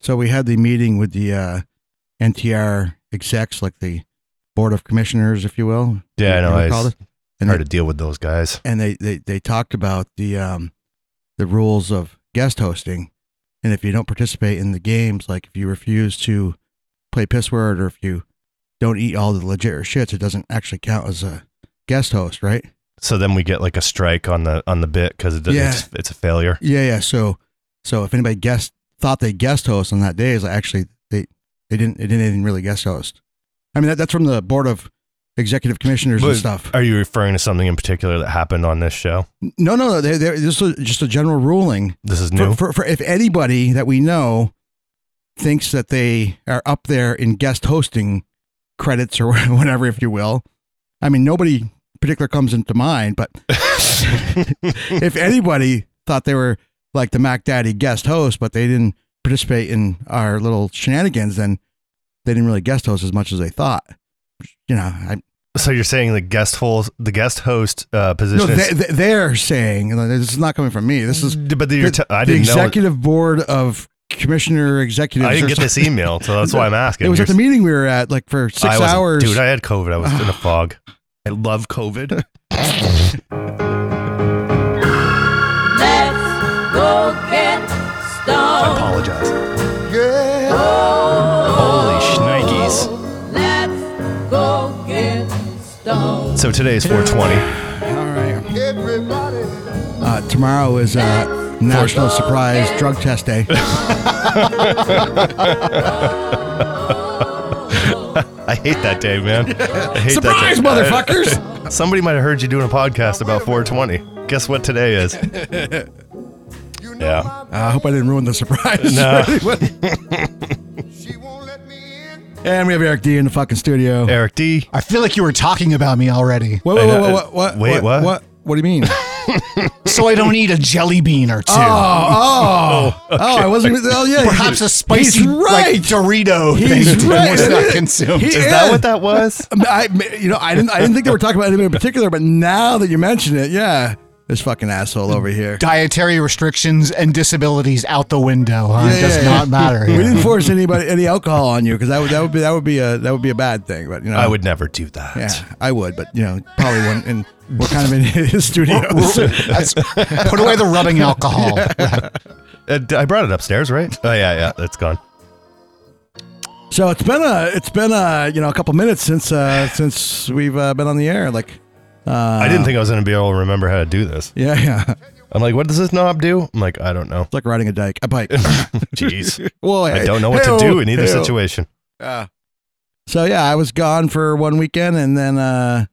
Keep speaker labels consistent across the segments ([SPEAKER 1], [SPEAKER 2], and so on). [SPEAKER 1] So we had the meeting with the uh, NTR execs, like the board of commissioners, if you will.
[SPEAKER 2] Yeah, I know.
[SPEAKER 1] You
[SPEAKER 2] I
[SPEAKER 1] call
[SPEAKER 2] s-
[SPEAKER 1] it? And
[SPEAKER 2] hard
[SPEAKER 1] they-
[SPEAKER 2] to deal with those guys.
[SPEAKER 1] and they, they, they talked about the um, the rules of guest hosting, and if you don't participate in the games, like if you refuse to play piss word or if you don't eat all the legit shits, it doesn't actually count as a guest host, right?
[SPEAKER 2] So then we get like a strike on the on the bit because it,
[SPEAKER 1] Yeah.
[SPEAKER 2] it's, it's a failure.
[SPEAKER 1] Yeah, yeah. So, so if anybody guessed thought they guest host on that day, is like actually they they didn't they didn't even really guest host. I mean that, that's from the board of executive commissioners
[SPEAKER 2] But
[SPEAKER 1] and stuff.
[SPEAKER 2] Are you referring to something in particular that happened on this show?
[SPEAKER 1] No, no, no. They, they, this was just a general ruling
[SPEAKER 2] This is
[SPEAKER 1] for,
[SPEAKER 2] new.
[SPEAKER 1] for for if anybody that we know thinks that they are up there in guest hosting credits or whatever, if you will. I mean, nobody particular comes into mind, but if anybody thought they were like the Mac Daddy guest host, but they didn't participate in our little shenanigans, then they didn't really guest host as much as they thought. You know, I,
[SPEAKER 2] so you're saying the guest host, the guest host uh,
[SPEAKER 1] no,
[SPEAKER 2] position is- Mm,
[SPEAKER 1] they, they- they're saying you know, this is not coming from me. This is
[SPEAKER 2] but you're t- I
[SPEAKER 1] the
[SPEAKER 2] didn't
[SPEAKER 1] executive board of commissioner
[SPEAKER 2] know.
[SPEAKER 1] executives.
[SPEAKER 2] I
[SPEAKER 1] or
[SPEAKER 2] didn't get this
[SPEAKER 1] something.
[SPEAKER 2] email, so that's why I'm asking.
[SPEAKER 1] It was
[SPEAKER 2] You're
[SPEAKER 1] at the meeting we were at, like for six
[SPEAKER 2] I wasn't-
[SPEAKER 1] hours.
[SPEAKER 2] Dude, I had COVID. I was in a fog. I love COVID.
[SPEAKER 3] Let's go get
[SPEAKER 2] I
[SPEAKER 3] stoned.
[SPEAKER 2] apologize.
[SPEAKER 4] Yeah.
[SPEAKER 2] Holy shnikes.
[SPEAKER 3] Let's go get stoned.
[SPEAKER 2] So today's 420.
[SPEAKER 1] All right.
[SPEAKER 4] Everybody.
[SPEAKER 1] Uh, tomorrow is uh, National Surprise Drug Test Day.
[SPEAKER 2] I hate that day, man. I hate
[SPEAKER 1] Surprise,
[SPEAKER 2] that day.
[SPEAKER 1] motherfuckers!
[SPEAKER 2] Somebody might have heard you doing a podcast about 420. Guess what today is?
[SPEAKER 4] You know
[SPEAKER 2] Yeah.
[SPEAKER 4] my
[SPEAKER 1] Uh, I hope I didn't ruin the surprise.
[SPEAKER 2] No.
[SPEAKER 4] She won't let me in.
[SPEAKER 1] and we have Eric D in the fucking studio.
[SPEAKER 2] Eric D.
[SPEAKER 5] I feel like you were talking about me already.
[SPEAKER 1] Wait, wait,
[SPEAKER 2] I know-
[SPEAKER 1] wait, what, what,
[SPEAKER 2] wait,
[SPEAKER 1] what,
[SPEAKER 2] what?
[SPEAKER 1] what? What do you mean?
[SPEAKER 5] So I don't eat a jelly bean or two.
[SPEAKER 1] oh, oh, oh! I wasn't. Even, oh, yeah.
[SPEAKER 5] Perhaps a spicy
[SPEAKER 1] He's right.
[SPEAKER 5] like, Dorito
[SPEAKER 1] He's
[SPEAKER 5] thing
[SPEAKER 1] right.
[SPEAKER 5] was not consumed.
[SPEAKER 1] He
[SPEAKER 2] Is that what that was?
[SPEAKER 1] I, you know, I didn't. I didn't think they were talking about anything in particular, but now that you mention it, yeah, this fucking asshole over here.
[SPEAKER 5] Dietary restrictions and disabilities out the window. Huh?
[SPEAKER 1] Yeah,
[SPEAKER 5] it does
[SPEAKER 1] yeah,
[SPEAKER 5] not
[SPEAKER 1] yeah.
[SPEAKER 5] matter.
[SPEAKER 1] We
[SPEAKER 5] here.
[SPEAKER 1] didn't force anybody any alcohol on you because that would that would be that would be a that would be a bad thing. But you know,
[SPEAKER 2] I would never do that.
[SPEAKER 1] Yeah, I would, but you know, probably wouldn't. And we're kind of in his studio. so-
[SPEAKER 5] That's- put away the rubbing alcohol.
[SPEAKER 2] Uh, d- I brought it upstairs, right? Oh yeah, yeah. That's gone.
[SPEAKER 1] So it's been a it's been a you know a couple minutes since uh since we've uh, been on the air. Like, uh,
[SPEAKER 2] I didn't think I was gonna be able to remember how to do this.
[SPEAKER 1] Yeah, yeah. It's
[SPEAKER 2] I'm like, what does this knob do? I'm like, I don't know.
[SPEAKER 1] like riding a dike, a bike.
[SPEAKER 2] Jeez.
[SPEAKER 1] well, oh,
[SPEAKER 2] I don't know what to do in either situation.
[SPEAKER 1] So yeah, I was gone for one weekend, and then uh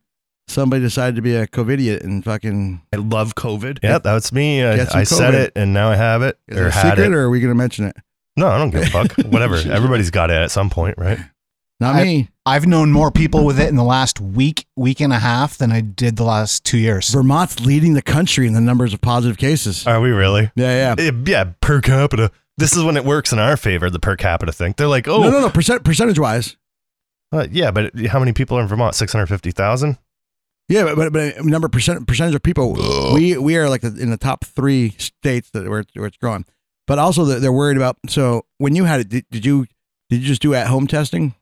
[SPEAKER 1] somebody decided to be a covidiot and fucking.
[SPEAKER 2] I love COVID. Yeah, that's me. I,
[SPEAKER 1] Get some
[SPEAKER 2] I said
[SPEAKER 1] COVID.
[SPEAKER 2] it, and now I have it
[SPEAKER 1] Is it
[SPEAKER 2] or
[SPEAKER 1] a
[SPEAKER 2] had
[SPEAKER 1] secret,
[SPEAKER 2] it.
[SPEAKER 1] or are we gonna mention it?
[SPEAKER 2] No, I don't give a fuck. Whatever. Everybody's got it at some point, right?
[SPEAKER 1] Not
[SPEAKER 5] I-
[SPEAKER 1] me.
[SPEAKER 5] I've known more people with it in the last week, week and a half than I did the last two years.
[SPEAKER 1] Vermont's leading the country in the numbers of positive cases.
[SPEAKER 2] Are we really?
[SPEAKER 1] Yeah, yeah.
[SPEAKER 2] Eh, yeah, per capita. This is when it works in our favor, the per capita thing. They're like, oh,
[SPEAKER 1] No, no, no. Percent, percentage wise.
[SPEAKER 2] uh, yeah, but how many people are in Vermont? 650,000?
[SPEAKER 1] Yeah, but, but but number percent percentage of people we we are like the, in the top three states that where, it's- where it's growing. But also they're they're worried about. So when you had it, did, did you did you just do at home testing?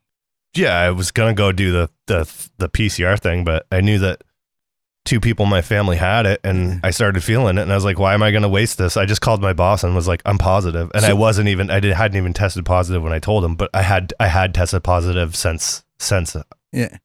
[SPEAKER 2] Yeah, I was going to go do the, the, the PCR thing, but I knew that two people in my family had it and I started feeling it. And I was like, why am I going to waste this? I just called my boss and was like, I'm positive. And I wasn't even, I did, hadn't even tested positive when I told him, but I had, I had tested positive since, since.
[SPEAKER 1] Yeah.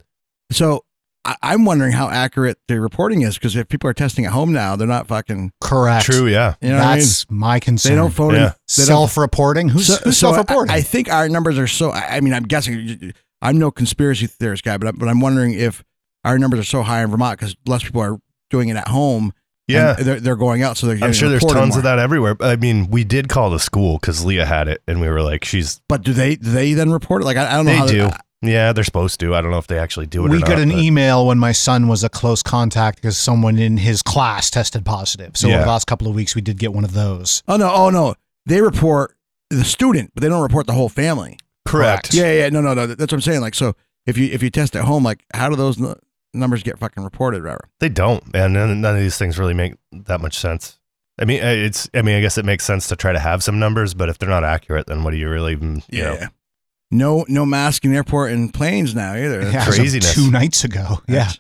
[SPEAKER 1] So I, I'm wondering how accurate the reporting is because if people are testing at home now, they're not fucking.
[SPEAKER 5] Correct.
[SPEAKER 2] True. Yeah.
[SPEAKER 1] You know what I mean?
[SPEAKER 5] That's my concern.
[SPEAKER 1] They don't phone. in-
[SPEAKER 2] Yeah.
[SPEAKER 1] they don't-
[SPEAKER 5] self-reporting. Who's,
[SPEAKER 1] So-
[SPEAKER 5] who's
[SPEAKER 1] so I-
[SPEAKER 5] self-reporting?
[SPEAKER 1] I, think our numbers are so. I I mean, I'm guessing. you- you- I'm no conspiracy theorist guy, but I'm, but I'm wondering if our numbers are so high in Vermont because less people are doing it at home.
[SPEAKER 2] Yeah.
[SPEAKER 1] and they're, they're going out, so they're.
[SPEAKER 2] I'm
[SPEAKER 1] getting
[SPEAKER 2] sure there's
[SPEAKER 1] reported
[SPEAKER 2] tons
[SPEAKER 1] more.
[SPEAKER 2] of that everywhere. I mean, we did call the school because Leah had it, and we were like, "She's."
[SPEAKER 1] But do they do they then report it? Like I, I don't know.
[SPEAKER 2] They
[SPEAKER 1] how
[SPEAKER 2] do. yeah, they're supposed to. I don't know if they actually do it.
[SPEAKER 5] we
[SPEAKER 2] or
[SPEAKER 5] got
[SPEAKER 2] not,
[SPEAKER 5] an
[SPEAKER 1] e
[SPEAKER 2] but-
[SPEAKER 5] email when my son was a close contact because someone in his class tested positive. So
[SPEAKER 2] Yeah.
[SPEAKER 5] over the last couple of weeks, we did get one of those.
[SPEAKER 1] Oh no! Oh no! They report the student, but they don't report the whole family.
[SPEAKER 2] Correct.
[SPEAKER 1] Yeah, yeah. No, no, no. That's what I'm saying. Like, so if you if you test at home, like, how do those n- numbers get fucking reported? Whatever.
[SPEAKER 2] They don't, and none none of these things really make that much sense. I mean, uh, it's. I mean, I guess it makes sense to try to have some numbers, but if they're not accurate, then what do you really? Even, you know,
[SPEAKER 1] No, no mask in airport and planes now either. That's
[SPEAKER 5] Yeah, as of
[SPEAKER 2] Craziness.
[SPEAKER 5] Two nights ago. Yeah.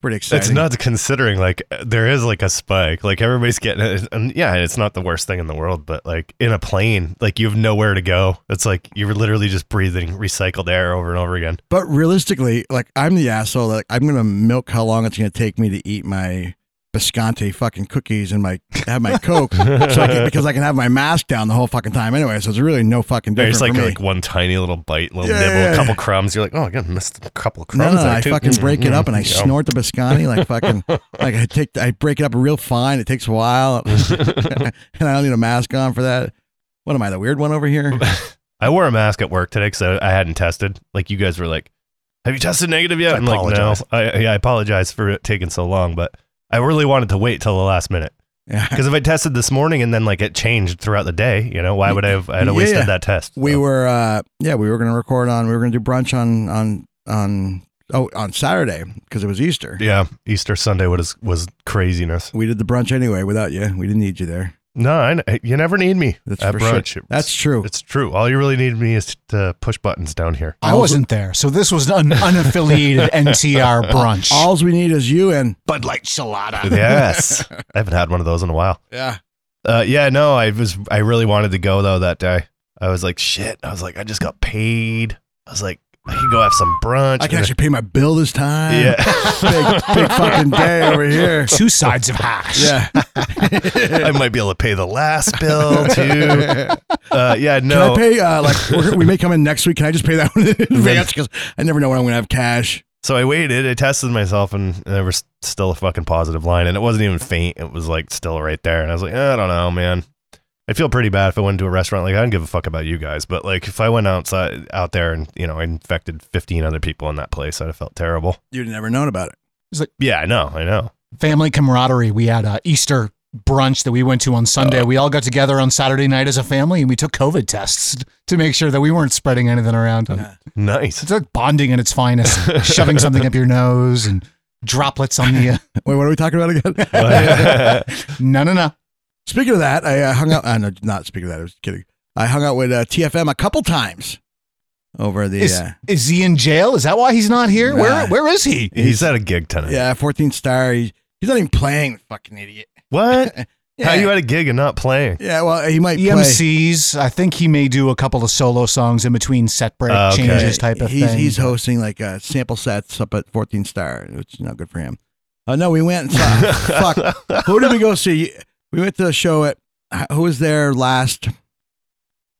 [SPEAKER 1] pretty
[SPEAKER 2] it's
[SPEAKER 1] exciting.
[SPEAKER 2] nuts considering like there is like a spike. Like everybody's getting it, and yeah, it's not the worst thing in the world, but like in a plane, like you have nowhere to go. It's like you're literally just breathing recycled air over and over again.
[SPEAKER 1] But realistically, like I'm the asshole. that, Like I'm gonna milk how long it's gonna take me to eat my bisconti fucking cookies and my have my coke, so I can, because I can have my mask down the whole fucking time anyway. So it's really no fucking
[SPEAKER 2] Yeah,
[SPEAKER 1] difference
[SPEAKER 2] It's like
[SPEAKER 1] for me.
[SPEAKER 2] like one tiny little bite, little
[SPEAKER 1] Yeah,
[SPEAKER 2] nibble,
[SPEAKER 1] yeah, yeah.
[SPEAKER 2] a couple crumbs. You're like, oh, I got missed a couple
[SPEAKER 1] no,
[SPEAKER 2] crumbs.
[SPEAKER 1] no, no,
[SPEAKER 2] there,
[SPEAKER 1] I
[SPEAKER 2] too."
[SPEAKER 1] fucking
[SPEAKER 2] Mm,
[SPEAKER 1] break it
[SPEAKER 2] mm,
[SPEAKER 1] up and I
[SPEAKER 2] yeah.
[SPEAKER 1] snort the bisconti like fucking like I take I break it up real fine. It takes a while, and I don't need a mask on for that. What am I, the weird one over here?
[SPEAKER 2] I wore a mask at work today because I, I hadn't tested. Like you guys were like, "Have you tested negative yet?"
[SPEAKER 6] I
[SPEAKER 2] I'm like, "No."
[SPEAKER 6] apologize.
[SPEAKER 2] I, yeah, I apologize for it taking so long, but I really wanted to wait till the last minute
[SPEAKER 1] Yeah.
[SPEAKER 2] because if I tested this morning and then like it changed throughout the day, you know, why would I have? I'd have wasted
[SPEAKER 1] Yeah.
[SPEAKER 2] that test.
[SPEAKER 1] We
[SPEAKER 2] So,
[SPEAKER 1] were uh yeah, we were gonna record on we were gonna do brunch on on on oh on Saturday because it was Easter.
[SPEAKER 2] Yeah, Easter Sunday was was craziness.
[SPEAKER 1] We did the brunch anyway without you. We didn't need you there.
[SPEAKER 2] No, I, kn- you never need me
[SPEAKER 1] That's
[SPEAKER 2] at
[SPEAKER 1] for
[SPEAKER 2] brunch.
[SPEAKER 1] sure.
[SPEAKER 2] It's-
[SPEAKER 1] That's true.
[SPEAKER 2] it's true. All you really need me is to push buttons down here.
[SPEAKER 5] I wasn't there. So this was an unaffiliated NTR brunch.
[SPEAKER 1] All we need is you and
[SPEAKER 6] Bud Light Salada.
[SPEAKER 2] yes, I haven't had one of those in a while.
[SPEAKER 1] yeah.
[SPEAKER 2] Uh, yeah, no, I was I really wanted to go though that day. I was like, shit. I was like, I just got paid. I was like, I could go have some brunch.
[SPEAKER 1] I can actually pay my bill this time.
[SPEAKER 2] yeah,
[SPEAKER 1] Big, big fucking day over here.
[SPEAKER 5] Two sides of hash.
[SPEAKER 1] Yeah.
[SPEAKER 2] I might be able to pay the last bill too. Uh, yeah,
[SPEAKER 1] Can
[SPEAKER 2] no.
[SPEAKER 1] I pay? Uh, like we're, we may come in next week. Can I just pay that one in advance? Because I never know when I'm going to have cash.
[SPEAKER 2] so I waited. I tested myself, and there was still a fucking positive line, and it wasn't even faint. It was like still right there, and I was like, I don't know, man. I feel pretty bad if I went to a restaurant. Like I don't give a fuck about you guys, but like if I went outside out there and you know I infected fifteen other people in that place, I'd have felt terrible.
[SPEAKER 1] You'd have never known about it.
[SPEAKER 2] Yeah, I know, I know.
[SPEAKER 5] Family camaraderie. We had a Easter brunch that we went to on
[SPEAKER 2] Uh.
[SPEAKER 5] Sunday. we all got together on Saturday night as a family and we took COVID tests to make sure that we weren't spreading anything
[SPEAKER 2] Um,
[SPEAKER 5] around.
[SPEAKER 2] Nice.
[SPEAKER 5] It's like bonding at its finest, shoving something up your nose and droplets on the.
[SPEAKER 1] Wait, what are we talking about again?
[SPEAKER 2] oh
[SPEAKER 5] no, no, no.
[SPEAKER 1] speaking of that, I uh, hung out. Uh, no, not speaking of that. I was kidding. I hung out with uh, TFM a couple times over the.
[SPEAKER 5] Is,
[SPEAKER 1] uh,
[SPEAKER 5] is he in jail? Is that why he's not here?
[SPEAKER 1] Nah.
[SPEAKER 5] Where Where is he?
[SPEAKER 2] He's at a gig tonight.
[SPEAKER 1] yeah, 14 star. He, he's not even playing. Fucking idiot.
[SPEAKER 2] What? How
[SPEAKER 1] Yeah.
[SPEAKER 2] you at a gig and not playing?
[SPEAKER 1] Yeah, well, he
[SPEAKER 5] E
[SPEAKER 1] might play.
[SPEAKER 5] EMCs. I think he may do a couple of solo songs in between set break
[SPEAKER 2] Oh, okay.
[SPEAKER 5] changes type of
[SPEAKER 1] he's,
[SPEAKER 5] thing.
[SPEAKER 1] He's hosting like uh, sample sets up at 14 Star, which is not good for him. Uh, no, we went and saw. fuck. Who did we go see? We went to a show at. Who was there last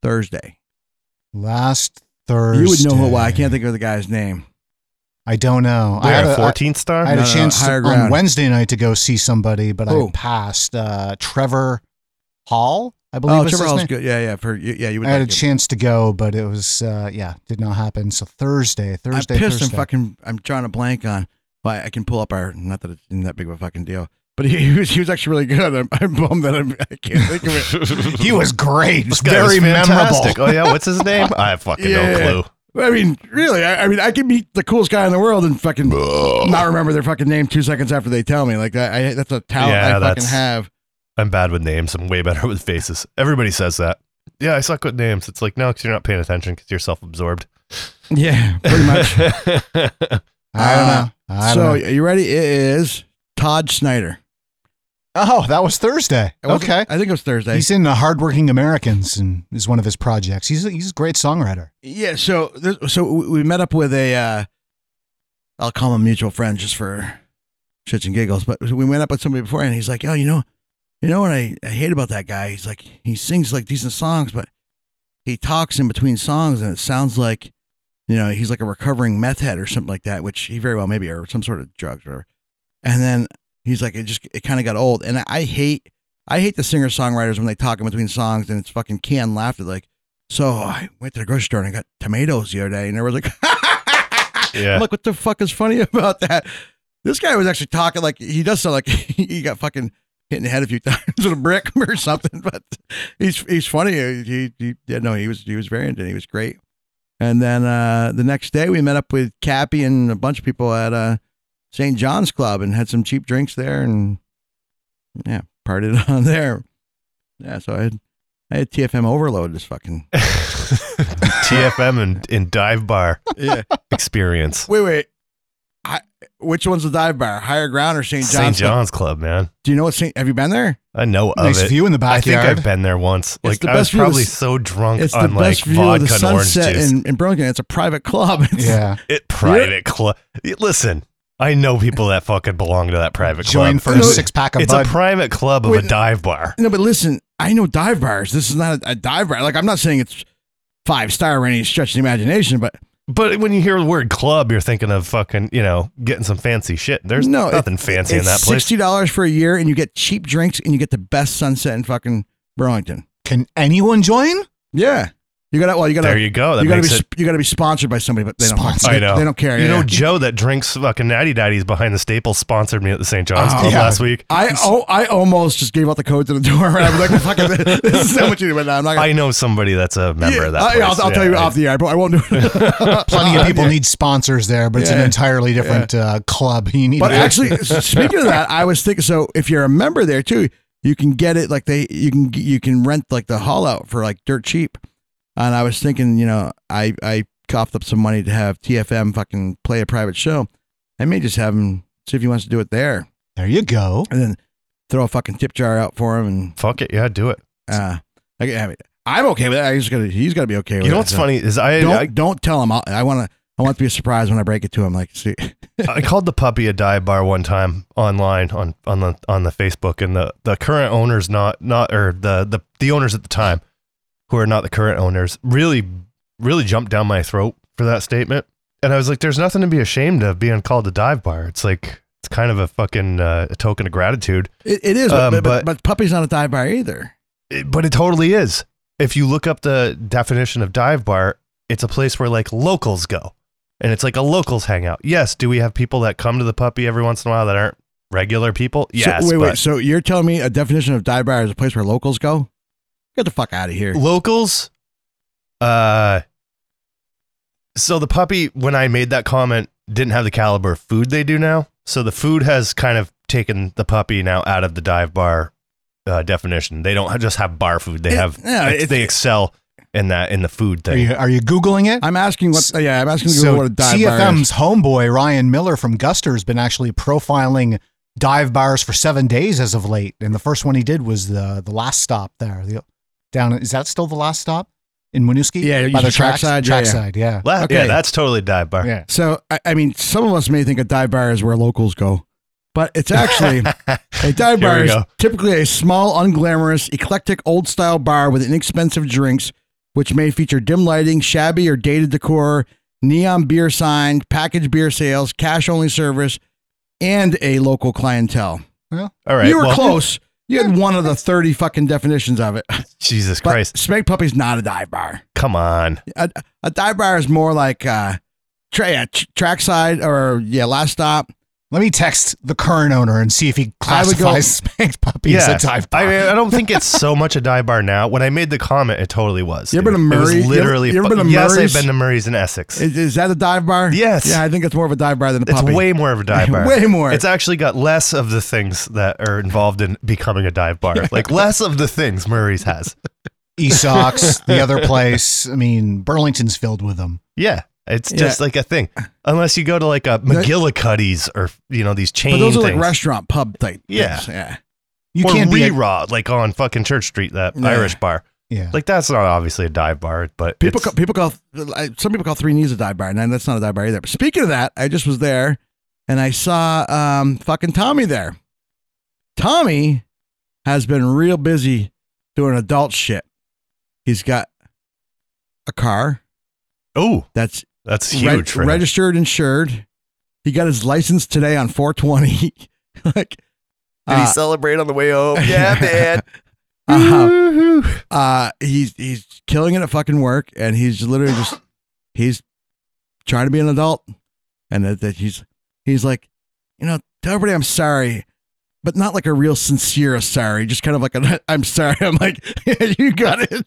[SPEAKER 1] Thursday?
[SPEAKER 5] Last Thursday.
[SPEAKER 1] You would know who. Why I can't think of the guy's name.
[SPEAKER 5] I don't know. I
[SPEAKER 2] Where,
[SPEAKER 5] had a, I-
[SPEAKER 2] 14th star?
[SPEAKER 5] I had
[SPEAKER 1] No,
[SPEAKER 5] a
[SPEAKER 1] no,
[SPEAKER 5] chance to-
[SPEAKER 1] higher
[SPEAKER 5] on
[SPEAKER 1] ground.
[SPEAKER 5] Wednesday night to go see somebody, but
[SPEAKER 1] Who?
[SPEAKER 5] I passed. Uh, Trevor Hall, I believe.
[SPEAKER 1] Oh,
[SPEAKER 5] is
[SPEAKER 1] Trevor
[SPEAKER 5] his
[SPEAKER 1] Hall's
[SPEAKER 5] name.
[SPEAKER 1] good. Yeah, yeah. For yeah, you would.
[SPEAKER 5] I had a
[SPEAKER 1] like him.
[SPEAKER 5] chance to go, but it was uh, yeah, did not happen. So Thursday, Thursday,
[SPEAKER 1] I'm pissed.
[SPEAKER 5] Thursday.
[SPEAKER 1] I'm fucking. I'm drawing a blank on. But I can pull up our. Not that it's not that big of a fucking deal. But he, he was he was actually really good. I'm, I'm bummed that I'm, I can't think of it.
[SPEAKER 5] he was great.
[SPEAKER 2] This guy was
[SPEAKER 5] Very memorable.
[SPEAKER 2] fantastic. Oh, yeah. What's his name? I have fucking
[SPEAKER 1] Yeah.
[SPEAKER 2] no clue.
[SPEAKER 1] I mean, really, I, I mean, I could meet the coolest guy in the world and fucking not remember their fucking name two seconds after they tell me. Like that, I, that's a talent
[SPEAKER 2] Yeah,
[SPEAKER 1] I fucking
[SPEAKER 2] that's-
[SPEAKER 1] have.
[SPEAKER 2] I'm bad with names. I'm way better with faces. Everybody says that. Yeah, I suck with names. It's like, no, because you're not paying attention because you're self absorbed.
[SPEAKER 1] Yeah, pretty much.
[SPEAKER 5] I don't know. I
[SPEAKER 1] so,
[SPEAKER 5] don't know.
[SPEAKER 1] are you ready? It is Todd Snyder.
[SPEAKER 5] Oh, that was Thursday.
[SPEAKER 1] It wasn't-
[SPEAKER 5] Okay.
[SPEAKER 1] I think it was Thursday.
[SPEAKER 5] He's in the Hardworking Americans and is one of his projects. He's a, he's a great songwriter.
[SPEAKER 1] yeah. So, there- so we we met up with a. Uh, I'll call him a mutual friend just for shits and giggles. But we went up with somebody before, and he's like, "Oh, you know, you know what I, I hate about that guy? He's like, he sings like decent songs, but he talks in between songs, and it sounds like, you know, he's like a recovering meth head or something like that, which he very well may be, or some sort of drugs, or whatever." And then he's like, it just it kind of got old, and I, I hate. I hate the singer songwriters when they talk in between songs and it's fucking canned laughter. Like, so I went to the grocery store and I got tomatoes the other day, and they were like,
[SPEAKER 2] Yeah.
[SPEAKER 1] Look, what the fuck is funny about that? This guy was actually talking like he does sound like he got fucking hit in the head a few times with a brick or something, but he's he's funny. He, he yeah, no, he was he was very into it. He was great. And then uh, the next day we met up with Cappy and a bunch of people at uh, St. John's Club and had some cheap drinks there and yeah, partied on there. Yeah, so I had, I had TFM overload this fucking.
[SPEAKER 2] TFM and, and dive bar
[SPEAKER 1] Yeah.
[SPEAKER 2] experience.
[SPEAKER 1] wait, wait. I, which one's the dive bar? Higher Ground or St. John's?
[SPEAKER 2] St. John's Club, man.
[SPEAKER 1] Do you know what St. Have you been there?
[SPEAKER 2] I know of
[SPEAKER 5] nice
[SPEAKER 2] it.
[SPEAKER 5] view in the
[SPEAKER 2] I think
[SPEAKER 5] backyard.
[SPEAKER 2] I've been there once. Like
[SPEAKER 1] the
[SPEAKER 2] I was
[SPEAKER 1] best view of
[SPEAKER 2] probably
[SPEAKER 1] the-
[SPEAKER 2] so drunk
[SPEAKER 1] It's the
[SPEAKER 2] on like
[SPEAKER 1] best view of the
[SPEAKER 2] vodka and orange
[SPEAKER 1] sunset
[SPEAKER 2] juice.
[SPEAKER 1] in, in Burlington. It's a private club. It's-
[SPEAKER 5] yeah.
[SPEAKER 2] it private club. Listen, I know people that fucking belong to that private
[SPEAKER 5] Join
[SPEAKER 2] club.
[SPEAKER 5] for
[SPEAKER 1] No,
[SPEAKER 5] a six pack of
[SPEAKER 2] it's
[SPEAKER 5] Bud.
[SPEAKER 2] a private club of
[SPEAKER 1] Wait,
[SPEAKER 2] a dive bar.
[SPEAKER 1] No, but listen, I know dive bars. This is not a, a dive bar. Like I'm not saying it's five star or any stretch of the imagination, but
[SPEAKER 2] But when you hear the word club, you're thinking of fucking, you know, getting some fancy shit. There's
[SPEAKER 1] No, it-
[SPEAKER 2] nothing fancy in
[SPEAKER 1] it's
[SPEAKER 2] that place.
[SPEAKER 1] sixty dollars for a year, and you get cheap drinks, and you get the best sunset in fucking Burlington.
[SPEAKER 5] Can anyone join?
[SPEAKER 1] Yeah, you got to Well, you got
[SPEAKER 2] there
[SPEAKER 1] to.
[SPEAKER 2] you go. That
[SPEAKER 1] You got to be
[SPEAKER 2] makes it.
[SPEAKER 1] sp- you got to be sponsored by somebody, but they don't.
[SPEAKER 5] Sponsored.
[SPEAKER 2] I know.
[SPEAKER 1] They don't care.
[SPEAKER 2] You
[SPEAKER 1] yeah,
[SPEAKER 2] know,
[SPEAKER 1] yeah.
[SPEAKER 2] Joe that drinks fucking Natty Daddies behind the Staples sponsored me at the St. John's
[SPEAKER 1] Oh,
[SPEAKER 2] Club
[SPEAKER 5] yeah.
[SPEAKER 2] last week.
[SPEAKER 1] I oh, I almost just gave out the code to the door. I was like, fuck it, this is so much easier. But now I'm not. Gonna,
[SPEAKER 2] I know somebody that's a member of that.
[SPEAKER 1] I,
[SPEAKER 2] place.
[SPEAKER 1] I'll, I'll tell
[SPEAKER 2] Yeah,
[SPEAKER 1] you
[SPEAKER 2] I-
[SPEAKER 1] off the air, but I won't do it.
[SPEAKER 5] Plenty of people need sponsors there, but it's an
[SPEAKER 1] Yeah.
[SPEAKER 5] entirely different uh, club. You need
[SPEAKER 1] But
[SPEAKER 5] to-
[SPEAKER 1] actually, speaking of that, I was thinking. So if you're a member there too, you can get it like they you can you can rent like the haul out for like dirt cheap. And I was thinking, you know, I I coughed up some money to have TFM fucking play a private show. I may just have him see if he wants to do it there,
[SPEAKER 5] there you go.
[SPEAKER 1] and then throw a fucking tip jar out for him. And
[SPEAKER 2] Fuck it. Yeah, do it.
[SPEAKER 1] uh, I, I mean, I'm okay with that. I just gotta he's gotta be okay with
[SPEAKER 2] You
[SPEAKER 1] it,
[SPEAKER 2] know what's
[SPEAKER 1] so.
[SPEAKER 2] funny is I,
[SPEAKER 1] Don't
[SPEAKER 2] I
[SPEAKER 1] don't tell him. I'll, I want to. I want it to be a surprise when I break it to him. Like, see,
[SPEAKER 2] I called the puppy a dive bar one time online on on the on the Facebook, and the the current owners not not or the the the owners at the time, who are not the current owners, really really jumped down my throat for that statement. And I was like, "There's nothing to be ashamed of being called a dive bar. It's like it's kind of a fucking uh, a token of gratitude,
[SPEAKER 1] it, it is,
[SPEAKER 2] Um,
[SPEAKER 1] but,
[SPEAKER 2] but-
[SPEAKER 1] but, but puppy's not a dive bar either.
[SPEAKER 2] It- but it totally is. If you look up the definition of dive bar, it's a place where like locals go, and it's like a locals hangout. Yes, do we have people that come to the puppy every once in a while that aren't regular people? Yes,
[SPEAKER 1] so, wait,
[SPEAKER 2] but
[SPEAKER 1] wait. So you're telling me a definition of dive bar is a place where locals go? Get the fuck out of here.
[SPEAKER 2] locals uh so the puppy when i made that comment didn't have the caliber of food they do now so the food has kind of taken the puppy now out of the dive bar uh, definition they don't just have bar food they
[SPEAKER 1] It-
[SPEAKER 2] have
[SPEAKER 1] no, it's-
[SPEAKER 2] they excel in that in the food
[SPEAKER 5] Are
[SPEAKER 2] thing
[SPEAKER 5] you, are you Googling it?
[SPEAKER 1] I'm asking what. yeah, I'm asking
[SPEAKER 5] so
[SPEAKER 1] what a dive bar is.
[SPEAKER 5] TFM's homeboy Ryan Miller from Guster has been actually profiling dive bars for seven days as of late, and the first one he did was the the last stop there. The, down is that still the last stop in Winooski?
[SPEAKER 1] Yeah, you
[SPEAKER 5] by the
[SPEAKER 1] should trackside, yeah, yeah.
[SPEAKER 5] Trackside, yeah,
[SPEAKER 2] La- yeah
[SPEAKER 1] okay.
[SPEAKER 2] that's totally dive bar
[SPEAKER 5] yeah.
[SPEAKER 1] So I, I mean, some of us may think a dive bar is where locals go, but it's actually a dive
[SPEAKER 2] Here
[SPEAKER 1] bar
[SPEAKER 2] we
[SPEAKER 1] is
[SPEAKER 2] go.
[SPEAKER 1] typically a small, unglamorous, eclectic, old-style bar with inexpensive drinks, which may feature dim lighting, shabby or dated decor, neon beer signs, packaged beer sales, cash-only service, and a local clientele.
[SPEAKER 2] all right
[SPEAKER 1] you were
[SPEAKER 2] well,
[SPEAKER 1] close. You had one of the 30 fucking definitions of it.
[SPEAKER 2] jesus
[SPEAKER 1] But
[SPEAKER 2] christ
[SPEAKER 1] Smeg Puppy's not a dive bar.
[SPEAKER 2] come on
[SPEAKER 1] A, a dive bar is more like uh, tra- yeah, tr- trackside or, yeah, last stop.
[SPEAKER 5] Let me text the current owner and see if he
[SPEAKER 1] I would go-
[SPEAKER 5] classifies spanked puppy as a dive bar.
[SPEAKER 2] I, mean, I don't think it's so much a dive bar now. When I made the comment, it totally was.
[SPEAKER 1] You ever been
[SPEAKER 2] dude.
[SPEAKER 1] to
[SPEAKER 2] It was
[SPEAKER 1] Murray? You ever-
[SPEAKER 2] literally.
[SPEAKER 1] you ever
[SPEAKER 2] fu-
[SPEAKER 1] been to
[SPEAKER 2] yes,
[SPEAKER 1] Murray's?
[SPEAKER 2] I've been to Murray's in Essex.
[SPEAKER 1] Is, is that a dive bar?
[SPEAKER 2] Yes.
[SPEAKER 1] Yeah, I think it's more of a dive bar than a
[SPEAKER 2] it's
[SPEAKER 1] puppy.
[SPEAKER 2] way more of a dive bar.
[SPEAKER 1] Way more.
[SPEAKER 2] It's actually got less of the things that are involved in becoming a dive bar. Like less of the things Murray's has.
[SPEAKER 5] Esox, the other place. I mean, Burlington's filled with them.
[SPEAKER 2] Yeah. It's just like a thing. Unless you go to like a McGillicuddy's or you know, these chain
[SPEAKER 1] but those are
[SPEAKER 2] things.
[SPEAKER 1] like restaurant pub type.
[SPEAKER 2] Yeah.
[SPEAKER 1] things, Yeah.
[SPEAKER 5] You
[SPEAKER 2] or
[SPEAKER 5] can't be a-
[SPEAKER 2] Rerod, like on fucking Church Street, that
[SPEAKER 1] Yeah.
[SPEAKER 2] Irish bar.
[SPEAKER 5] yeah.
[SPEAKER 2] Like that's not obviously a dive bar, but
[SPEAKER 1] People
[SPEAKER 2] it's-
[SPEAKER 1] call, people call I- some people call three knees a dive bar, and that's not a dive bar either. But speaking of that, I just was there, and I saw um, fucking Tommy there. Tommy has been real busy doing adult shit. He's got a car
[SPEAKER 2] oh,
[SPEAKER 1] that's
[SPEAKER 2] that's
[SPEAKER 1] reg-
[SPEAKER 2] huge for him.
[SPEAKER 1] registered, insured. He got his license today on 420. like, uh,
[SPEAKER 2] celebrate on the way home?
[SPEAKER 1] Yeah, man.
[SPEAKER 2] Woo-hoo.
[SPEAKER 1] uh he's he's killing it at fucking work and he's literally just he's trying to be an adult and that, that he's he's like you know tell everybody i'm sorry but not like a real sincere sorry just kind of like a, i'm sorry i'm like yeah, you got it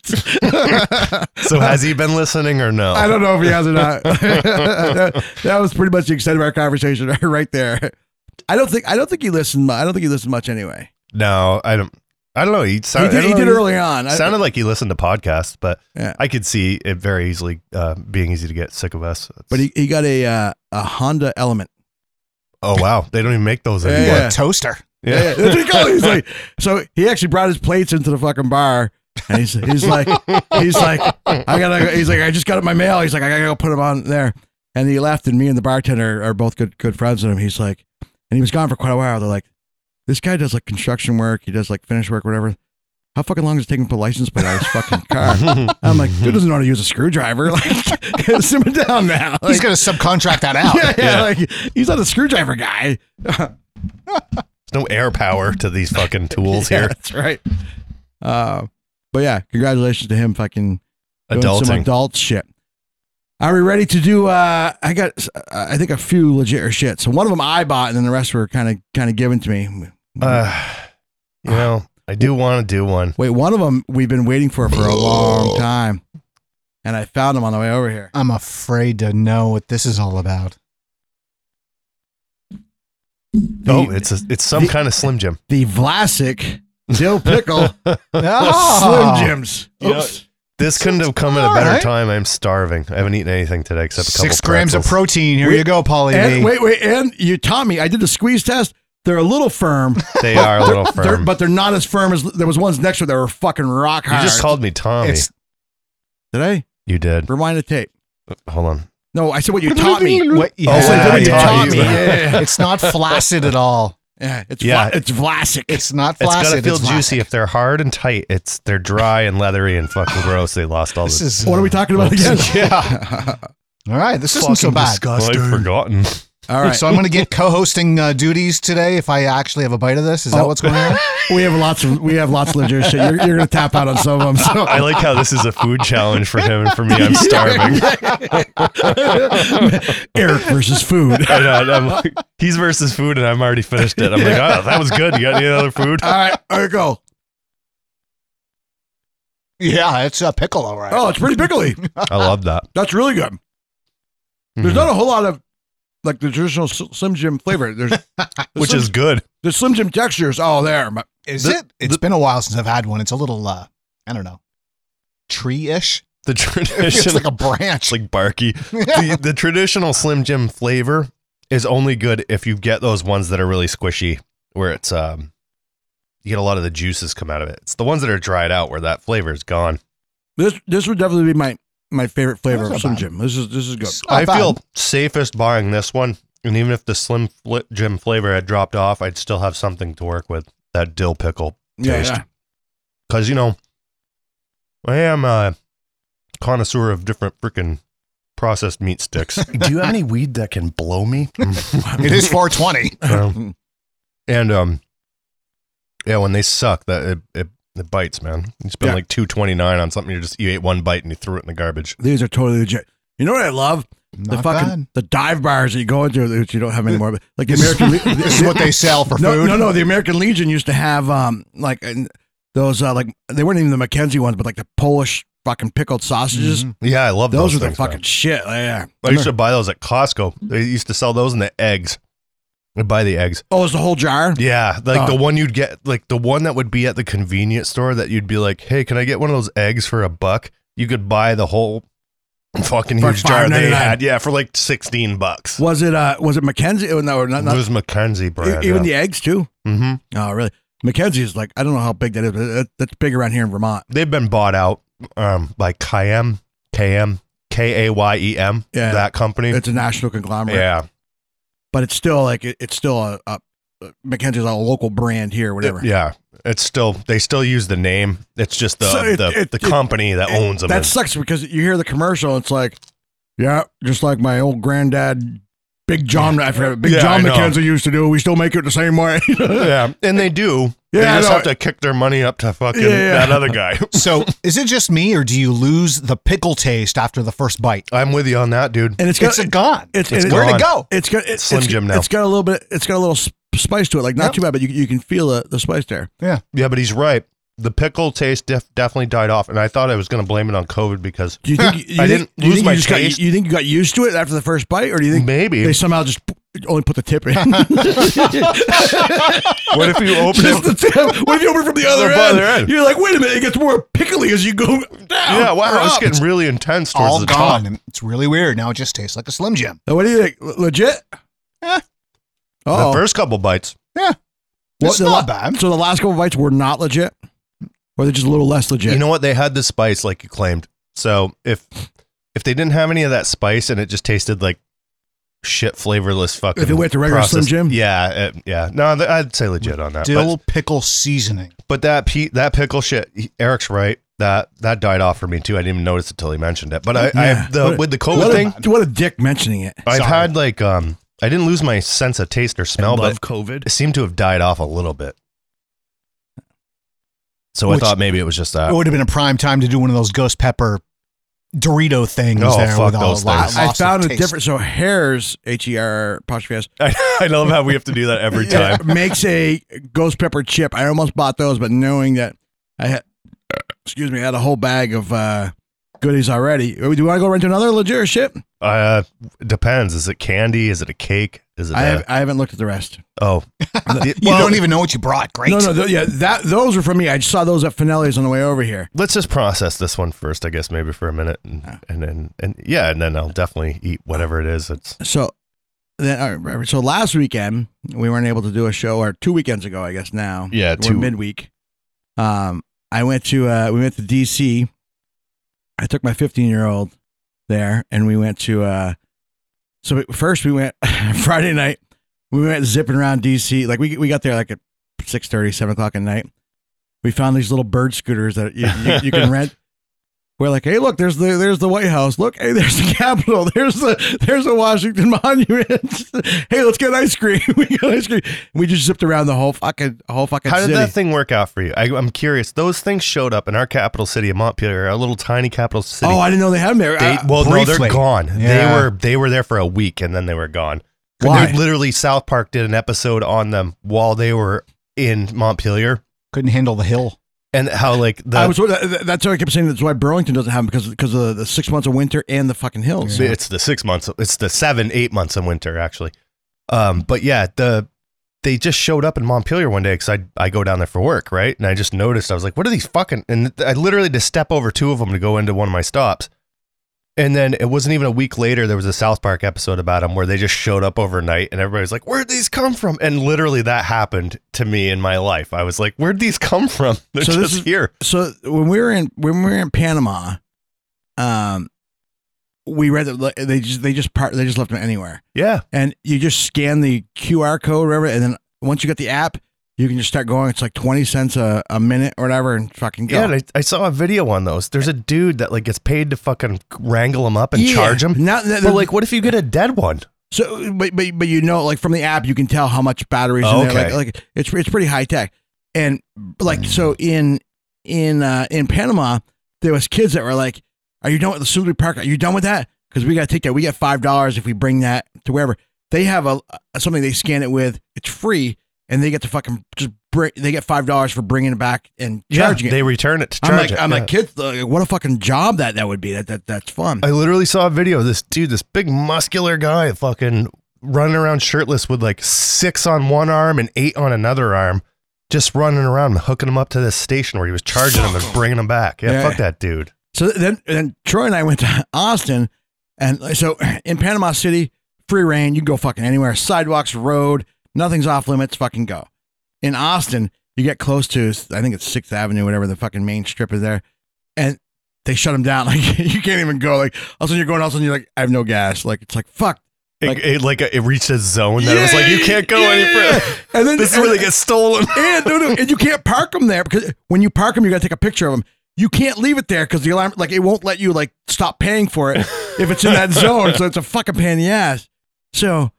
[SPEAKER 2] So has he been listening or no?
[SPEAKER 1] i don't know if he has or not that, that was pretty much the extent of our conversation right there i don't think i don't think he listened mu- i don't think he listened much anyway
[SPEAKER 2] No, I don't. I don't know. He,
[SPEAKER 1] He
[SPEAKER 2] sound,
[SPEAKER 1] did,
[SPEAKER 2] I
[SPEAKER 1] he
[SPEAKER 2] don't
[SPEAKER 1] did
[SPEAKER 2] know,
[SPEAKER 1] early on. I-
[SPEAKER 2] sounded like he listened to podcasts, but
[SPEAKER 1] Yeah.
[SPEAKER 2] I could see it very easily uh, being easy to get sick of us. It's-
[SPEAKER 1] but he, he got a uh, a Honda Element.
[SPEAKER 2] oh wow, they don't even make those
[SPEAKER 1] Yeah,
[SPEAKER 2] anymore.
[SPEAKER 5] Or
[SPEAKER 1] yeah.
[SPEAKER 5] a toaster.
[SPEAKER 1] Yeah, yeah. That's what he called it. He's like- so he actually brought his plates into the fucking bar, and he's he's like he's like I gotta go- he's like I just got it in my mail. He's like I gotta go put them on there, and he left. And me and the bartender are both good good friends with him. He's like, and he was gone for quite a while. They're like, this guy does like construction work. He does like finish work, whatever. How fucking long does it take him to put a license plate on his fucking car? I'm like, dude doesn't know how to use a screwdriver. Like, simmer down now.
[SPEAKER 5] He's
[SPEAKER 1] Like,
[SPEAKER 5] going to subcontract that out.
[SPEAKER 1] yeah, yeah,
[SPEAKER 2] Yeah.
[SPEAKER 1] like he's not a screwdriver guy.
[SPEAKER 2] There's no air power to these fucking tools
[SPEAKER 1] Yeah,
[SPEAKER 2] here.
[SPEAKER 1] That's right. Uh, but yeah, congratulations to him fucking doing some
[SPEAKER 2] Adulting.
[SPEAKER 1] adult shit. Are we ready to do? Uh, I got, uh, I think a few legit or shit. So one of them I bought, and then the rest were kind of kind of given to me.
[SPEAKER 2] Uh, you know, I do want to do one.
[SPEAKER 1] Wait, one of them we've been waiting for for a long time, and I found him on the way over here.
[SPEAKER 5] I'm afraid to know what this is all about.
[SPEAKER 2] oh, it's a, it's some kind of Slim Jim.
[SPEAKER 1] The Vlasic dill pickle
[SPEAKER 5] Ah!
[SPEAKER 1] Slim Jims.
[SPEAKER 2] You know,
[SPEAKER 1] Oops.
[SPEAKER 2] This couldn't have come at a better
[SPEAKER 5] Alright.
[SPEAKER 2] time. I'm starving. I haven't eaten anything today except a couple
[SPEAKER 5] Six grams of
[SPEAKER 2] pretzels.
[SPEAKER 5] protein. Here
[SPEAKER 1] Wait,
[SPEAKER 5] you go, Polly
[SPEAKER 1] And
[SPEAKER 5] V.
[SPEAKER 1] wait, wait, and you taught me. I did the squeeze test. They're a little firm,
[SPEAKER 2] They are a little
[SPEAKER 1] They're,
[SPEAKER 2] firm.
[SPEAKER 1] but they're not as firm as there was ones next to it that were fucking rock
[SPEAKER 2] you
[SPEAKER 1] hard.
[SPEAKER 2] just called me Tommy.
[SPEAKER 5] It's
[SPEAKER 1] Did I?
[SPEAKER 2] You did.
[SPEAKER 1] Rewind the tape.
[SPEAKER 2] Hold on.
[SPEAKER 1] No, I said what you taught me.
[SPEAKER 5] what, yeah,
[SPEAKER 1] I said
[SPEAKER 2] yeah,
[SPEAKER 1] what you
[SPEAKER 2] yeah.
[SPEAKER 1] taught me.
[SPEAKER 2] Oh, Yeah.
[SPEAKER 1] Yeah,
[SPEAKER 5] it's not flaccid at all.
[SPEAKER 1] yeah. It's
[SPEAKER 2] Yeah.
[SPEAKER 1] Vla- it's Vlasic.
[SPEAKER 5] It's not
[SPEAKER 2] It's
[SPEAKER 5] flaccid.
[SPEAKER 2] gotta feel
[SPEAKER 5] it's
[SPEAKER 2] juicy.
[SPEAKER 5] flaccid.
[SPEAKER 2] If they're hard and tight, it's they're dry and leathery and fucking gross. They lost all
[SPEAKER 5] This
[SPEAKER 2] the.
[SPEAKER 5] is
[SPEAKER 1] what are we talking about again?
[SPEAKER 5] Yeah. all right. This isn't so bad.
[SPEAKER 2] Well, I've forgotten.
[SPEAKER 1] All right.
[SPEAKER 5] So I'm going to get co-hosting uh, duties today. If I actually have a bite of this, is that
[SPEAKER 1] Oh.
[SPEAKER 5] what's going on?
[SPEAKER 1] we have lots of we have lots of legit shit. You're, you're gonna tap out on some of them. So.
[SPEAKER 2] I like how this is a food challenge for him and for me. I'm starving.
[SPEAKER 1] Eric versus food.
[SPEAKER 2] I know, and I'm like, he's versus food, and I'm already finished it. I'm like, oh, that was good. You got any other food?
[SPEAKER 1] All right, there you go.
[SPEAKER 5] Yeah, it's a pickle, all right.
[SPEAKER 1] Oh, it's pretty pickly.
[SPEAKER 2] I love that.
[SPEAKER 1] That's really good. There's not a whole lot of like the traditional S- Slim Jim flavor. There's
[SPEAKER 2] Mm-hmm. Which is good.
[SPEAKER 1] the Slim Jim texture is all there. but-
[SPEAKER 5] is
[SPEAKER 2] the-
[SPEAKER 5] it? It's been a while since I've had one. It's a little, uh, I don't know, tree-ish.
[SPEAKER 2] The
[SPEAKER 5] It's
[SPEAKER 2] tradition,
[SPEAKER 5] like a
[SPEAKER 2] like,
[SPEAKER 5] branch.
[SPEAKER 2] barky. The, the traditional Slim Jim flavor is only good if you get those ones that are really squishy, where it's um, you get a lot of the juices come out of it. It's the ones that are dried out where that flavor is gone.
[SPEAKER 1] This this would definitely be my my favorite flavor of
[SPEAKER 5] That's not
[SPEAKER 1] Slim
[SPEAKER 5] bad.
[SPEAKER 1] Jim. This is this is good.
[SPEAKER 5] It's not
[SPEAKER 2] I
[SPEAKER 5] bad.
[SPEAKER 2] feel safest buying this one, and even if the Slim Fli Jim flavor had dropped off, I'd still have something to work with. That dill pickle
[SPEAKER 1] Yeah,
[SPEAKER 2] Taste.
[SPEAKER 1] yeah.
[SPEAKER 2] because you know I am a connoisseur of different freaking processed meat sticks. Do you have any weed that can blow me?
[SPEAKER 5] it is 420.
[SPEAKER 2] Um, and um, yeah, when they suck, that it it, it bites, man. You spend
[SPEAKER 1] Yeah.
[SPEAKER 2] like two twenty nine on something. You just you ate one bite and you threw it in the garbage.
[SPEAKER 1] These are totally legit. You know what I love? The
[SPEAKER 5] Not
[SPEAKER 1] fucking
[SPEAKER 5] bad.
[SPEAKER 1] the dive bars that you go into, which you don't have anymore. But like the
[SPEAKER 5] This,
[SPEAKER 1] American, Le-
[SPEAKER 5] this is what they sell for
[SPEAKER 1] no,
[SPEAKER 5] food.
[SPEAKER 1] no, no. The American Legion used to have um like and those uh, like they weren't even the Mackenzie ones, but like the Polish fucking pickled sausages.
[SPEAKER 5] Mhm.
[SPEAKER 2] Yeah, I love those.
[SPEAKER 1] Those, are the
[SPEAKER 2] things, man.
[SPEAKER 1] fucking shit. Yeah.
[SPEAKER 2] I used to buy those at Costco. They used to sell those in the eggs. I'd buy the eggs.
[SPEAKER 1] oh, it's the whole jar.
[SPEAKER 2] Yeah, like
[SPEAKER 1] Oh.
[SPEAKER 2] the one you'd get, like the one that would be at the convenience store that you'd be like, hey, can I get one of those eggs for a buck? You could buy the whole fucking
[SPEAKER 1] For
[SPEAKER 2] huge jar they
[SPEAKER 1] $5.99.
[SPEAKER 2] had. Yeah, for like 16 bucks.
[SPEAKER 1] Was it uh was it Mackenzie? Oh, no, not,
[SPEAKER 2] it
[SPEAKER 1] not
[SPEAKER 2] was Mackenzie brand.
[SPEAKER 1] even
[SPEAKER 2] yeah.
[SPEAKER 1] the eggs too.
[SPEAKER 2] hmm
[SPEAKER 1] Oh, really? Mackenzie is like I don't know how big that is, but that, that's big around here in Vermont.
[SPEAKER 2] They've been bought out um, by KM, KM, K A Y E M,
[SPEAKER 1] Yeah.
[SPEAKER 2] that company.
[SPEAKER 1] It's a national conglomerate.
[SPEAKER 2] yeah.
[SPEAKER 1] but it's still like it, it's still a, a Mackenzie's a local brand here, whatever.
[SPEAKER 2] Yeah. It's still, they still use the name. It's just the,
[SPEAKER 1] So it-
[SPEAKER 2] the,
[SPEAKER 1] it-
[SPEAKER 2] the
[SPEAKER 1] it-
[SPEAKER 2] company that
[SPEAKER 1] And
[SPEAKER 2] owns them.
[SPEAKER 1] That
[SPEAKER 2] is-
[SPEAKER 1] sucks because you hear the commercial, it's like, yeah, just like my old granddad, Big John, I forget, Big
[SPEAKER 2] Yeah,
[SPEAKER 1] John
[SPEAKER 2] I know.
[SPEAKER 1] McKenzie used to do. We still make it the same way.
[SPEAKER 2] yeah. And they do. they
[SPEAKER 1] Yeah, I
[SPEAKER 2] just
[SPEAKER 1] know.
[SPEAKER 2] have to kick their money up to fucking
[SPEAKER 1] Yeah, yeah.
[SPEAKER 2] that other guy.
[SPEAKER 5] So is it just me, or do you lose the pickle taste after the first bite?
[SPEAKER 2] I'm with you on that, dude.
[SPEAKER 1] and it's got
[SPEAKER 5] It's
[SPEAKER 1] it's
[SPEAKER 5] gone.
[SPEAKER 1] it's,
[SPEAKER 2] it's
[SPEAKER 1] it's,
[SPEAKER 5] Where'd
[SPEAKER 2] gone.
[SPEAKER 5] it go?
[SPEAKER 1] it's got
[SPEAKER 2] It's
[SPEAKER 1] it's,
[SPEAKER 2] Slim Jim now.
[SPEAKER 1] It's got a little bit. It's got a little sp- spice to it, like not
[SPEAKER 5] Yep.
[SPEAKER 1] too bad, but you you can feel the, the spice there.
[SPEAKER 2] Yeah, but he's right. The pickle taste def- definitely died off, and I thought I was going to blame it on COVID because
[SPEAKER 1] Do you think you, you
[SPEAKER 2] I
[SPEAKER 1] think-
[SPEAKER 2] didn't
[SPEAKER 1] do you
[SPEAKER 2] lose
[SPEAKER 1] think
[SPEAKER 2] my
[SPEAKER 1] you just got-
[SPEAKER 2] taste.
[SPEAKER 1] you think you got used to it after the first bite, or do you think
[SPEAKER 2] maybe
[SPEAKER 1] they somehow just only put the tip in.
[SPEAKER 2] What if you open
[SPEAKER 1] Just the
[SPEAKER 2] it?
[SPEAKER 1] tip. What if you open it from the other,
[SPEAKER 2] The
[SPEAKER 1] end?
[SPEAKER 2] other end.
[SPEAKER 1] You're like, wait a minute, it gets more pickly as you go down.
[SPEAKER 2] Yeah,
[SPEAKER 1] or
[SPEAKER 2] wow, it's
[SPEAKER 1] up.
[SPEAKER 2] getting really intense towards
[SPEAKER 5] all
[SPEAKER 2] the top.
[SPEAKER 5] gone. And It's really weird. Now it just tastes like a Slim Jim.
[SPEAKER 1] Now, What do you think? L- Legit?
[SPEAKER 2] Eh. The
[SPEAKER 1] Oh,
[SPEAKER 2] first couple bites.
[SPEAKER 5] It's not bad.
[SPEAKER 1] So the last couple bites were not legit, or they're just a little less legit.
[SPEAKER 2] You know what? They had the spice like you claimed. So if if they didn't have any of that spice and it just tasted like shit flavorless fucking
[SPEAKER 1] If it went to regular Slim
[SPEAKER 2] processed-
[SPEAKER 1] Jim?
[SPEAKER 2] Yeah, it- yeah. No, th- I'd say legit on that. But,
[SPEAKER 5] Dill pickle seasoning.
[SPEAKER 2] but that pe- that pickle shit, he- Eric's right. That that died off for me too. I didn't even notice it till he mentioned it. But I,
[SPEAKER 1] Yeah.
[SPEAKER 2] I the,
[SPEAKER 1] What-
[SPEAKER 2] with the
[SPEAKER 1] what
[SPEAKER 2] COVID
[SPEAKER 1] a-
[SPEAKER 2] thing,
[SPEAKER 1] what a dick mentioning it.
[SPEAKER 2] I've
[SPEAKER 5] Sorry.
[SPEAKER 2] had like um I didn't lose my sense of taste or smell, but
[SPEAKER 1] COVID.
[SPEAKER 2] it seemed to have died off a little bit. So
[SPEAKER 5] Which-
[SPEAKER 2] I thought maybe it was
[SPEAKER 1] Uh,
[SPEAKER 2] just that.
[SPEAKER 5] it would have been a prime time to do one of those ghost pepper Dorito things
[SPEAKER 2] Oh,
[SPEAKER 5] there
[SPEAKER 2] fuck
[SPEAKER 5] with all
[SPEAKER 2] those
[SPEAKER 5] the lo-
[SPEAKER 2] things.
[SPEAKER 5] loss
[SPEAKER 1] I
[SPEAKER 5] of
[SPEAKER 1] found a
[SPEAKER 5] taste.
[SPEAKER 1] different. So Hares H E R apostrophe S
[SPEAKER 2] I, I love how we have to do that every time.
[SPEAKER 1] makes a ghost pepper chip. I almost bought those, but knowing that I had, excuse me, I had a whole bag of uh, goodies already. Do you want to go rent another legit or shit?
[SPEAKER 2] Uh, depends. Is it candy? Is it a cake? Is it?
[SPEAKER 1] I,
[SPEAKER 2] a-
[SPEAKER 1] have, I haven't looked at the rest.
[SPEAKER 2] oh, The-
[SPEAKER 5] You
[SPEAKER 2] well,
[SPEAKER 5] don't even know what you brought. Great.
[SPEAKER 1] No, no, th- yeah, that those are for me. I just saw those at Finelli's on the way over here.
[SPEAKER 2] Let's just process this one first, I guess, maybe for a minute, and and then and yeah, and then I'll definitely eat whatever it is. It's
[SPEAKER 1] So then, all right, right, so last weekend we weren't able to do a show, or two weekends ago, I guess now.
[SPEAKER 2] Yeah,
[SPEAKER 1] we're
[SPEAKER 2] two-
[SPEAKER 1] midweek. Um, I went to uh, we went to DC. I took my 15 year old there, and we went to. Uh, so we- first we went Friday night. We went zipping around DC. Like we we got there like at 6:30, 7 o'clock at night. We found these little bird scooters that you, you, you can rent. We're like, hey, look, there's the there's the White House. Look, hey, there's the Capitol. There's the there's the Washington Monument. hey, let's get ice cream. we got ice cream. We just zipped around the whole fucking whole fucking
[SPEAKER 2] how did
[SPEAKER 1] city.
[SPEAKER 2] that thing work out for you? I, I'm curious. Those things showed up in our capital city of Montpelier, our little tiny capital city.
[SPEAKER 1] oh, I didn't know they had them there.
[SPEAKER 2] They,
[SPEAKER 1] Uh,
[SPEAKER 2] well, no,
[SPEAKER 5] briefly.
[SPEAKER 2] they're gone.
[SPEAKER 5] Yeah.
[SPEAKER 2] They were they were there for a week and then they were gone.
[SPEAKER 1] Why?
[SPEAKER 2] They literally, South Park did an episode on them while they were in Montpelier,
[SPEAKER 5] Couldn't handle the hill.
[SPEAKER 2] and how like the
[SPEAKER 1] I was that- that's why I kept saying that's why Burlington doesn't have them because because of the six months of winter and the fucking hills.
[SPEAKER 2] It's the six months. It's the seven, eight months in winter, actually. Um, but yeah, the they just showed up in Montpelier one day because I I go down there for work, right? And I just noticed I was like, what are these fucking? And I literally just step over two of them to go into one of my stops. And then it wasn't even a week later. There was a South Park episode about them where they just showed up overnight, and everybody was like, "Where'd these come from?" And literally, that happened to me in my life. I was like, "Where'd these come from?" They're
[SPEAKER 1] So this
[SPEAKER 2] just
[SPEAKER 1] is-
[SPEAKER 2] here.
[SPEAKER 1] So when we were in when we were in Panama, um, we read that they just they just part they just left them anywhere.
[SPEAKER 2] Yeah,
[SPEAKER 1] and you just scan the QR code or whatever, and then once you get the app, you can just start going. It's like twenty cents a, a minute or whatever, and fucking go.
[SPEAKER 2] Yeah, and I, I saw a video on those. There's a dude that like gets paid to fucking wrangle them up and
[SPEAKER 1] Yeah.
[SPEAKER 2] charge them.
[SPEAKER 1] Not that,
[SPEAKER 2] But like, what if you get a dead one?
[SPEAKER 1] so, but, but but you know, like from the app, you can tell how much batteries in there.
[SPEAKER 2] Okay.
[SPEAKER 1] Like,
[SPEAKER 2] Mm.
[SPEAKER 1] like it's it's pretty high tech, and like so in in uh, in Panama, there was kids that were like, "Are you done with the Sulu Park? Are you done with that? Because we got to take that. We get five dollars if we bring that to wherever." They have a uh, something they scan it with. It's free, and they get to fucking just bring. They get five dollars for bringing it back and charging
[SPEAKER 2] they
[SPEAKER 1] it.
[SPEAKER 2] return it to charge
[SPEAKER 1] I'm like,
[SPEAKER 2] it.
[SPEAKER 1] I'm
[SPEAKER 2] yeah.
[SPEAKER 1] like, kids, like, what a fucking job that that would be. That that that's fun.
[SPEAKER 2] I literally saw a video of this dude, this big muscular guy, fucking running around shirtless with like six on one arm and eight on another arm, just running around, hooking them up to this station where he was charging them and bringing them back. Yeah,
[SPEAKER 1] Yeah.
[SPEAKER 2] fuck that dude.
[SPEAKER 1] So then, then Troy and I went to Austin, and uh, so in Panama City, free reign. You can go fucking anywhere. Sidewalks, road, nothing's off limits. Fucking go. In Austin, you get close to I think it's Sixth Avenue, whatever the fucking main strip is there, and they shut them down. Like you can't even go. Like all of a sudden you're going, all of a sudden you're like, I have no gas. Like it's like fuck.
[SPEAKER 2] It
[SPEAKER 1] Like-
[SPEAKER 2] like it, like it reached a zone that it was like you can't go
[SPEAKER 1] Yeah,
[SPEAKER 2] any
[SPEAKER 1] yeah,
[SPEAKER 2] further.
[SPEAKER 1] yeah. And then
[SPEAKER 2] This is where they get stolen.
[SPEAKER 1] and, no, no, and you can't park them there because when you park them, you got to take a picture of them. You can't leave it there because the alarm, like, it won't let you like stop paying for it if it's in that zone. So it's a fucking pain in the ass. So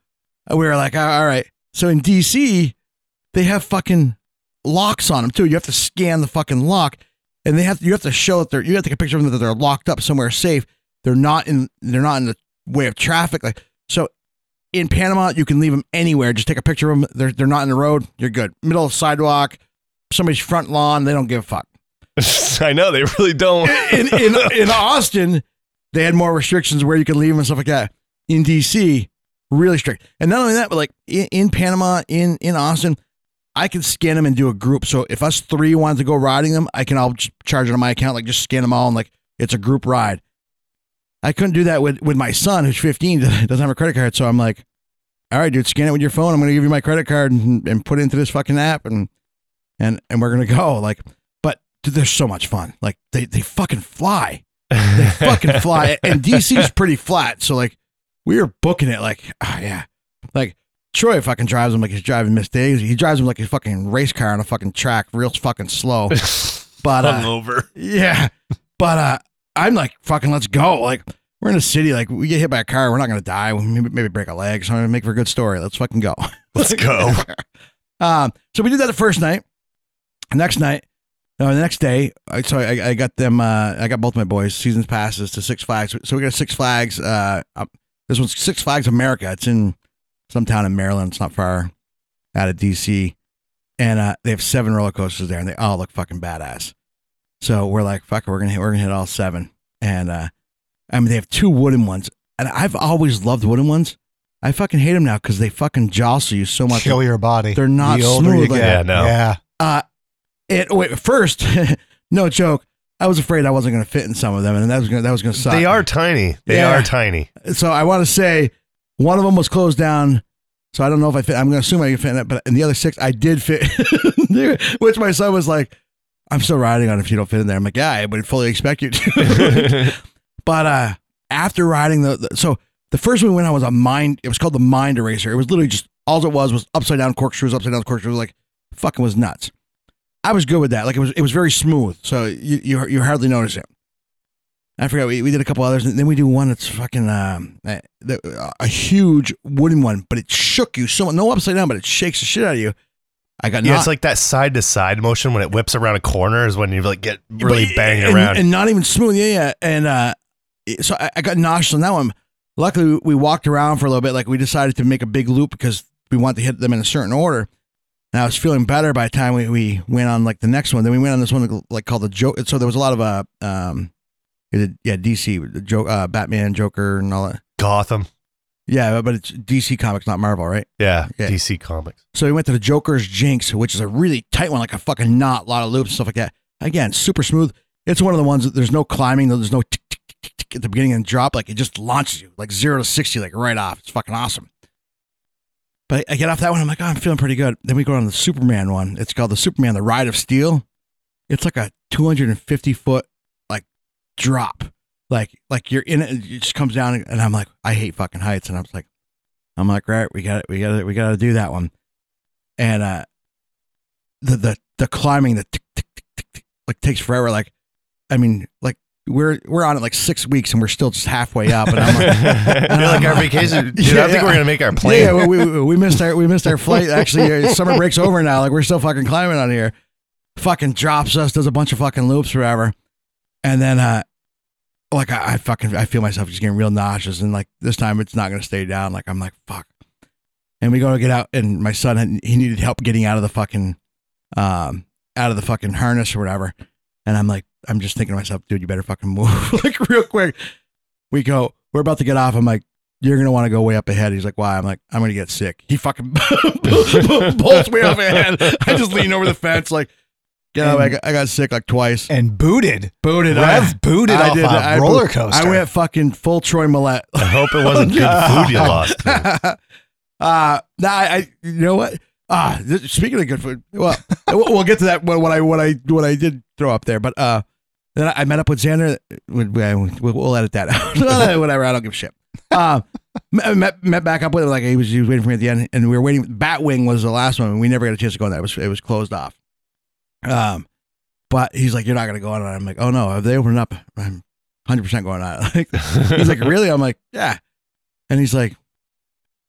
[SPEAKER 1] uh, we were like, all all right. So in DC, they have fucking locks on them too. You have to scan the fucking lock, and they have you have to show that they're you have to take a picture of them that they're locked up somewhere safe. They're not in they're not in the way of traffic. Like so, in Panama, you can leave them anywhere. Just take a picture of them. They're, they're not in the road. You're good. Middle of sidewalk, somebody's front lawn. They don't give a fuck.
[SPEAKER 2] I know they really don't.
[SPEAKER 1] In, in, in Austin, they had more restrictions where you could leave them and stuff like that. In DC, really strict. And not only that, but like in, in Panama, in in Austin, I can scan them and do a group. So if us three wanted to go riding them, I can all ch- charge it on my account. Like just scan them all and like it's a group ride. I couldn't do that with with my son who's 15 doesn't have a credit card. So I'm like, all right, dude, scan it with your phone. I'm gonna give you my credit card and, and put it into this fucking app and and and we're gonna go. Like, but dude, they're so much fun. Like they they fucking fly they fucking fly. And DC's pretty flat, so like we were booking it like, oh yeah. Like Troy fucking drives him like he's driving Miss Daisy. He drives him like his fucking race car on a fucking track, real fucking slow. But uh,
[SPEAKER 2] hungover.
[SPEAKER 1] yeah. But uh I'm like, fucking let's go. Like we're in a city, like we get hit by a car, we're not gonna die. We maybe, maybe break a leg, so I'm gonna make for a good story. Let's fucking go.
[SPEAKER 2] Let's go.
[SPEAKER 1] Um, so we did that the first night. Next night, no, the next day. I, so I, I got them. Uh, I got both my boys seasons passes to Six Flags. So we got Six Flags. Uh, um, this one's Six Flags America. It's in some town in Maryland. It's not far out of DC, and uh, they have seven roller coasters there, and they all look fucking badass. So we're like, fuck, it, we're gonna hit, we're gonna hit all seven, and uh, I mean they have two wooden ones, and I've always loved wooden ones. I fucking hate them now because they fucking jostle you so much.
[SPEAKER 5] Kill your body.
[SPEAKER 1] They're not
[SPEAKER 5] the older
[SPEAKER 1] smooth
[SPEAKER 5] You
[SPEAKER 1] like-
[SPEAKER 5] get.
[SPEAKER 2] Yeah, no.
[SPEAKER 5] Yeah.
[SPEAKER 1] Uh, it wait first, no joke. I was afraid I wasn't going to fit in some of them, and that was gonna, that was going to suck.
[SPEAKER 2] They are tiny. They
[SPEAKER 1] Yeah.
[SPEAKER 2] are tiny.
[SPEAKER 1] So I want to say one of them was closed down. So I don't know if I fit. I'm going to assume I can fit in it, but in the other six, I did fit. Which my son was like, "I'm still riding on if you don't fit in there." I'm like, "Yeah, I would fully expect you to." But uh, after riding the, the so the first one we went on was a mind. It was called the Mind Eraser. It was literally just all it was was upside down corkscrews, upside down corkscrews. Like fucking was nuts. I was good with that. Like it was it was very smooth. So you you, you hardly notice it. I forgot we, we did a couple others, and then we do one that's fucking um, uh, the, a huge wooden one, but it shook you so much. No upside down, but it shakes the shit out of you. I got
[SPEAKER 2] yeah,
[SPEAKER 1] knocked-
[SPEAKER 2] it's like that side to side motion when it whips around a corner is when you like get really
[SPEAKER 1] But-
[SPEAKER 2] banged
[SPEAKER 1] and,
[SPEAKER 2] around.
[SPEAKER 1] and not even smooth. Yeah, yeah. And uh, it- so I, I got nauseous on that one. Luckily, we- we walked around for a little bit. Like we decided to make a big loop because we want to hit them in a certain order. And I was feeling better by the time we, we went on like the next one. Then we went on this one like called the joke. So there was a lot of uh um, it did- yeah DC the joke uh, Batman Joker and all that.
[SPEAKER 2] Gotham.
[SPEAKER 1] Yeah, but it's DC Comics, not Marvel, right?
[SPEAKER 2] Yeah,
[SPEAKER 1] Yeah.
[SPEAKER 2] DC Comics.
[SPEAKER 1] So we went to the Joker's Jinx, which is a really tight one, like a fucking knot, a lot of loops and stuff like that. Again, super smooth. It's one of the ones that there's no climbing, there's no tick, tick, tick, tick, tick at the beginning and drop. Like it just launches you, like zero to 60, like right off. It's fucking awesome. But I get off that one. I'm like, oh, I'm feeling pretty good. Then we go on the Superman one. It's called the Superman, the Ride of Steel. It's like a 250 foot like drop. Like, like you're in it, and it just comes down. And I'm like, I hate fucking heights. And I was like, I'm like, right, we got it, we got it, we got to do that one and uh the the the climbing the tick, tick, tick, tick, tick, like takes forever like i mean like we're we're on it like six weeks and we're still just halfway up and i'm like
[SPEAKER 2] I feel like our vacation. Dude, I
[SPEAKER 1] Yeah,
[SPEAKER 2] think
[SPEAKER 1] yeah.
[SPEAKER 2] we're gonna make our
[SPEAKER 1] yeah,
[SPEAKER 2] plane.
[SPEAKER 1] yeah we, we, we missed our we missed our flight actually uh, summer break's over now like we're still fucking climbing on here fucking drops us does a bunch of fucking loops forever and then uh like I, I fucking i feel myself just getting real nauseous and like this time it's not gonna stay down like i'm like fuck and we go to get out and my son had, he needed help getting out of the fucking um out of the fucking harness or whatever and i'm like i'm just thinking to myself dude you better fucking move like real quick we go we're about to get off i'm like you're gonna want to go way up ahead he's like why i'm like i'm gonna get sick he fucking bolts way up ahead i just lean over the fence like get out of the way. I got, I got sick like twice
[SPEAKER 5] And booted.
[SPEAKER 1] booted
[SPEAKER 5] Rev booted off a
[SPEAKER 1] I bo-
[SPEAKER 5] roller coaster.
[SPEAKER 1] I went fucking full Troy Millette.
[SPEAKER 2] I hope it wasn't good food you lost. man.
[SPEAKER 1] uh, nah, I, I you know what? Ah, th- speaking of good food, well, we'll we'll get to that when, when I when I when I did throw up there, but uh, then I met up with Xander. We- we- We'll, we'll edit that out. Whatever, I don't give a shit. Uh, met, met met back up with him like he was he was waiting for me at the end, and we were waiting. Batwing was the last one, and we never got a chance to go in there. It was it was closed off. Um, but he's like, "You're not gonna go on." it." I'm like, "Oh no, if they open it up, I'm 100 percent going on." it." Like, he's like, really? I'm like, yeah. And he's like,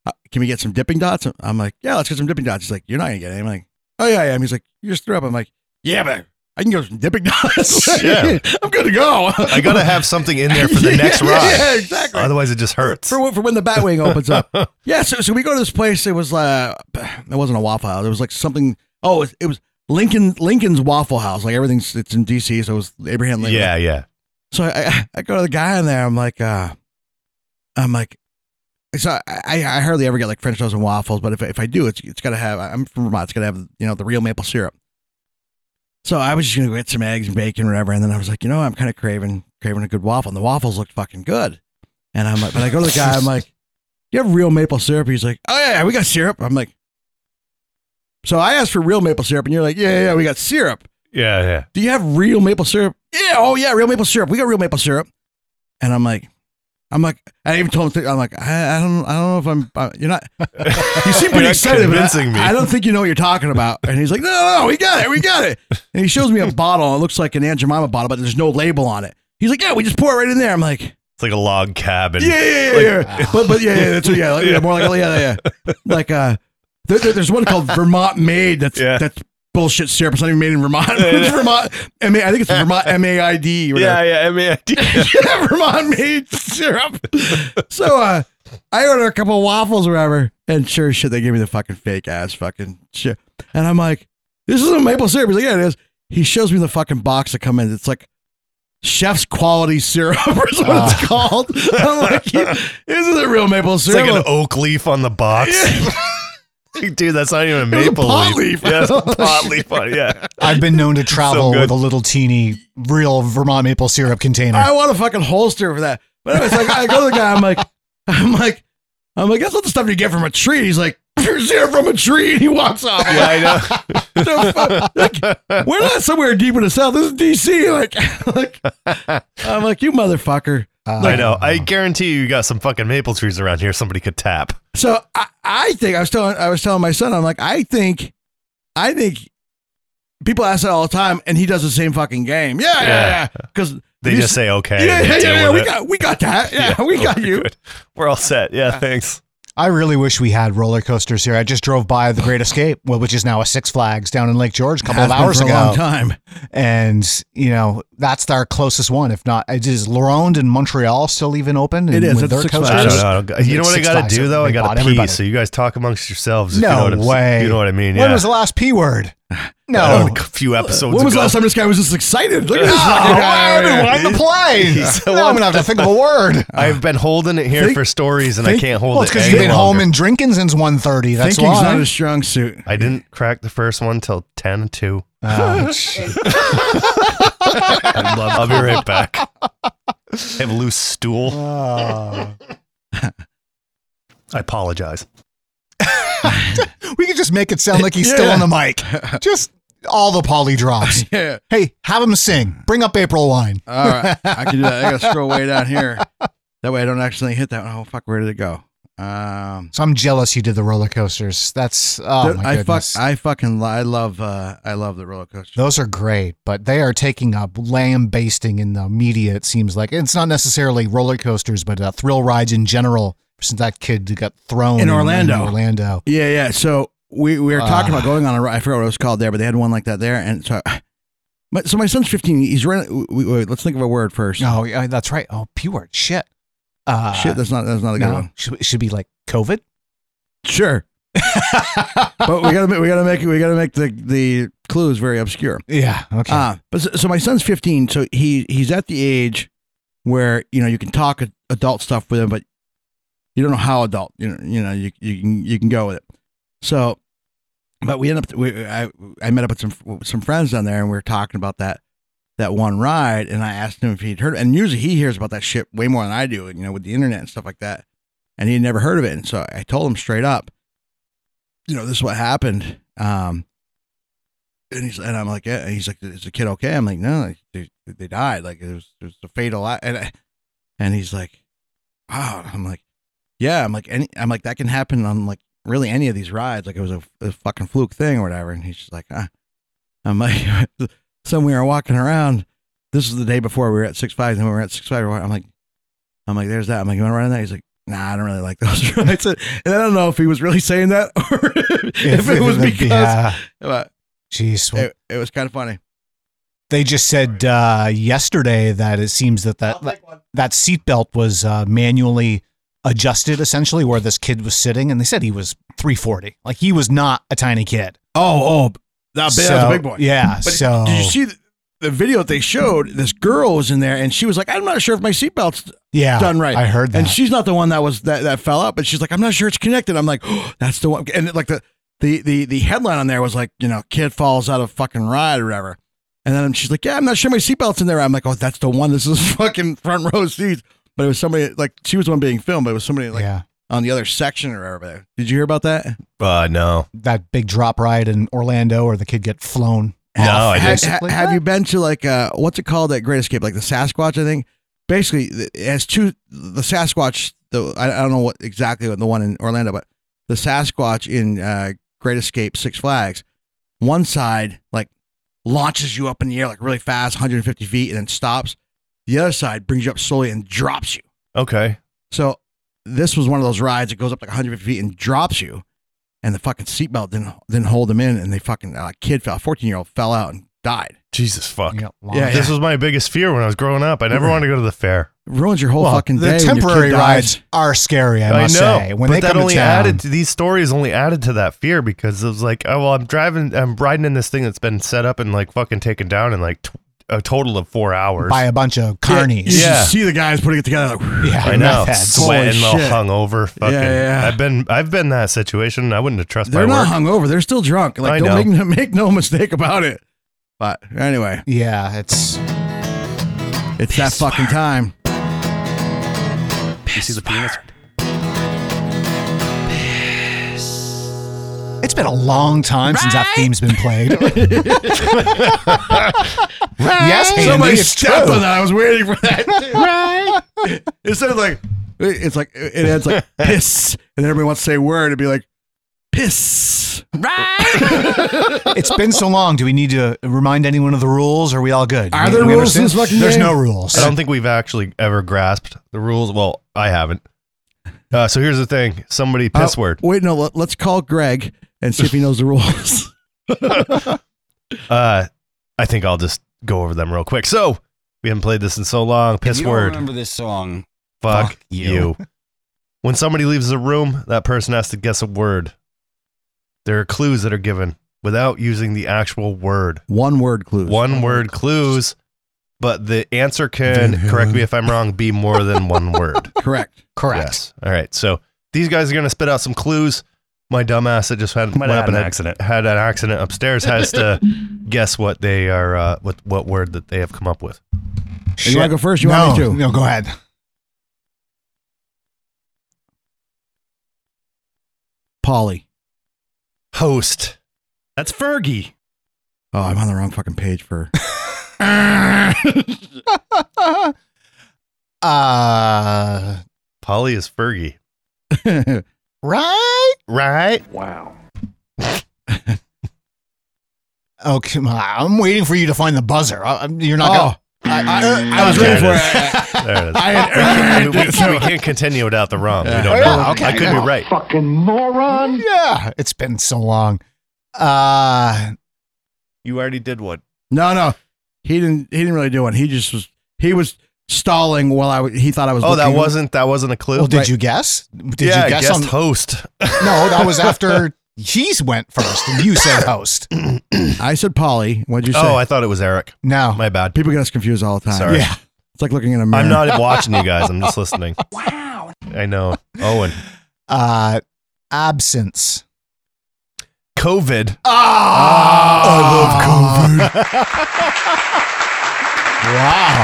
[SPEAKER 1] uh, can we get some dipping dots? I'm like, yeah, let's get some dipping dots. He's like, you're not gonna get any. I'm like, oh yeah, yeah. And he's like, you just threw up. I'm like, yeah, but I can go some dipping dots.
[SPEAKER 2] Yeah.
[SPEAKER 1] I'm good to go.
[SPEAKER 2] I gotta have something in there for the next
[SPEAKER 1] yeah,
[SPEAKER 2] ride. Uh,
[SPEAKER 1] Yeah, exactly.
[SPEAKER 2] Otherwise, it just hurts.
[SPEAKER 1] For, when- for when the Batwing opens up. yeah, so, so we go to this place. It was uh, it wasn't a Waffle House. It was like something. Oh, it was, it was Lincoln Lincoln's Waffle House. Like everything's it's in D.C. So it was Abraham Lincoln.
[SPEAKER 2] yeah, yeah.
[SPEAKER 1] So I, I, I go to the guy in there. I'm like, uh, I'm like, so I, I hardly ever get like French toast and waffles, but if, if I do, it's it's gotta have. I'm from Vermont. It's gotta have you know the real maple syrup. So I was just gonna go get some eggs and bacon, or whatever, and then I was like, you know, I'm kind of craving craving a good waffle, and the waffles looked fucking good. And I'm like, but I go to the guy, I'm like, you have real maple syrup? He's like, oh yeah, yeah, we got syrup. I'm like, so I asked for real maple syrup, and you're like, yeah, yeah, yeah, we got syrup.
[SPEAKER 2] Yeah, yeah.
[SPEAKER 1] Do you have real maple syrup? Yeah, oh yeah, real maple syrup. We got real maple syrup. And I'm like, I'm like, I even told him. I'm like, I, I don't, I don't know if I'm. Uh, you're not. You seem
[SPEAKER 2] You're
[SPEAKER 1] pretty
[SPEAKER 2] not
[SPEAKER 1] excited. but I-
[SPEAKER 2] convincing me.
[SPEAKER 1] I, don't think you know what you're talking about. And he's like, No, no, no, we got it, we got it. And he shows me a bottle. It looks like an Aunt Jemima bottle, but there's no label on it. He's like, Yeah, we just pour it right in there. I'm like,
[SPEAKER 2] It's like a log cabin.
[SPEAKER 1] yeah, yeah, yeah, yeah. But but yeah, yeah, that's yeah, like, yeah, more like oh, yeah, yeah. Like uh, there, there- there's one called Vermont Made. That's
[SPEAKER 2] Yeah.
[SPEAKER 1] that's bullshit syrup. It's not even made in Vermont. it's Vermont. M A. I think it's Vermont M A I D. or whatever.
[SPEAKER 2] Yeah, yeah. I mean, I did-
[SPEAKER 1] yeah, Vermont Made syrup. So uh, I order a couple of waffles or whatever, and sure as shit, they give me the fucking fake ass fucking shit, and I'm like, this isn't maple syrup. He's like, yeah, it is. He shows me the fucking box that come in. It's like chef's quality syrup is what it's called. I'm like, this isn't real maple
[SPEAKER 2] Ah. it's
[SPEAKER 1] syrup.
[SPEAKER 2] like an oak leaf on the box. Dude, that's not even a
[SPEAKER 1] was a
[SPEAKER 2] maple
[SPEAKER 1] pot leaf.
[SPEAKER 2] Yeah, it's a pot leaf. on it, Yeah.
[SPEAKER 5] I've been known to travel
[SPEAKER 2] good.
[SPEAKER 5] with a little teeny real Vermont maple syrup container.
[SPEAKER 1] I want a fucking holster for that. But anyways, like I go to the guy, I'm like, I'm like, I'm like, that's not the stuff you get from a tree. He's like, you're syrup from a tree, and he walks off.
[SPEAKER 2] Yeah, I know.
[SPEAKER 1] the fuck? Like, we're not somewhere deep in the south. This is DC. Like, like I'm like, you motherfucker.
[SPEAKER 5] Uh,
[SPEAKER 2] I know. I guarantee you got some fucking maple trees around here somebody could tap.
[SPEAKER 1] So I, I think I was telling I was telling my son, I'm like, I think I think people ask that all the time, and he does the same fucking game. Yeah, yeah,
[SPEAKER 2] Yeah.
[SPEAKER 1] yeah. Because
[SPEAKER 2] They just say okay.
[SPEAKER 1] yeah,
[SPEAKER 2] and
[SPEAKER 1] yeah,
[SPEAKER 2] they deal
[SPEAKER 1] yeah, yeah,
[SPEAKER 2] with
[SPEAKER 1] we
[SPEAKER 2] it.
[SPEAKER 1] got we got that. Yeah, we got
[SPEAKER 2] we're
[SPEAKER 1] you.
[SPEAKER 2] good. We're all set. Yeah, thanks.
[SPEAKER 5] I really wish we had roller coasters here. I just drove by the Great Escape, well, which is now a Six Flags down in Lake George a couple
[SPEAKER 1] Has
[SPEAKER 5] of
[SPEAKER 1] been
[SPEAKER 5] hours
[SPEAKER 1] for
[SPEAKER 5] ago.
[SPEAKER 1] a long time.
[SPEAKER 5] And, you know, that's our closest one. If not, it is Laronde in Montreal still even open?
[SPEAKER 1] It
[SPEAKER 5] and
[SPEAKER 1] is.
[SPEAKER 5] with
[SPEAKER 1] It's
[SPEAKER 5] their
[SPEAKER 1] Six
[SPEAKER 5] coasters?
[SPEAKER 1] Flags.
[SPEAKER 2] I don't know. I don't- You know
[SPEAKER 5] It's
[SPEAKER 2] what I
[SPEAKER 5] Six
[SPEAKER 2] got
[SPEAKER 5] Flags,
[SPEAKER 2] to do though?
[SPEAKER 5] they
[SPEAKER 2] I got
[SPEAKER 5] bought
[SPEAKER 2] to pee.
[SPEAKER 5] everybody.
[SPEAKER 2] So you guys talk amongst yourselves. if you know
[SPEAKER 5] No
[SPEAKER 2] what I'm s-
[SPEAKER 5] way.
[SPEAKER 2] You know what I mean?
[SPEAKER 5] When
[SPEAKER 2] yeah.
[SPEAKER 5] was the last P word?
[SPEAKER 2] I
[SPEAKER 5] No. Oh,
[SPEAKER 2] don't know, a few episodes
[SPEAKER 1] When was the
[SPEAKER 2] ago.
[SPEAKER 1] last time this guy was this excited? Look at this.
[SPEAKER 2] Oh,
[SPEAKER 1] fucking guy
[SPEAKER 5] I've
[SPEAKER 1] over
[SPEAKER 5] been
[SPEAKER 1] here.
[SPEAKER 5] wanting to play.
[SPEAKER 2] He's-
[SPEAKER 5] Now I'm going to have to think of a word.
[SPEAKER 2] I've been holding it here
[SPEAKER 1] Think-
[SPEAKER 2] for stories, and
[SPEAKER 1] think-
[SPEAKER 2] I can't hold
[SPEAKER 5] Well,
[SPEAKER 2] it.
[SPEAKER 5] it's because
[SPEAKER 2] any
[SPEAKER 5] you've been home
[SPEAKER 2] longer.
[SPEAKER 5] and drinking since 1.30. That's
[SPEAKER 1] Thinking's
[SPEAKER 5] why.
[SPEAKER 1] not a strong suit.
[SPEAKER 2] I didn't crack the first one till ten two.
[SPEAKER 5] Oh, jeez.
[SPEAKER 2] I'd love- I'll be right back. I have a loose stool.
[SPEAKER 5] Oh.
[SPEAKER 2] I apologize.
[SPEAKER 5] we could just make it sound like he's still
[SPEAKER 1] Yeah.
[SPEAKER 5] on the mic. Just all the poly drops.
[SPEAKER 1] Yeah.
[SPEAKER 5] Hey, have him sing. Bring up April Wine.
[SPEAKER 1] All right, I can do that. I gotta scroll way down here. That way, I don't accidentally hit that. one. Oh fuck, where did it go? Um,
[SPEAKER 5] So I'm jealous you did the roller coasters. That's oh
[SPEAKER 1] th-
[SPEAKER 5] my
[SPEAKER 1] I fuck,
[SPEAKER 5] goodness.
[SPEAKER 1] I fucking, lo- I love, uh, I love the roller coaster.
[SPEAKER 5] Those are great, but they are taking up lambasting in the media. It seems like it's not necessarily roller coasters, but uh, thrill rides in general. Since that kid got thrown
[SPEAKER 1] In Orlando.
[SPEAKER 5] Orlando.
[SPEAKER 1] Yeah, yeah. So we we were talking
[SPEAKER 5] Ah.
[SPEAKER 1] about going on a ride. I forgot what it was called there, but they had one like that there. And so, my, so my son's fifteen. He's running. Wait, wait, let's think of a word first.
[SPEAKER 5] Oh, yeah, that's right. Oh, P word. Shit. Uh,
[SPEAKER 1] Shit, that's not that's not a good
[SPEAKER 5] no,
[SPEAKER 1] one.
[SPEAKER 5] should, it should be like COVID.
[SPEAKER 1] Sure, but we gotta ma- we gotta make we gotta make the the clues very obscure.
[SPEAKER 5] yeah. Okay.
[SPEAKER 1] Uh, but so, so my son's 15, so he he's at the age where you know you can talk a- adult stuff with him, but you don't know how adult. You know, you know you you can you can go with it. So, but we end up we, I I met up with some some friends down there, and we were talking about that that one ride, and I asked him if he'd heard. And usually he hears about that shit way more than I do, you know, with the internet and stuff like that. And he'd never heard of it, and so I told him straight up, you know, this is what happened. Um, and he's and I'm like, yeah. And he's like, is the kid okay? I'm like, no, like, they, they died. Like it was, it was a fatal. a- And I- and he's like, wow. I'm like, yeah. I'm like, any. I'm like, that can happen on like really any of these rides. Like it was a, a fucking fluke thing or whatever. And he's just like, ah. I'm like, so we were walking around. This is the day before we were at Six Flags, and we were at Six Flags. I'm like, I'm like, there's that. I'm like, you want to ride on that? He's like, nah, I don't really like those rides. And I don't know if he was really saying that or if, it was because.
[SPEAKER 5] Yeah.
[SPEAKER 1] but
[SPEAKER 5] Jeez. uh, well,
[SPEAKER 1] it, it was kind of funny.
[SPEAKER 5] They just said uh, yesterday that it seems that that that, that seatbelt was uh, manually adjusted, essentially where this kid was sitting, and they said he was 340. Like he was not a tiny kid.
[SPEAKER 1] Oh, oh, that big, that was a big boy.
[SPEAKER 5] Yeah.
[SPEAKER 1] But
[SPEAKER 5] so
[SPEAKER 1] did you see? th- the video that they showed, this girl was in there, and she was like, "I'm not sure if my seatbelt's
[SPEAKER 5] Yeah,
[SPEAKER 1] done right."
[SPEAKER 5] Oh, I heard that.
[SPEAKER 1] And she's not the one that was that, that fell out, but she's like, "I'm not sure it's connected." I'm like, oh, "That's the one." And like the the the the headline on there was like, you know, kid falls out of fucking ride or whatever. And then she's like, "Yeah, I'm not sure my seatbelt's in there." I'm like, "Oh, that's the one. This is fucking front row seats." But it was somebody like she was the one being filmed, but it was somebody like
[SPEAKER 5] yeah,
[SPEAKER 1] on the other section or whatever. Did you hear about that?
[SPEAKER 2] Uh, no.
[SPEAKER 5] that big drop ride in Orlando, or the kid get flown.
[SPEAKER 2] No, I
[SPEAKER 5] off,
[SPEAKER 1] Ha-
[SPEAKER 2] didn't.
[SPEAKER 1] ha-
[SPEAKER 5] basically.
[SPEAKER 1] have you been to like uh, what's it called? That Great Escape, like the Sasquatch, I think. Basically, th- it has two. The Sasquatch, the I, I don't know what exactly what the one in Orlando, but the Sasquatch in uh, Great Escape Six Flags, one side like launches you up in the air like really fast, 150 feet, and then stops. The other side brings you up slowly and drops you.
[SPEAKER 2] Okay.
[SPEAKER 1] So this was one of those rides that goes up like 150 feet and drops you, and the fucking seatbelt didn't didn't hold them in, and they fucking uh, kid fell, 14 year old fell out and died.
[SPEAKER 2] Jesus fuck.
[SPEAKER 5] You got launched.
[SPEAKER 1] Yeah,
[SPEAKER 2] This was my biggest fear when I was growing up. I never wanted to go to the fair.
[SPEAKER 1] ruins your whole
[SPEAKER 5] Well,
[SPEAKER 1] fucking day.
[SPEAKER 5] the
[SPEAKER 1] when your
[SPEAKER 5] temporary
[SPEAKER 1] kid
[SPEAKER 5] rides
[SPEAKER 1] dies.
[SPEAKER 5] are scary. I,
[SPEAKER 2] I know.
[SPEAKER 5] must say, when
[SPEAKER 2] but
[SPEAKER 5] they
[SPEAKER 2] that
[SPEAKER 5] come
[SPEAKER 2] only
[SPEAKER 5] to town,
[SPEAKER 2] added to these stories only added to that fear because it was like, oh well, I'm driving, I'm riding in this thing that's been set up and like fucking taken down in like t- a total of four hours.
[SPEAKER 5] by a bunch of carnies.
[SPEAKER 1] You
[SPEAKER 2] Yeah.
[SPEAKER 1] should see the guys putting it together. Like,
[SPEAKER 5] Yeah,
[SPEAKER 2] I know,
[SPEAKER 5] meth heads.
[SPEAKER 1] Holy
[SPEAKER 2] sweating, all
[SPEAKER 1] shit.
[SPEAKER 2] hungover. Fucking,
[SPEAKER 1] yeah, yeah.
[SPEAKER 2] I've been, I've been in that situation. I wouldn't have trusted
[SPEAKER 1] they're
[SPEAKER 2] my
[SPEAKER 1] not
[SPEAKER 2] work.
[SPEAKER 1] hungover. They're still drunk. Like,
[SPEAKER 2] I
[SPEAKER 1] don't make, make no mistake about it. But anyway,
[SPEAKER 5] Yeah, it's
[SPEAKER 1] it's that fucking time.
[SPEAKER 2] You see the penis?
[SPEAKER 5] it's been a long time since that theme's been played. yes, Andy,
[SPEAKER 1] Somebody
[SPEAKER 5] it's
[SPEAKER 1] stepped
[SPEAKER 5] true.
[SPEAKER 1] on that. I was waiting for that. Instead of like, it's like it adds like piss, and then everybody wants to say a word. It'd be like piss.
[SPEAKER 5] It's been so long. Do we need to remind anyone of the rules? Are we all good?
[SPEAKER 1] Are
[SPEAKER 5] We-
[SPEAKER 1] there
[SPEAKER 5] we
[SPEAKER 1] rules to
[SPEAKER 5] understand?
[SPEAKER 1] this fucking
[SPEAKER 5] There's
[SPEAKER 1] game?
[SPEAKER 5] no rules.
[SPEAKER 2] I don't think we've actually ever grasped the rules. Well, I haven't. Uh, so here's the thing: somebody
[SPEAKER 6] Oh.
[SPEAKER 2] piss
[SPEAKER 1] Uh,
[SPEAKER 2] word.
[SPEAKER 1] Wait, no. Let, let's call Greg and see if he knows the rules.
[SPEAKER 2] Uh, I think I'll just go over them real quick. So we haven't played this in so long.
[SPEAKER 6] If
[SPEAKER 2] Piss
[SPEAKER 6] you don't
[SPEAKER 2] word.
[SPEAKER 6] remember this song?
[SPEAKER 2] Fuck,
[SPEAKER 6] Fuck
[SPEAKER 2] you.
[SPEAKER 6] you.
[SPEAKER 2] when somebody leaves the room, that person has to guess a word. There are clues that are given without using the actual word.
[SPEAKER 1] One word clues.
[SPEAKER 2] One word clues, but the answer
[SPEAKER 1] Van
[SPEAKER 2] can,
[SPEAKER 1] Halen.
[SPEAKER 2] correct me if I'm wrong, be more than one word.
[SPEAKER 1] Correct.
[SPEAKER 5] Correct.
[SPEAKER 2] Yes. All right. So these guys are going to spit out some clues. My dumbass that just had
[SPEAKER 7] Might have
[SPEAKER 2] went up
[SPEAKER 7] had
[SPEAKER 2] and
[SPEAKER 7] an
[SPEAKER 2] had-
[SPEAKER 7] accident.
[SPEAKER 2] had an accident upstairs has to guess what they are, uh, what what word that they have come up with.
[SPEAKER 1] You want
[SPEAKER 5] Shit.
[SPEAKER 1] to go first? You
[SPEAKER 5] no,
[SPEAKER 1] want me to?
[SPEAKER 5] no, go ahead.
[SPEAKER 1] Polly.
[SPEAKER 2] Host.
[SPEAKER 7] That's Fergie.
[SPEAKER 1] Oh, I'm on the wrong fucking page for.
[SPEAKER 5] Uh,
[SPEAKER 2] Polly is Fergie.
[SPEAKER 5] right?
[SPEAKER 2] Right.
[SPEAKER 5] Okay, Oh, I'm waiting for you to find the buzzer. I, I'm- you're not.
[SPEAKER 1] Oh. Uh,
[SPEAKER 5] gonna, I, I,
[SPEAKER 1] I was
[SPEAKER 2] Okay,
[SPEAKER 1] ready for
[SPEAKER 2] it is.
[SPEAKER 1] it.
[SPEAKER 2] There it is.
[SPEAKER 1] I-
[SPEAKER 2] we, we- we can't continue without the wrong. We don't
[SPEAKER 5] Oh,
[SPEAKER 2] know.
[SPEAKER 5] yeah, okay,
[SPEAKER 2] I could
[SPEAKER 5] yeah.
[SPEAKER 2] be right.
[SPEAKER 5] yeah, it's been so long. Uh,
[SPEAKER 2] You already did one.
[SPEAKER 1] No, no, he didn't. He didn't really do one. He just was. He was stalling while I. w- He thought I was.
[SPEAKER 2] Oh, that
[SPEAKER 1] looking.
[SPEAKER 2] wasn't that wasn't a clue.
[SPEAKER 5] well, Oh, did
[SPEAKER 2] Right.
[SPEAKER 5] you guess? Did
[SPEAKER 2] yeah,
[SPEAKER 5] you guess
[SPEAKER 2] guest
[SPEAKER 5] on?
[SPEAKER 2] host.
[SPEAKER 5] no, that was after he's went first, and you said host.
[SPEAKER 1] I said Polly. What'd you say?
[SPEAKER 2] Oh, I thought it was Eric.
[SPEAKER 5] No,
[SPEAKER 2] My bad.
[SPEAKER 1] People get us confused all the time.
[SPEAKER 2] Sorry.
[SPEAKER 5] yeah,
[SPEAKER 1] It's like looking in a mirror.
[SPEAKER 2] I'm not watching you guys. I'm just listening. Wow. I know. Owen.
[SPEAKER 5] uh, absence.
[SPEAKER 2] COVID.
[SPEAKER 5] Ah, I love COVID. wow,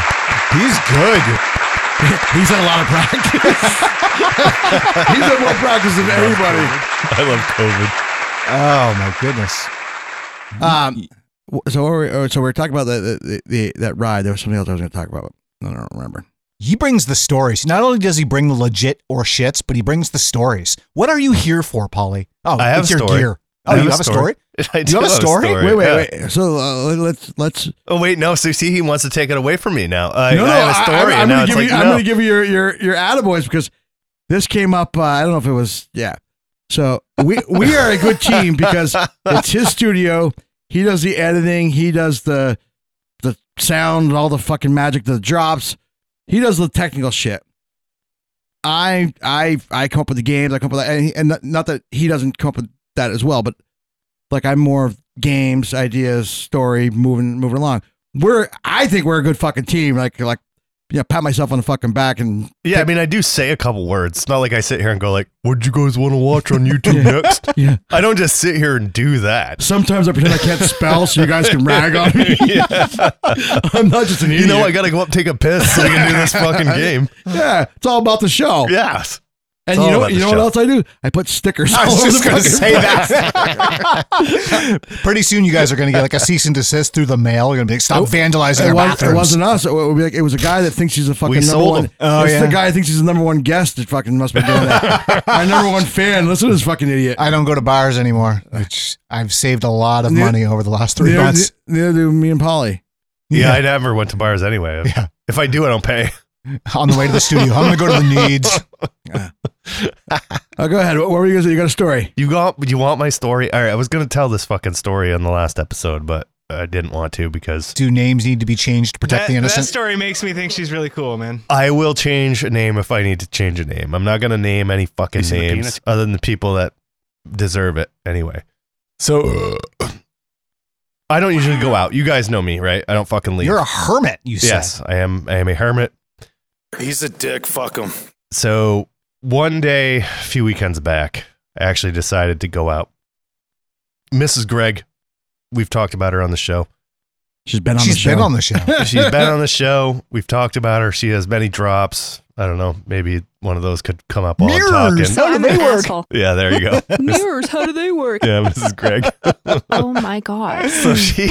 [SPEAKER 5] he's good.
[SPEAKER 1] He's had a lot of practice. He's had more practice than anybody.
[SPEAKER 2] I love COVID.
[SPEAKER 5] Oh my goodness.
[SPEAKER 1] Um, w- so what were we, oh, so we were talking about the, the, the, that ride. There was something else I was going to talk about. but I don't remember.
[SPEAKER 5] He brings the stories. Not only does he bring the legit or shits, but he brings the stories. What are you here for, Polly? Oh,
[SPEAKER 2] I have
[SPEAKER 5] it's
[SPEAKER 2] a
[SPEAKER 5] your
[SPEAKER 2] story.
[SPEAKER 5] gear.
[SPEAKER 2] I
[SPEAKER 5] Oh, you have a story?
[SPEAKER 2] I
[SPEAKER 5] Do you have a story?
[SPEAKER 1] Wait, wait,
[SPEAKER 2] yeah.
[SPEAKER 1] wait. So uh, let's let's.
[SPEAKER 2] Oh, wait. No. So see, he wants to take it away from me now. I, I have a story.
[SPEAKER 1] I, am
[SPEAKER 2] and now
[SPEAKER 1] gonna
[SPEAKER 2] it's
[SPEAKER 1] give
[SPEAKER 2] like,
[SPEAKER 1] you. I'm
[SPEAKER 2] no.
[SPEAKER 1] going to give you your your your attaboys because this came up. Uh, I don't know if it was. Yeah. So we we are a good team because it's his studio. He does the editing. He does the the sound, all the fucking magic, the drops. He does the technical shit. I I I come up with the games. I come up with and, he- and not- not that he doesn't come up with that as well, but like I'm more of games, ideas, story, moving moving along. we're I think we're a good fucking team. Like like yeah, pat myself on the fucking back and
[SPEAKER 2] Yeah, I mean, I do say a couple words. It's not like I sit here and go like, "What you guys want to watch on YouTube next?"
[SPEAKER 1] yeah.
[SPEAKER 2] I don't just sit here and do that.
[SPEAKER 1] Sometimes I pretend I can't spell so you guys can rag on me. I'm not just an idiot.
[SPEAKER 2] You know, I gotta go up take a piss so we can do this fucking game.
[SPEAKER 1] yeah, it's all about the show.
[SPEAKER 2] Yes.
[SPEAKER 1] and
[SPEAKER 2] all
[SPEAKER 1] you know
[SPEAKER 2] about
[SPEAKER 1] you
[SPEAKER 2] the
[SPEAKER 1] know what else
[SPEAKER 2] show.
[SPEAKER 1] I do? I put stickers.
[SPEAKER 5] I
[SPEAKER 1] all
[SPEAKER 5] was
[SPEAKER 1] over
[SPEAKER 5] just
[SPEAKER 1] the
[SPEAKER 5] going to
[SPEAKER 1] fucking
[SPEAKER 5] say
[SPEAKER 1] back.
[SPEAKER 5] that. Pretty soon, you guys are going to get like a cease and desist through the mail. You're going to be like, stop vandalizing
[SPEAKER 1] It,
[SPEAKER 5] our
[SPEAKER 1] was,
[SPEAKER 5] bathrooms.
[SPEAKER 1] it wasn't us. It, would be like, it was a guy that thinks he's the fucking
[SPEAKER 2] We
[SPEAKER 1] number
[SPEAKER 2] sold
[SPEAKER 1] one.
[SPEAKER 2] him.
[SPEAKER 5] Oh,
[SPEAKER 1] it's
[SPEAKER 5] yeah.
[SPEAKER 1] the guy that thinks he's the number one guest that fucking must be doing that. My number one fan. Listen to this fucking idiot.
[SPEAKER 5] I don't go to bars anymore, which I've saved a lot of
[SPEAKER 1] Neither-
[SPEAKER 5] money over the last three
[SPEAKER 1] Neither,
[SPEAKER 5] months.
[SPEAKER 1] neither do me and Polly.
[SPEAKER 2] Yeah, I never went to bars anyway.
[SPEAKER 5] Yeah.
[SPEAKER 2] If I do, I don't pay.
[SPEAKER 5] On the way to the studio, I'm going to go to the needs.
[SPEAKER 1] Oh, go ahead. What, what were you going to say? You got a story?
[SPEAKER 2] You got you want my story? All right, I was gonna tell this fucking story in the last episode, but I didn't want to because
[SPEAKER 5] Do names need to be changed to protect
[SPEAKER 6] That,
[SPEAKER 5] the
[SPEAKER 6] that
[SPEAKER 5] innocent?
[SPEAKER 6] story makes me think she's really cool, man.
[SPEAKER 2] I will change a name if I need to change a name. I'm not gonna name any fucking
[SPEAKER 6] seen the
[SPEAKER 2] names
[SPEAKER 6] penis?
[SPEAKER 2] other than the people that deserve it anyway. So I don't usually go out. You guys know me, right? I don't fucking leave.
[SPEAKER 5] You're a hermit, you
[SPEAKER 2] yes,
[SPEAKER 5] said.
[SPEAKER 2] I am. I am a hermit.
[SPEAKER 7] He's a dick. Fuck him.
[SPEAKER 2] So one day, a few weekends back, I actually decided to go out. Mrs. Gregg, we've talked about her on the show.
[SPEAKER 1] She's been on
[SPEAKER 5] She's
[SPEAKER 1] the show.
[SPEAKER 5] been on the show.
[SPEAKER 2] She's been on the show. We've talked about her. She has many drops. I don't know. Maybe one of those could come up while I'm
[SPEAKER 5] Mirrors!
[SPEAKER 2] talking.
[SPEAKER 5] How do they work?
[SPEAKER 2] Yeah, there you go.
[SPEAKER 8] Mirrors, how do they work?
[SPEAKER 2] Yeah, Mrs. Gregg.
[SPEAKER 8] Oh my god.
[SPEAKER 2] So she,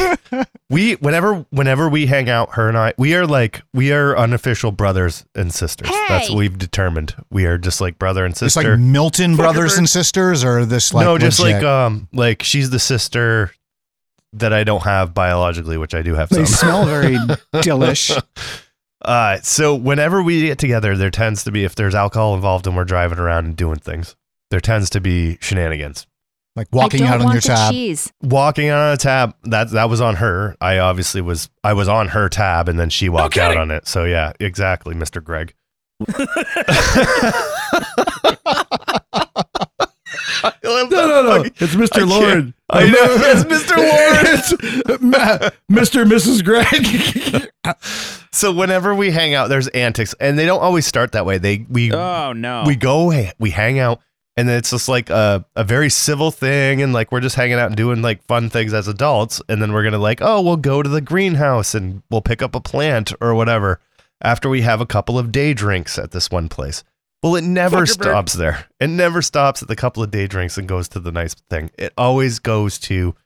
[SPEAKER 2] we, whenever, whenever we hang out, her and I, we are like, we are unofficial brothers and sisters. That's
[SPEAKER 8] Hey!
[SPEAKER 2] what we've determined. We are just like brother and
[SPEAKER 5] It's
[SPEAKER 2] sister.
[SPEAKER 5] like Milton Brothers and Sisters or this like
[SPEAKER 2] no, just
[SPEAKER 5] legit-
[SPEAKER 2] like um, like she's the sister that I don't have biologically, which I do have
[SPEAKER 5] they
[SPEAKER 2] some.
[SPEAKER 5] smell very dillish.
[SPEAKER 2] Uh, so whenever we get together, there tends to be if there's alcohol involved and we're driving around and doing things, there tends to be shenanigans.
[SPEAKER 5] Like walking
[SPEAKER 8] I don't
[SPEAKER 5] out on
[SPEAKER 8] want
[SPEAKER 5] your
[SPEAKER 8] the
[SPEAKER 5] tab.
[SPEAKER 8] Cheese.
[SPEAKER 2] Walking out on a tab that that was on her. I obviously was I was on her tab, and then she walked out on it. So yeah, exactly, Mister Greg.
[SPEAKER 1] No, no, no. It's Mr. Lord.
[SPEAKER 2] I know it's Mr. Lord.
[SPEAKER 1] It's Ma- Mr. and Mrs. Greg.
[SPEAKER 2] So whenever we hang out, there's antics, and they don't always start that way. They we
[SPEAKER 6] Oh no.
[SPEAKER 2] we go h- we hang out and then it's just like a, a very civil thing and like we're just hanging out and doing like fun things as adults and then we're gonna like oh we'll go to the greenhouse and we'll pick up a plant or whatever after we have a couple of day drinks at this one place well it never
[SPEAKER 6] Fuckerberg.
[SPEAKER 2] stops there it never stops at the couple of day drinks and goes to the nice thing it always goes to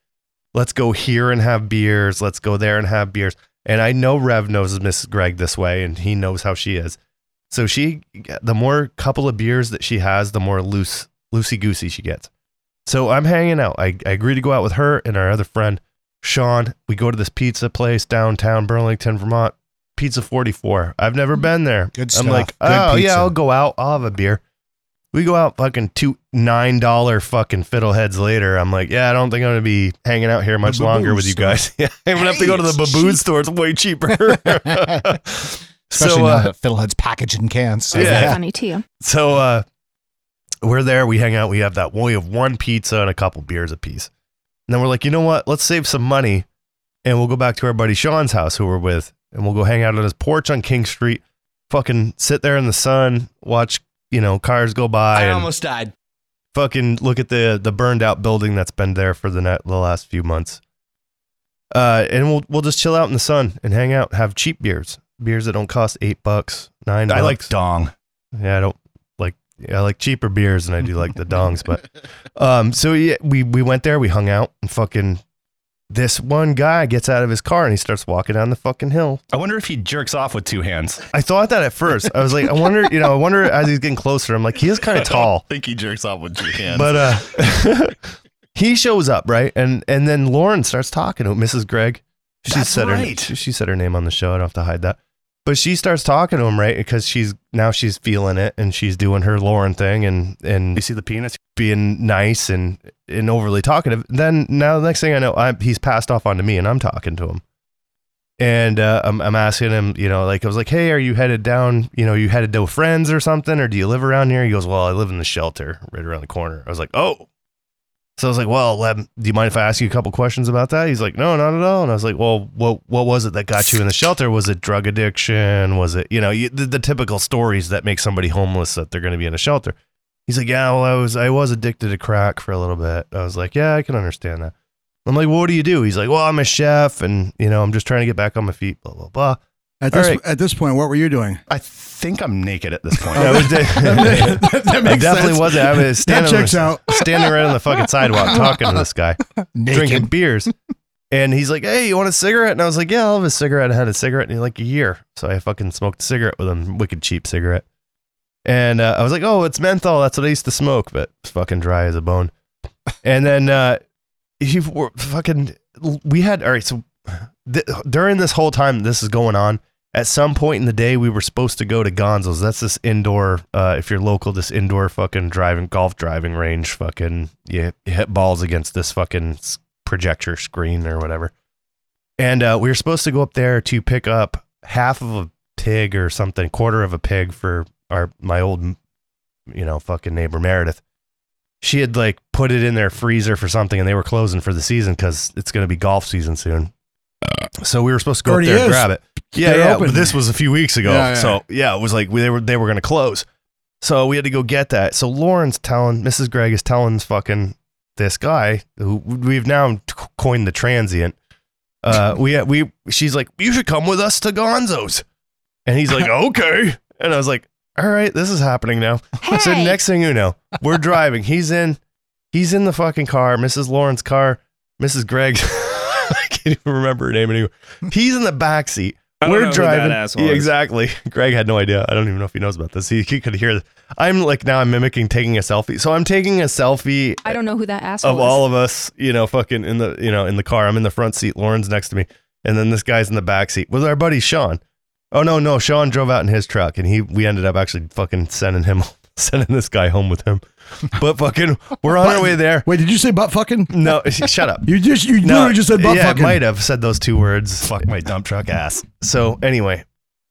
[SPEAKER 2] let's go here and have beers let's go there and have beers and i know rev knows mrs greg this way and he knows how she is so she, the more couple of beers that she has, the more loose, loosey goosey she gets. So I'm hanging out. I, I agree to go out with her and our other friend, Sean. We go to this pizza place downtown Burlington, Vermont. Pizza 44. I've never been there.
[SPEAKER 5] Mm-hmm. Good
[SPEAKER 2] I'm
[SPEAKER 5] stuff.
[SPEAKER 2] like,
[SPEAKER 5] Good
[SPEAKER 2] oh
[SPEAKER 5] pizza."
[SPEAKER 2] yeah, I'll go out. I'll have a beer. We go out fucking two nine dollar fucking fiddleheads later. I'm like, yeah, I don't think I'm gonna be hanging out here much
[SPEAKER 5] The
[SPEAKER 2] longer
[SPEAKER 5] baboon
[SPEAKER 2] with you
[SPEAKER 5] store.
[SPEAKER 2] guys. Yeah, I'm gonna have to go to the
[SPEAKER 5] Hey, it's
[SPEAKER 2] baboon
[SPEAKER 5] cheap.
[SPEAKER 2] store. It's way cheaper.
[SPEAKER 5] Especially
[SPEAKER 2] so,
[SPEAKER 5] now
[SPEAKER 2] uh,
[SPEAKER 5] that Fiddlehead's packaged in cans. So
[SPEAKER 8] That's
[SPEAKER 2] Yeah.
[SPEAKER 8] funny too.
[SPEAKER 2] so uh we're there, we hang out, we have that we have one pizza and a couple beers apiece. And then we're like, you know what? Let's save some money and we'll go back to our buddy Sean's house who we're with and we'll go hang out on his porch on King Street, fucking sit there in the sun, watch, you know, cars go by
[SPEAKER 6] I
[SPEAKER 2] and
[SPEAKER 6] almost died.
[SPEAKER 2] fucking look at the the burned out building that's been there for the net, the last few months. Uh, and we'll we'll just chill out in the sun and hang out, have cheap beers, beers that don't cost eight bucks, nine.
[SPEAKER 6] I like
[SPEAKER 2] bucks.
[SPEAKER 6] dong.
[SPEAKER 2] Yeah, I don't like yeah, I like cheaper beers and I do like the dongs, but um so yeah, we we went there, we hung out and fucking this one guy gets out of his car and he starts walking down the fucking hill.
[SPEAKER 6] I wonder if he jerks off with two hands.
[SPEAKER 2] I thought that at first. I was like, I wonder, you know, I wonder as he's getting closer, I'm like, he is kind of tall.
[SPEAKER 7] think he jerks off with two hands.
[SPEAKER 2] But uh he shows up, right? And and then Lauren starts talking to him, Mrs. Gregg. She
[SPEAKER 6] That's
[SPEAKER 2] said her
[SPEAKER 6] right.
[SPEAKER 2] she, she said her name on the show. I don't have to hide that. But she starts talking to him, right? Because she's now she's feeling it and she's doing her Lauren thing and and
[SPEAKER 7] see the penis?
[SPEAKER 2] being nice and and overly talkative. Then now the next thing I know, I'm, he's passed off onto me, and I'm talking to him, and uh, I'm I'm asking him, you know, like I was like, hey, are you headed down? You know, you headed to friends or something, or do you live around here? He goes, well, I live in the shelter right around the corner. I was like, oh, So I was like, "Well, Lem, do you mind if I ask you a couple questions about that?" He's like, "No, not at all." And I was like, "Well, what what was it that got you in the shelter? Was it drug addiction? Was it you know you, the, the typical stories that make somebody homeless that they're going to be in a shelter?" He's like, "Yeah, well, I was I was addicted to crack for a little bit." I was like, "Yeah, I can understand that." I'm like, well, "What do you do?" He's like, "Well, I'm a chef, and you know, I'm just trying to get back on my feet." Blah blah blah.
[SPEAKER 1] At this
[SPEAKER 2] All right.
[SPEAKER 1] at this point, what were you doing?
[SPEAKER 6] I think I'm naked at this point.
[SPEAKER 2] I was de-
[SPEAKER 1] that
[SPEAKER 2] I definitely wasn't. I was
[SPEAKER 1] That
[SPEAKER 2] standing on
[SPEAKER 1] checks
[SPEAKER 2] the-
[SPEAKER 1] out.
[SPEAKER 2] standing right on the fucking sidewalk talking to this guy. drinking beers. And he's like, "Hey, you want a cigarette?" And I was like, "Yeah, I'll have a cigarette." I had a cigarette in like a year, so I fucking smoked a cigarette with him, wicked cheap cigarette. And uh, I was like, "Oh, it's menthol. That's what I used to smoke, but it's fucking dry as a bone." And then uh, he w- fucking we had all right. So th- during this whole time this is going on, at some point in the day we were supposed to go to Gonzo's. That's this indoor, uh, if you're local, this indoor fucking driving golf driving range. Fucking you you hit balls against this fucking s- projector screen or whatever. And uh, we were supposed to go up there to pick up half of a pig or something, quarter of a pig for our my old, you know, fucking neighbor Meredith. She had like put it in their freezer for something, and they were closing for the season because it's going to be golf season soon. So we were supposed to go up
[SPEAKER 1] Already
[SPEAKER 2] there and
[SPEAKER 1] is.
[SPEAKER 2] grab it. Yeah,
[SPEAKER 1] They're
[SPEAKER 2] yeah.
[SPEAKER 1] open.
[SPEAKER 2] But this was a few weeks ago,
[SPEAKER 1] Yeah, yeah.
[SPEAKER 2] so yeah, it was like we, they were they were going to close. So we had to go get that. So Lauren's telling Mrs. Greg is telling fucking this guy who we've now coined the transient. Uh, we we she's like, you should come with us to Gonzo's, and he's like, okay, and I was like, all right, this is happening now. So
[SPEAKER 8] Hey!
[SPEAKER 2] next thing you know, we're driving. He's in, he's in the fucking car. Mrs. Lauren's car. Mrs. Greg's. I can't even remember her name anymore. He's in the back seat.
[SPEAKER 6] I don't
[SPEAKER 2] We're
[SPEAKER 6] know who that
[SPEAKER 2] driving.
[SPEAKER 6] asshole
[SPEAKER 2] Yeah,
[SPEAKER 6] is.
[SPEAKER 2] exactly. Greg had no idea. I don't even know if he knows about this. He, he could hear. This. I'm like now. I'm mimicking taking a selfie. So I'm taking a selfie
[SPEAKER 8] I don't know who that asshole
[SPEAKER 2] of
[SPEAKER 8] is.
[SPEAKER 2] all of us, you know, fucking in the you know in the car. I'm in the front seat. Lauren's next to me, and then this guy's in the back seat with our buddy Sean. Oh no, no, Sean drove out in his truck, and he we ended up actually fucking sending him sending this guy home with him. But fucking, we're on our way there.
[SPEAKER 1] Wait, did you say butt fucking?
[SPEAKER 2] No, shut up.
[SPEAKER 1] You just you
[SPEAKER 2] No,
[SPEAKER 1] literally just said butt
[SPEAKER 2] yeah,
[SPEAKER 1] fucking.
[SPEAKER 2] I might have said those two words.
[SPEAKER 6] Fuck my dump truck ass.
[SPEAKER 2] So anyway,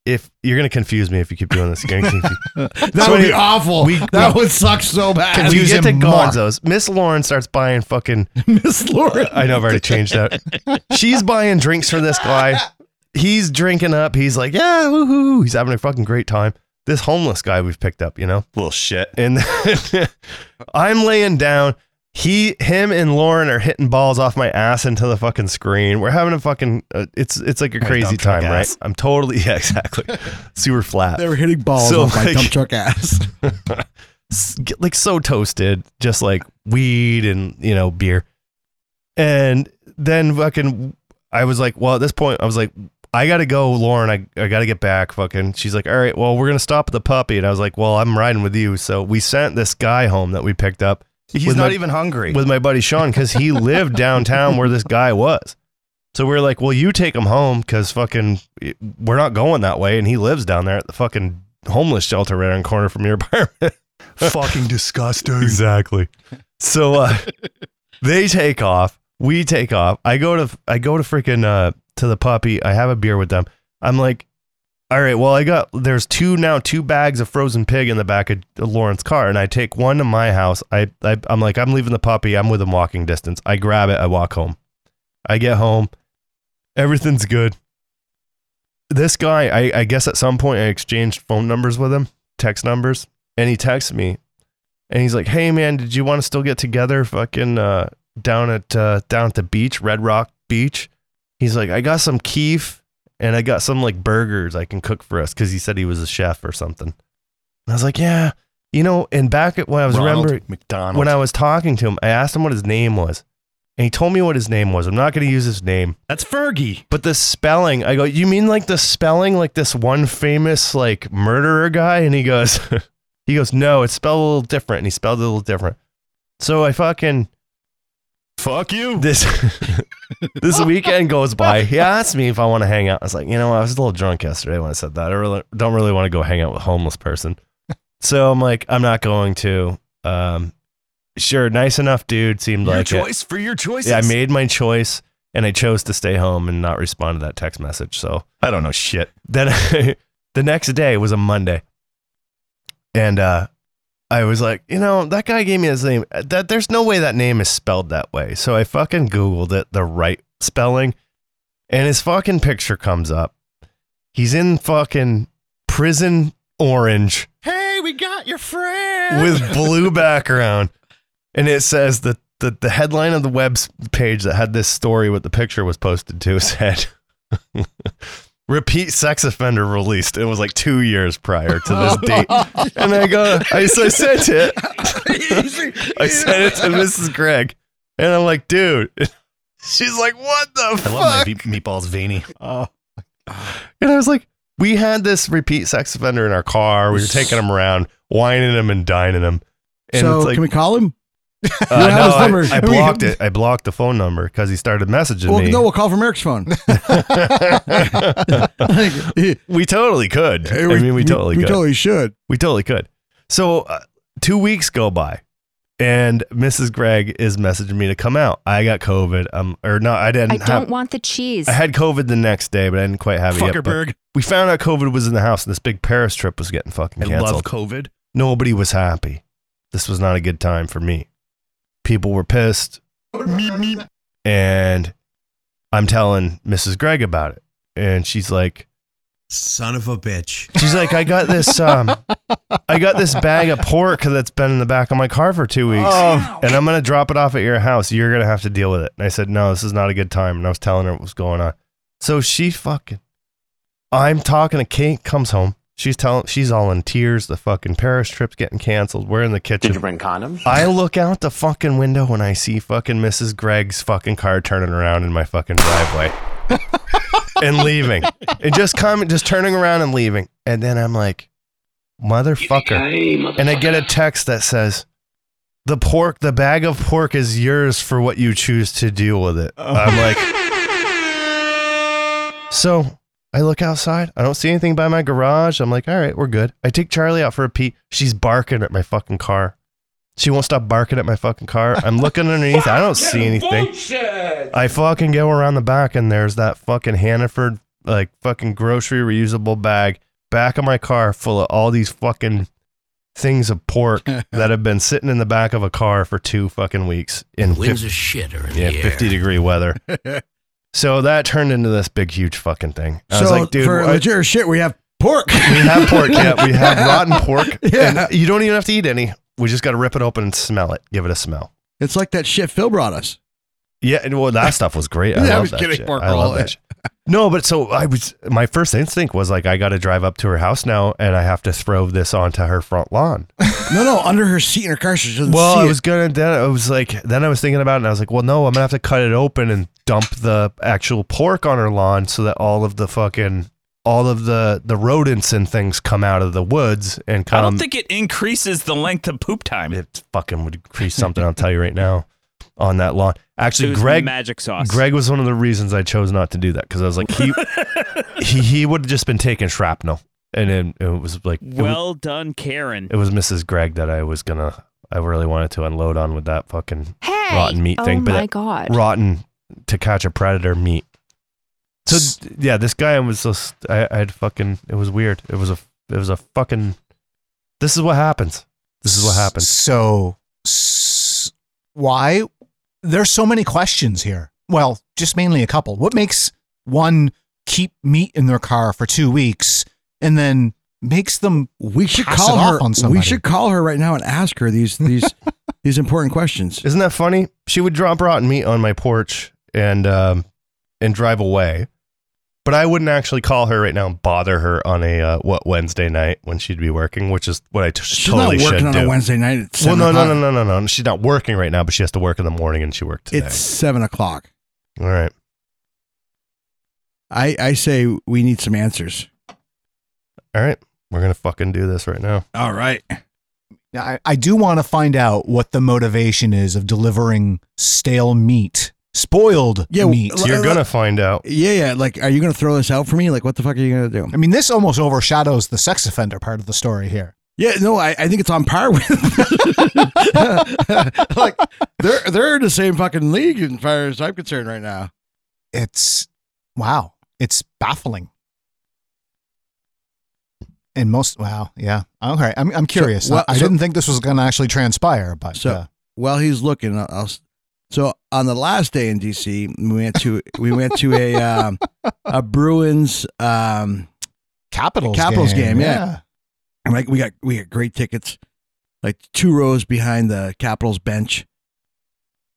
[SPEAKER 2] if you're gonna confuse me if you keep doing this, you're gonna confuse
[SPEAKER 1] That
[SPEAKER 2] So
[SPEAKER 1] would be
[SPEAKER 2] anyway,
[SPEAKER 1] awful.
[SPEAKER 2] we-
[SPEAKER 1] that would suck so bad.
[SPEAKER 2] we get to
[SPEAKER 1] him more.
[SPEAKER 2] Gonzo's. Miss Lauren starts buying fucking
[SPEAKER 1] Miss Lauren.
[SPEAKER 2] I know I've already changed that. She's buying drinks for this guy. He's drinking up. He's like, yeah, woohoo. He's having a fucking great time. This homeless guy we've picked up, you know?
[SPEAKER 6] Little shit.
[SPEAKER 2] And I'm laying down. He, him, and Lauren are hitting balls off my ass into the fucking screen. We're having a fucking. Uh, it's it's like a crazy
[SPEAKER 6] dump truck
[SPEAKER 2] time, right?
[SPEAKER 6] ass.
[SPEAKER 2] I'm totally yeah, exactly. Super flat.
[SPEAKER 1] They were hitting balls
[SPEAKER 2] So,
[SPEAKER 1] off my
[SPEAKER 2] like-
[SPEAKER 1] dump truck ass.
[SPEAKER 2] s- get, like so toasted, just like weed and you know beer. And then fucking, I was like, well, at this point, I was like, I gotta go, Lauren. I I gotta get back. Fucking, she's like, all right, well, we're gonna stop at the puppy, and I was like, well, I'm riding with you. So we sent this guy home that we picked up
[SPEAKER 6] He's
[SPEAKER 2] With
[SPEAKER 6] not
[SPEAKER 2] my-
[SPEAKER 6] even hungry.
[SPEAKER 2] with my buddy Sean because he lived downtown where this guy was. So we are like, well, you take him home because fucking we're not going that way, and he lives down there at the fucking homeless shelter right around the corner from your apartment.
[SPEAKER 6] fucking disgusting.
[SPEAKER 2] Exactly. So uh, they take off. We take off. I go to I go to freaking uh, to the puppy. I have a beer with them. I'm like, all right. Well, I got there's two now two bags of frozen pig in the back of Lauren's car, and I take one to my house. I, I I'm like I'm leaving the puppy. I'm within walking distance. I grab it. I walk home. I get home. Everything's good. This guy, I, I guess at some point I exchanged phone numbers with him, text numbers, and he texts me and he's like, "Hey man, did you want to still get together fucking uh, down at uh, down at the beach, Red Rock Beach?" He's like, "I got some keef and I got some like burgers I can cook for us cuz he said he was a chef or something." And I was like, "Yeah, you know, and back at when I was
[SPEAKER 6] Ronald
[SPEAKER 2] remembering
[SPEAKER 6] McDonald.
[SPEAKER 2] when I was talking to him, I asked him what his name was. And he told me what his name was. I'm not going to use his name.
[SPEAKER 6] That's Fergie.
[SPEAKER 2] But the spelling, I go, you mean like the spelling, like this one famous like murderer guy? And he goes, he goes, no, it's spelled a little different. And he spelled it a little different. So I fucking
[SPEAKER 6] Fuck you.
[SPEAKER 2] this this weekend goes by. He asked me if I want to hang out. I was like, you know, I was a little drunk yesterday when I said that. I really don't really want to go hang out with a homeless person. So I'm like, I'm not going to. Um, sure, nice enough, dude. Seemed
[SPEAKER 6] your
[SPEAKER 2] like it.
[SPEAKER 6] choice for your choices.
[SPEAKER 2] Yeah, I made my choice and I chose to stay home and not respond to that text message. So
[SPEAKER 6] I don't know shit.
[SPEAKER 2] then the next day was a Monday. And uh, I was like, you know, that guy gave me his name. That there's no way that name is spelled that way. So I fucking googled it, the right spelling, and his fucking picture comes up. He's in fucking prison orange
[SPEAKER 1] Hey, we got your friend.
[SPEAKER 2] with blue background, and it says that the, the headline of the web page that had this story with the picture was posted to said. Repeat sex offender released. It was like two years prior to this date, and I go, I, so I sent it. I sent it to Mrs. Greg, and I'm like, dude. She's like, what the
[SPEAKER 7] I love my
[SPEAKER 2] fuck? Oh
[SPEAKER 7] ve- meatballs veiny.
[SPEAKER 2] and I was like, we had this repeat sex offender in our car. We were taking him around, whining him and dining him. And
[SPEAKER 1] so
[SPEAKER 2] it's like,
[SPEAKER 1] can we call him?
[SPEAKER 2] uh,
[SPEAKER 1] you have his
[SPEAKER 2] no,
[SPEAKER 1] number.
[SPEAKER 2] I, I blocked it. I blocked the phone number because he started messaging
[SPEAKER 1] Well,
[SPEAKER 2] me.
[SPEAKER 1] no, we'll call from Eric's phone.
[SPEAKER 2] we totally could. I
[SPEAKER 1] we-
[SPEAKER 2] mean, we totally
[SPEAKER 1] we
[SPEAKER 2] could.
[SPEAKER 1] totally should.
[SPEAKER 2] We totally could. So uh, two weeks go by, and Mrs. Greg is messaging me to come out. I got COVID. Um, or no, I didn't.
[SPEAKER 8] I
[SPEAKER 2] have,
[SPEAKER 8] don't want the cheese.
[SPEAKER 2] I had COVID the next day, but I didn't quite have it yet. But
[SPEAKER 6] Fuckerberg.
[SPEAKER 2] we found out COVID was in the house, and this big Paris trip was getting fucking
[SPEAKER 6] I
[SPEAKER 2] canceled.
[SPEAKER 6] love COVID.
[SPEAKER 2] Nobody was happy. This was not a good time for me. People were pissed, and I'm telling Mrs. Greg about it, and she's like,
[SPEAKER 9] Son of a bitch.
[SPEAKER 2] She's like, I got this, um, I got this bag of pork that's been in the back of my car for two weeks, and I'm gonna drop it off at your house. You're gonna have to deal with it. And I said, No, this is not a good time. And I was telling her what was going on. So she fucking, I'm talking to Kate. Comes home. She's telling, she's all in tears. The fucking Paris trip's getting canceled. We're in the kitchen.
[SPEAKER 10] bring condoms?
[SPEAKER 2] I look out the fucking window and I see fucking Mrs. Greg's fucking car turning around in my fucking driveway and leaving. And just coming, just turning around and leaving. And then I'm like, motherfucker. And I get a text that says, the pork, the bag of pork is yours for what you choose to deal with it. I'm like, so I look outside. I don't see anything by my garage. I'm like, all right, we're good. I take Charlie out for a pee. She's barking at my fucking car. She won't stop barking at my fucking car. I'm looking underneath. I don't see anything. I fucking go around the back and there's that fucking Hannaford like fucking grocery reusable bag back of my car full of all these fucking things of pork that have been sitting in the back of a car for two fucking weeks in
[SPEAKER 9] Winds
[SPEAKER 2] fif-
[SPEAKER 9] of shit are in
[SPEAKER 2] yeah,
[SPEAKER 9] the air.
[SPEAKER 2] 50 degree weather. so that turned into this big huge fucking thing. I
[SPEAKER 1] so
[SPEAKER 2] was like, dude,
[SPEAKER 1] for
[SPEAKER 2] what-
[SPEAKER 1] legit or shit, we have pork.
[SPEAKER 2] we have pork. Yeah, we have rotten pork.
[SPEAKER 1] Yeah.
[SPEAKER 2] And uh, you don't even have to eat any. We just got to rip it open and smell it. Give it a smell.
[SPEAKER 1] it's like that shit Phil brought us.
[SPEAKER 2] Yeah, and well, that stuff was great. I
[SPEAKER 1] Yeah, I
[SPEAKER 2] love
[SPEAKER 1] was
[SPEAKER 2] that
[SPEAKER 1] kidding,
[SPEAKER 2] shit.
[SPEAKER 1] pork
[SPEAKER 2] I
[SPEAKER 1] roll.
[SPEAKER 2] love that shit. No, but so I was. My first instinct was like, I got to drive up to her house now, and I have to throw this onto her front lawn.
[SPEAKER 1] No, no, under her seat in her car, she doesn't
[SPEAKER 2] Well,
[SPEAKER 1] see
[SPEAKER 2] I
[SPEAKER 1] it.
[SPEAKER 2] was gonna. Then I was like, then I was thinking about it, and I was like, well, no, I'm gonna have to cut it open and dump the actual pork on her lawn so that all of the fucking all of the the rodents and things come out of the woods and
[SPEAKER 11] I
[SPEAKER 2] come.
[SPEAKER 11] don't think it increases the length of poop time.
[SPEAKER 2] it fucking would increase something. I'll tell you right now on that lawn.
[SPEAKER 11] It
[SPEAKER 2] Actually,
[SPEAKER 11] was
[SPEAKER 2] Greg.
[SPEAKER 11] magic sauce.
[SPEAKER 2] Greg was one of the reasons I chose not to do that because I was like he he, he would have just been taking shrapnel and then it was like it was-
[SPEAKER 11] well done, Karen.
[SPEAKER 2] it was, Mrs. Greg that I was gonna I really wanted to unload on with that fucking
[SPEAKER 8] hey,
[SPEAKER 2] rotten meat
[SPEAKER 8] oh
[SPEAKER 2] thing, but
[SPEAKER 8] my
[SPEAKER 2] that-
[SPEAKER 8] god.
[SPEAKER 2] rotten to catch a predator meat.
[SPEAKER 5] S-
[SPEAKER 2] So yeah, this guy was just I, I had fucking it was weird. It was a it was a fucking this is what happens. This is what happens.
[SPEAKER 5] So, s- why? There's so many questions here. Well, just mainly a couple. What makes one keep meat in their car for two weeks and then makes them?
[SPEAKER 1] we should
[SPEAKER 5] pass
[SPEAKER 1] call
[SPEAKER 5] it off
[SPEAKER 1] her.
[SPEAKER 5] on
[SPEAKER 1] we
[SPEAKER 5] somebody.
[SPEAKER 1] should call her right now and ask her these these these important questions.
[SPEAKER 2] Isn't that funny? She would drop rotten meat on my porch and um, and drive away. But I wouldn't actually call her right now and bother her on a uh, what Wednesday night when she'd be working, which is what I t-
[SPEAKER 1] She's
[SPEAKER 2] totally
[SPEAKER 1] not
[SPEAKER 2] should
[SPEAKER 1] working on
[SPEAKER 2] do.
[SPEAKER 1] a Wednesday night. At
[SPEAKER 2] well,
[SPEAKER 1] seven
[SPEAKER 2] no, no,
[SPEAKER 1] o'clock.
[SPEAKER 2] no, no, no, no. She's not working right now, but she has to work in the morning, and she worked today.
[SPEAKER 1] It's seven o'clock.
[SPEAKER 2] All right.
[SPEAKER 1] I I say we need some answers.
[SPEAKER 2] All right. We're gonna fucking do this right now.
[SPEAKER 1] All right.
[SPEAKER 5] Now, I, I do want to find out what the motivation is of delivering stale meat, spoiled
[SPEAKER 1] Yeah,
[SPEAKER 5] meat.
[SPEAKER 1] well,
[SPEAKER 2] You're
[SPEAKER 1] uh,
[SPEAKER 2] gonna find out.
[SPEAKER 1] Yeah, yeah. Like, are you gonna throw this out for me? Like, what the fuck are you gonna do?
[SPEAKER 5] I mean, this almost overshadows the sex offender part of the story here.
[SPEAKER 1] Yeah, no, I, I think it's on par with. like, they're they're in the same fucking league as far as I'm concerned right now.
[SPEAKER 5] It's wow, it's baffling. And most, wow, yeah. Okay, I'm, I'm curious.
[SPEAKER 1] well,
[SPEAKER 5] I, I
[SPEAKER 1] so-
[SPEAKER 5] didn't think this was going to actually transpire, but
[SPEAKER 1] So
[SPEAKER 5] uh,
[SPEAKER 1] while he's looking, I'll- I'll. s- So on the last day in DC, we went to we went to a um, a Bruins. Um,
[SPEAKER 5] Capitals,
[SPEAKER 1] Capitals game, yeah.
[SPEAKER 5] yeah.
[SPEAKER 1] and, like we got we got great tickets, like two rows behind the Capitals bench.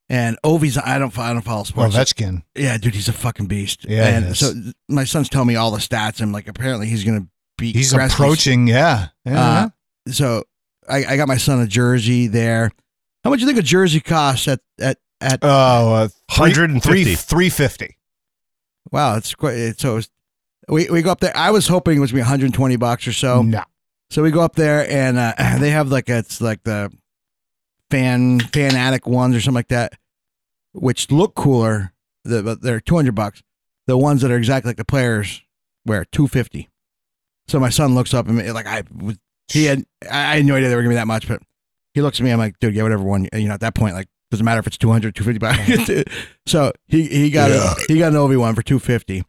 [SPEAKER 1] And Ovi's I don't I don't follow sports.
[SPEAKER 5] Ovechkin.
[SPEAKER 1] yeah, dude, he's a fucking beast.
[SPEAKER 5] Oh, Yeah, he
[SPEAKER 1] and
[SPEAKER 5] is.
[SPEAKER 1] so my son's telling me all the stats. I'm like, apparently he's gonna beat.
[SPEAKER 5] He's
[SPEAKER 1] Gretzky's-
[SPEAKER 5] approaching, yeah. yeah.
[SPEAKER 1] Uh, so I, I got my son a jersey there. How much do you think a jersey costs at at at?
[SPEAKER 5] oh, uh, three-
[SPEAKER 2] 150.
[SPEAKER 5] three- 350.
[SPEAKER 1] wow, it's quite. It, so it's we we go up there. I was hoping it was gonna be 120 bucks or so.
[SPEAKER 5] no.
[SPEAKER 1] So we go up there and uh, they have like it's like the fan fanatic ones or something like that, which look cooler. The, but they're 200 bucks. The ones that are exactly like the players wear 250. So my son looks up and like I was- he had I I had no idea they were gonna be that much, but he looks at me. I'm like, dude, get whatever one. You know, at that point, like doesn't matter if it's 200, 250 bucks. so he he got a, he got an OV one for 250.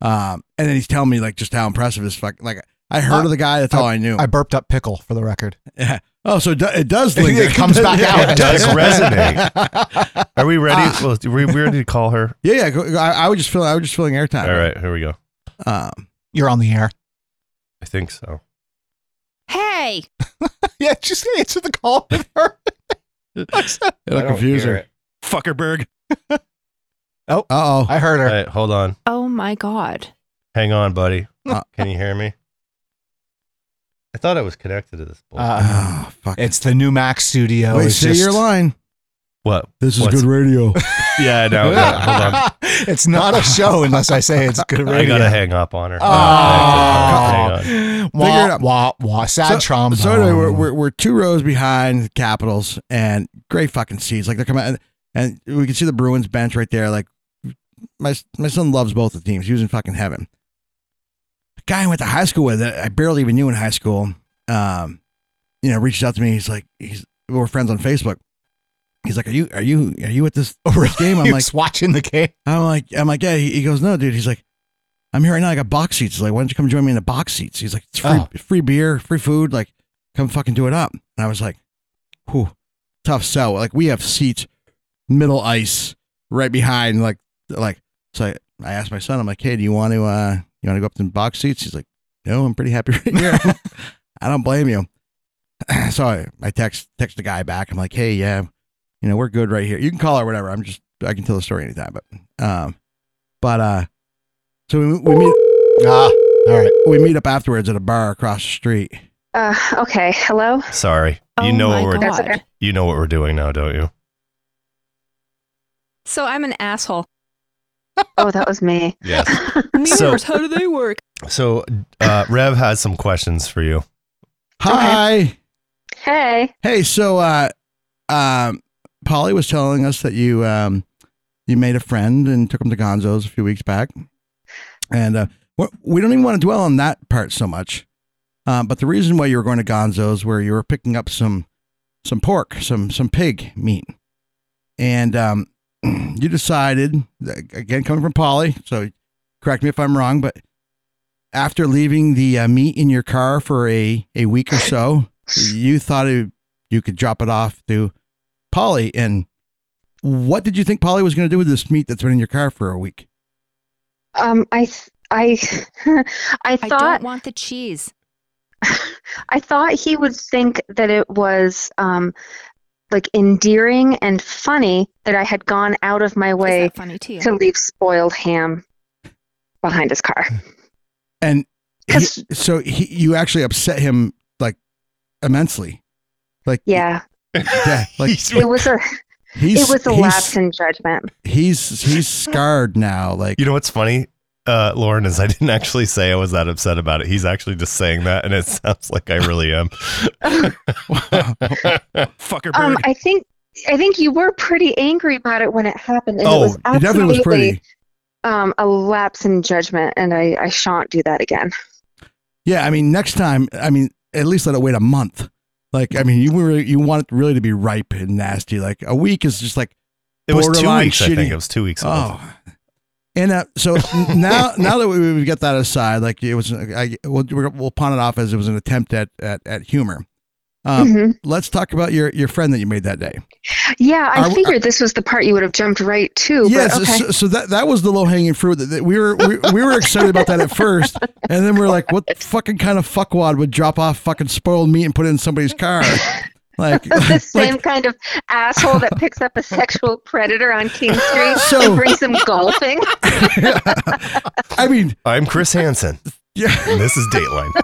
[SPEAKER 1] Um, and then he's telling me like just how impressive this fuck. Like I heard of the guy. That's all I knew.
[SPEAKER 5] I burped up pickle for the record.
[SPEAKER 1] Yeah. Oh, so it do- it does linger.
[SPEAKER 5] it comes back
[SPEAKER 1] yeah.
[SPEAKER 5] out.
[SPEAKER 2] It does resonate. Are we ready?
[SPEAKER 1] ah.
[SPEAKER 2] well, are we ready to call her?
[SPEAKER 1] Yeah, yeah. go- go- I, I was just filling. I was just filling airtime.
[SPEAKER 2] All right, here we go.
[SPEAKER 1] Um,
[SPEAKER 5] You're on the air.
[SPEAKER 2] I think so.
[SPEAKER 8] Hey,
[SPEAKER 5] Yeah, just answer the call with her.
[SPEAKER 1] it'll confuse her.
[SPEAKER 6] Fuckerberg.
[SPEAKER 1] Uh oh.
[SPEAKER 5] Oh. I heard
[SPEAKER 2] All
[SPEAKER 5] her.
[SPEAKER 2] right, hold on.
[SPEAKER 8] oh my god.
[SPEAKER 2] Hang on, buddy.
[SPEAKER 1] Uh,
[SPEAKER 2] Can you hear me? I thought I was connected to this. bull-
[SPEAKER 5] Uh,
[SPEAKER 1] Oh fuck.
[SPEAKER 5] it's the new Mac studio.
[SPEAKER 1] Wait,
[SPEAKER 5] It's
[SPEAKER 1] say
[SPEAKER 5] just-
[SPEAKER 1] your line.
[SPEAKER 2] what?
[SPEAKER 1] This
[SPEAKER 2] is What's- good
[SPEAKER 1] radio.
[SPEAKER 2] Yeah, I
[SPEAKER 1] Oh,
[SPEAKER 2] know. yeah, hold on.
[SPEAKER 5] it's not a show unless I say it's good radio.
[SPEAKER 2] I gotta hang up on her. I have to- hang on.
[SPEAKER 5] Oh,
[SPEAKER 1] Figure it
[SPEAKER 5] wah,
[SPEAKER 1] out.
[SPEAKER 5] wah, wah. Sad
[SPEAKER 1] So-
[SPEAKER 5] trauma.
[SPEAKER 1] so anyway,
[SPEAKER 5] Um,
[SPEAKER 1] we're, we're we're two rows behind the Capitals, and great fucking seats. Like they're coming, out, and, and we can see the Bruins bench right there. Like my my son loves both the teams. He was in fucking heaven. The guy I went to high school with, that I barely even knew in high school. Um, you know, reaches out to me. He's like, he's we're friends on Facebook. He's like, are you are you are you at this game? I'm
[SPEAKER 5] He
[SPEAKER 1] like,
[SPEAKER 5] was watching the game.
[SPEAKER 1] I'm like, I'm like, yeah. He, he goes, no, dude. He's like, I'm here right now. I got box seats. Like, why don't you come join me in the box seats? He's like, it's free,
[SPEAKER 5] Oh.
[SPEAKER 1] free beer, free food. Like, come fucking do it up. And I was like, whew, tough sell. Like, we have seats, middle ice, right behind. Like, like. So I, I asked my son. I'm like, hey, do you want to, uh, you want to go up to the box seats? He's like, no, I'm pretty happy right here. I don't blame you. so I, I text text the guy back. I'm like, hey, yeah, you know, we're good right here. You can call or whatever. I'm just I can tell the story anytime, but um, but uh, so we, we meet
[SPEAKER 5] Ah, all right.
[SPEAKER 1] we meet up afterwards at a bar across the street.
[SPEAKER 10] Uh, okay. Hello.
[SPEAKER 2] Sorry,
[SPEAKER 8] oh
[SPEAKER 2] you know
[SPEAKER 8] my
[SPEAKER 2] what we're
[SPEAKER 8] god.
[SPEAKER 10] That's okay.
[SPEAKER 2] you know what we're doing now, don't you?
[SPEAKER 8] So I'm an asshole.
[SPEAKER 10] Oh, that was me.
[SPEAKER 2] Yes.
[SPEAKER 8] Meters, how do they work?
[SPEAKER 2] So, uh, Rev has some questions for you.
[SPEAKER 1] Hi,
[SPEAKER 10] Hey.
[SPEAKER 1] hey. So uh, um, Polly was telling us that you um, you made a friend and took him to Gonzo's a few weeks back, and uh, we're- we don't even want to dwell on that part so much. Um, but the reason why you were going to Gonzo's, where you were picking up some some pork, some some pig meat, and um, you decided again coming from Polly, so correct me if I'm wrong, but after leaving the uh, meat in your car for a a week or so, you thought it, you could drop it off to Polly. And what did you think Polly was going to do with this meat that's been in your car for a week?
[SPEAKER 10] Um, I, th- I, I
[SPEAKER 8] I
[SPEAKER 10] thought
[SPEAKER 8] don't want the cheese.
[SPEAKER 10] I thought he would think that it was um, like endearing and funny that I had gone out of my
[SPEAKER 8] Is
[SPEAKER 10] way
[SPEAKER 8] that funny to you?
[SPEAKER 10] to leave spoiled ham behind his car.
[SPEAKER 1] And he-
[SPEAKER 10] 'Cause-
[SPEAKER 1] so he, you actually upset him like immensely. Like
[SPEAKER 10] Yeah,
[SPEAKER 1] yeah, like
[SPEAKER 10] it was a
[SPEAKER 1] he's
[SPEAKER 10] it was a
[SPEAKER 1] he's,
[SPEAKER 10] lapse in judgment.
[SPEAKER 1] he's he's scarred now. Like
[SPEAKER 2] You know what's funny, uh, Lauren, is I didn't actually say I was that upset about it. He's actually just saying that, and it sounds like I really am.
[SPEAKER 10] Um,
[SPEAKER 11] Fuckerberg.
[SPEAKER 10] I think I think you were pretty angry about it when it happened. And
[SPEAKER 2] Oh,
[SPEAKER 10] it was
[SPEAKER 1] it
[SPEAKER 10] absolutely
[SPEAKER 1] definitely was pretty.
[SPEAKER 10] um, a lapse in judgment, and I I shan't do that again.
[SPEAKER 1] Yeah, I mean next time, I mean at least let it wait a month. Like I mean, you were you want it really to be ripe and nasty. Like a week is just like
[SPEAKER 2] It was two
[SPEAKER 1] Borderline
[SPEAKER 2] weeks. I
[SPEAKER 1] shitty.
[SPEAKER 2] think it was two weeks. ago.
[SPEAKER 1] Oh, And uh, so now, now that we, we've got that aside, like it was, I, we'll, we're- we'll pawn it off as it was an attempt at at, at humor. Um,
[SPEAKER 10] Mhm.
[SPEAKER 1] Let's talk about your your friend that you made that day.
[SPEAKER 10] Yeah, I
[SPEAKER 1] Are-
[SPEAKER 10] figured this was the part you would have jumped right to.
[SPEAKER 1] Yes,
[SPEAKER 10] but okay.
[SPEAKER 1] so, so that that was the low hanging fruit that, that we were we, we were excited about that at first, and then we are like, what fucking kind of fuckwad would drop off fucking spoiled meat and put it in somebody's car? Like,
[SPEAKER 10] the same kind of asshole that picks up a sexual predator on King Street
[SPEAKER 1] So-
[SPEAKER 10] and brings them golfing.
[SPEAKER 1] I mean,
[SPEAKER 2] I'm Chris Hansen.
[SPEAKER 1] Yeah.
[SPEAKER 2] And this is Dateline.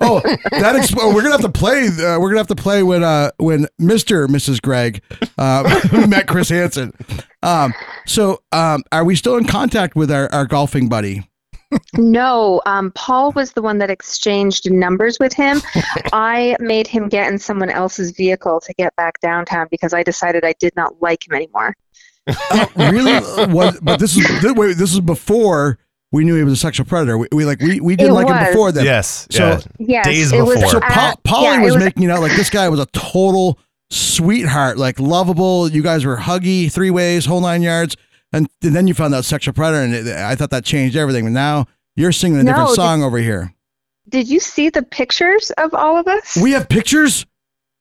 [SPEAKER 1] oh, that exp- oh, we're gonna have to play. Uh, we're gonna have to play when uh, when Mister Mrs. Greg uh, met Chris Hansen. Um, so, um, are we still in contact with our, our golfing buddy?
[SPEAKER 10] No, um, Paul was the one that exchanged numbers with him. I made him get in someone else's vehicle to get back downtown because I decided I did not like him anymore.
[SPEAKER 1] Really? uh, Was, but this is this, wait, this is before we knew he was a sexual predator. We, we like we, we didn't
[SPEAKER 10] It
[SPEAKER 1] like him
[SPEAKER 10] was.
[SPEAKER 1] before then.
[SPEAKER 2] Yes,
[SPEAKER 1] So
[SPEAKER 10] yeah. Yes,
[SPEAKER 2] Days
[SPEAKER 10] it was
[SPEAKER 2] before.
[SPEAKER 1] so
[SPEAKER 10] at-
[SPEAKER 1] pa- Polly
[SPEAKER 10] Uh, yeah, it
[SPEAKER 1] was,
[SPEAKER 10] was-
[SPEAKER 1] making out like this guy was a total sweetheart, like lovable. You guys were huggy three ways, whole nine yards, and, and then you found out sexual predator, and it, I thought that changed everything. But now you're singing a
[SPEAKER 10] No,
[SPEAKER 1] different
[SPEAKER 10] this-
[SPEAKER 1] song over here.
[SPEAKER 10] Did you see the pictures of all of us?
[SPEAKER 1] We have pictures.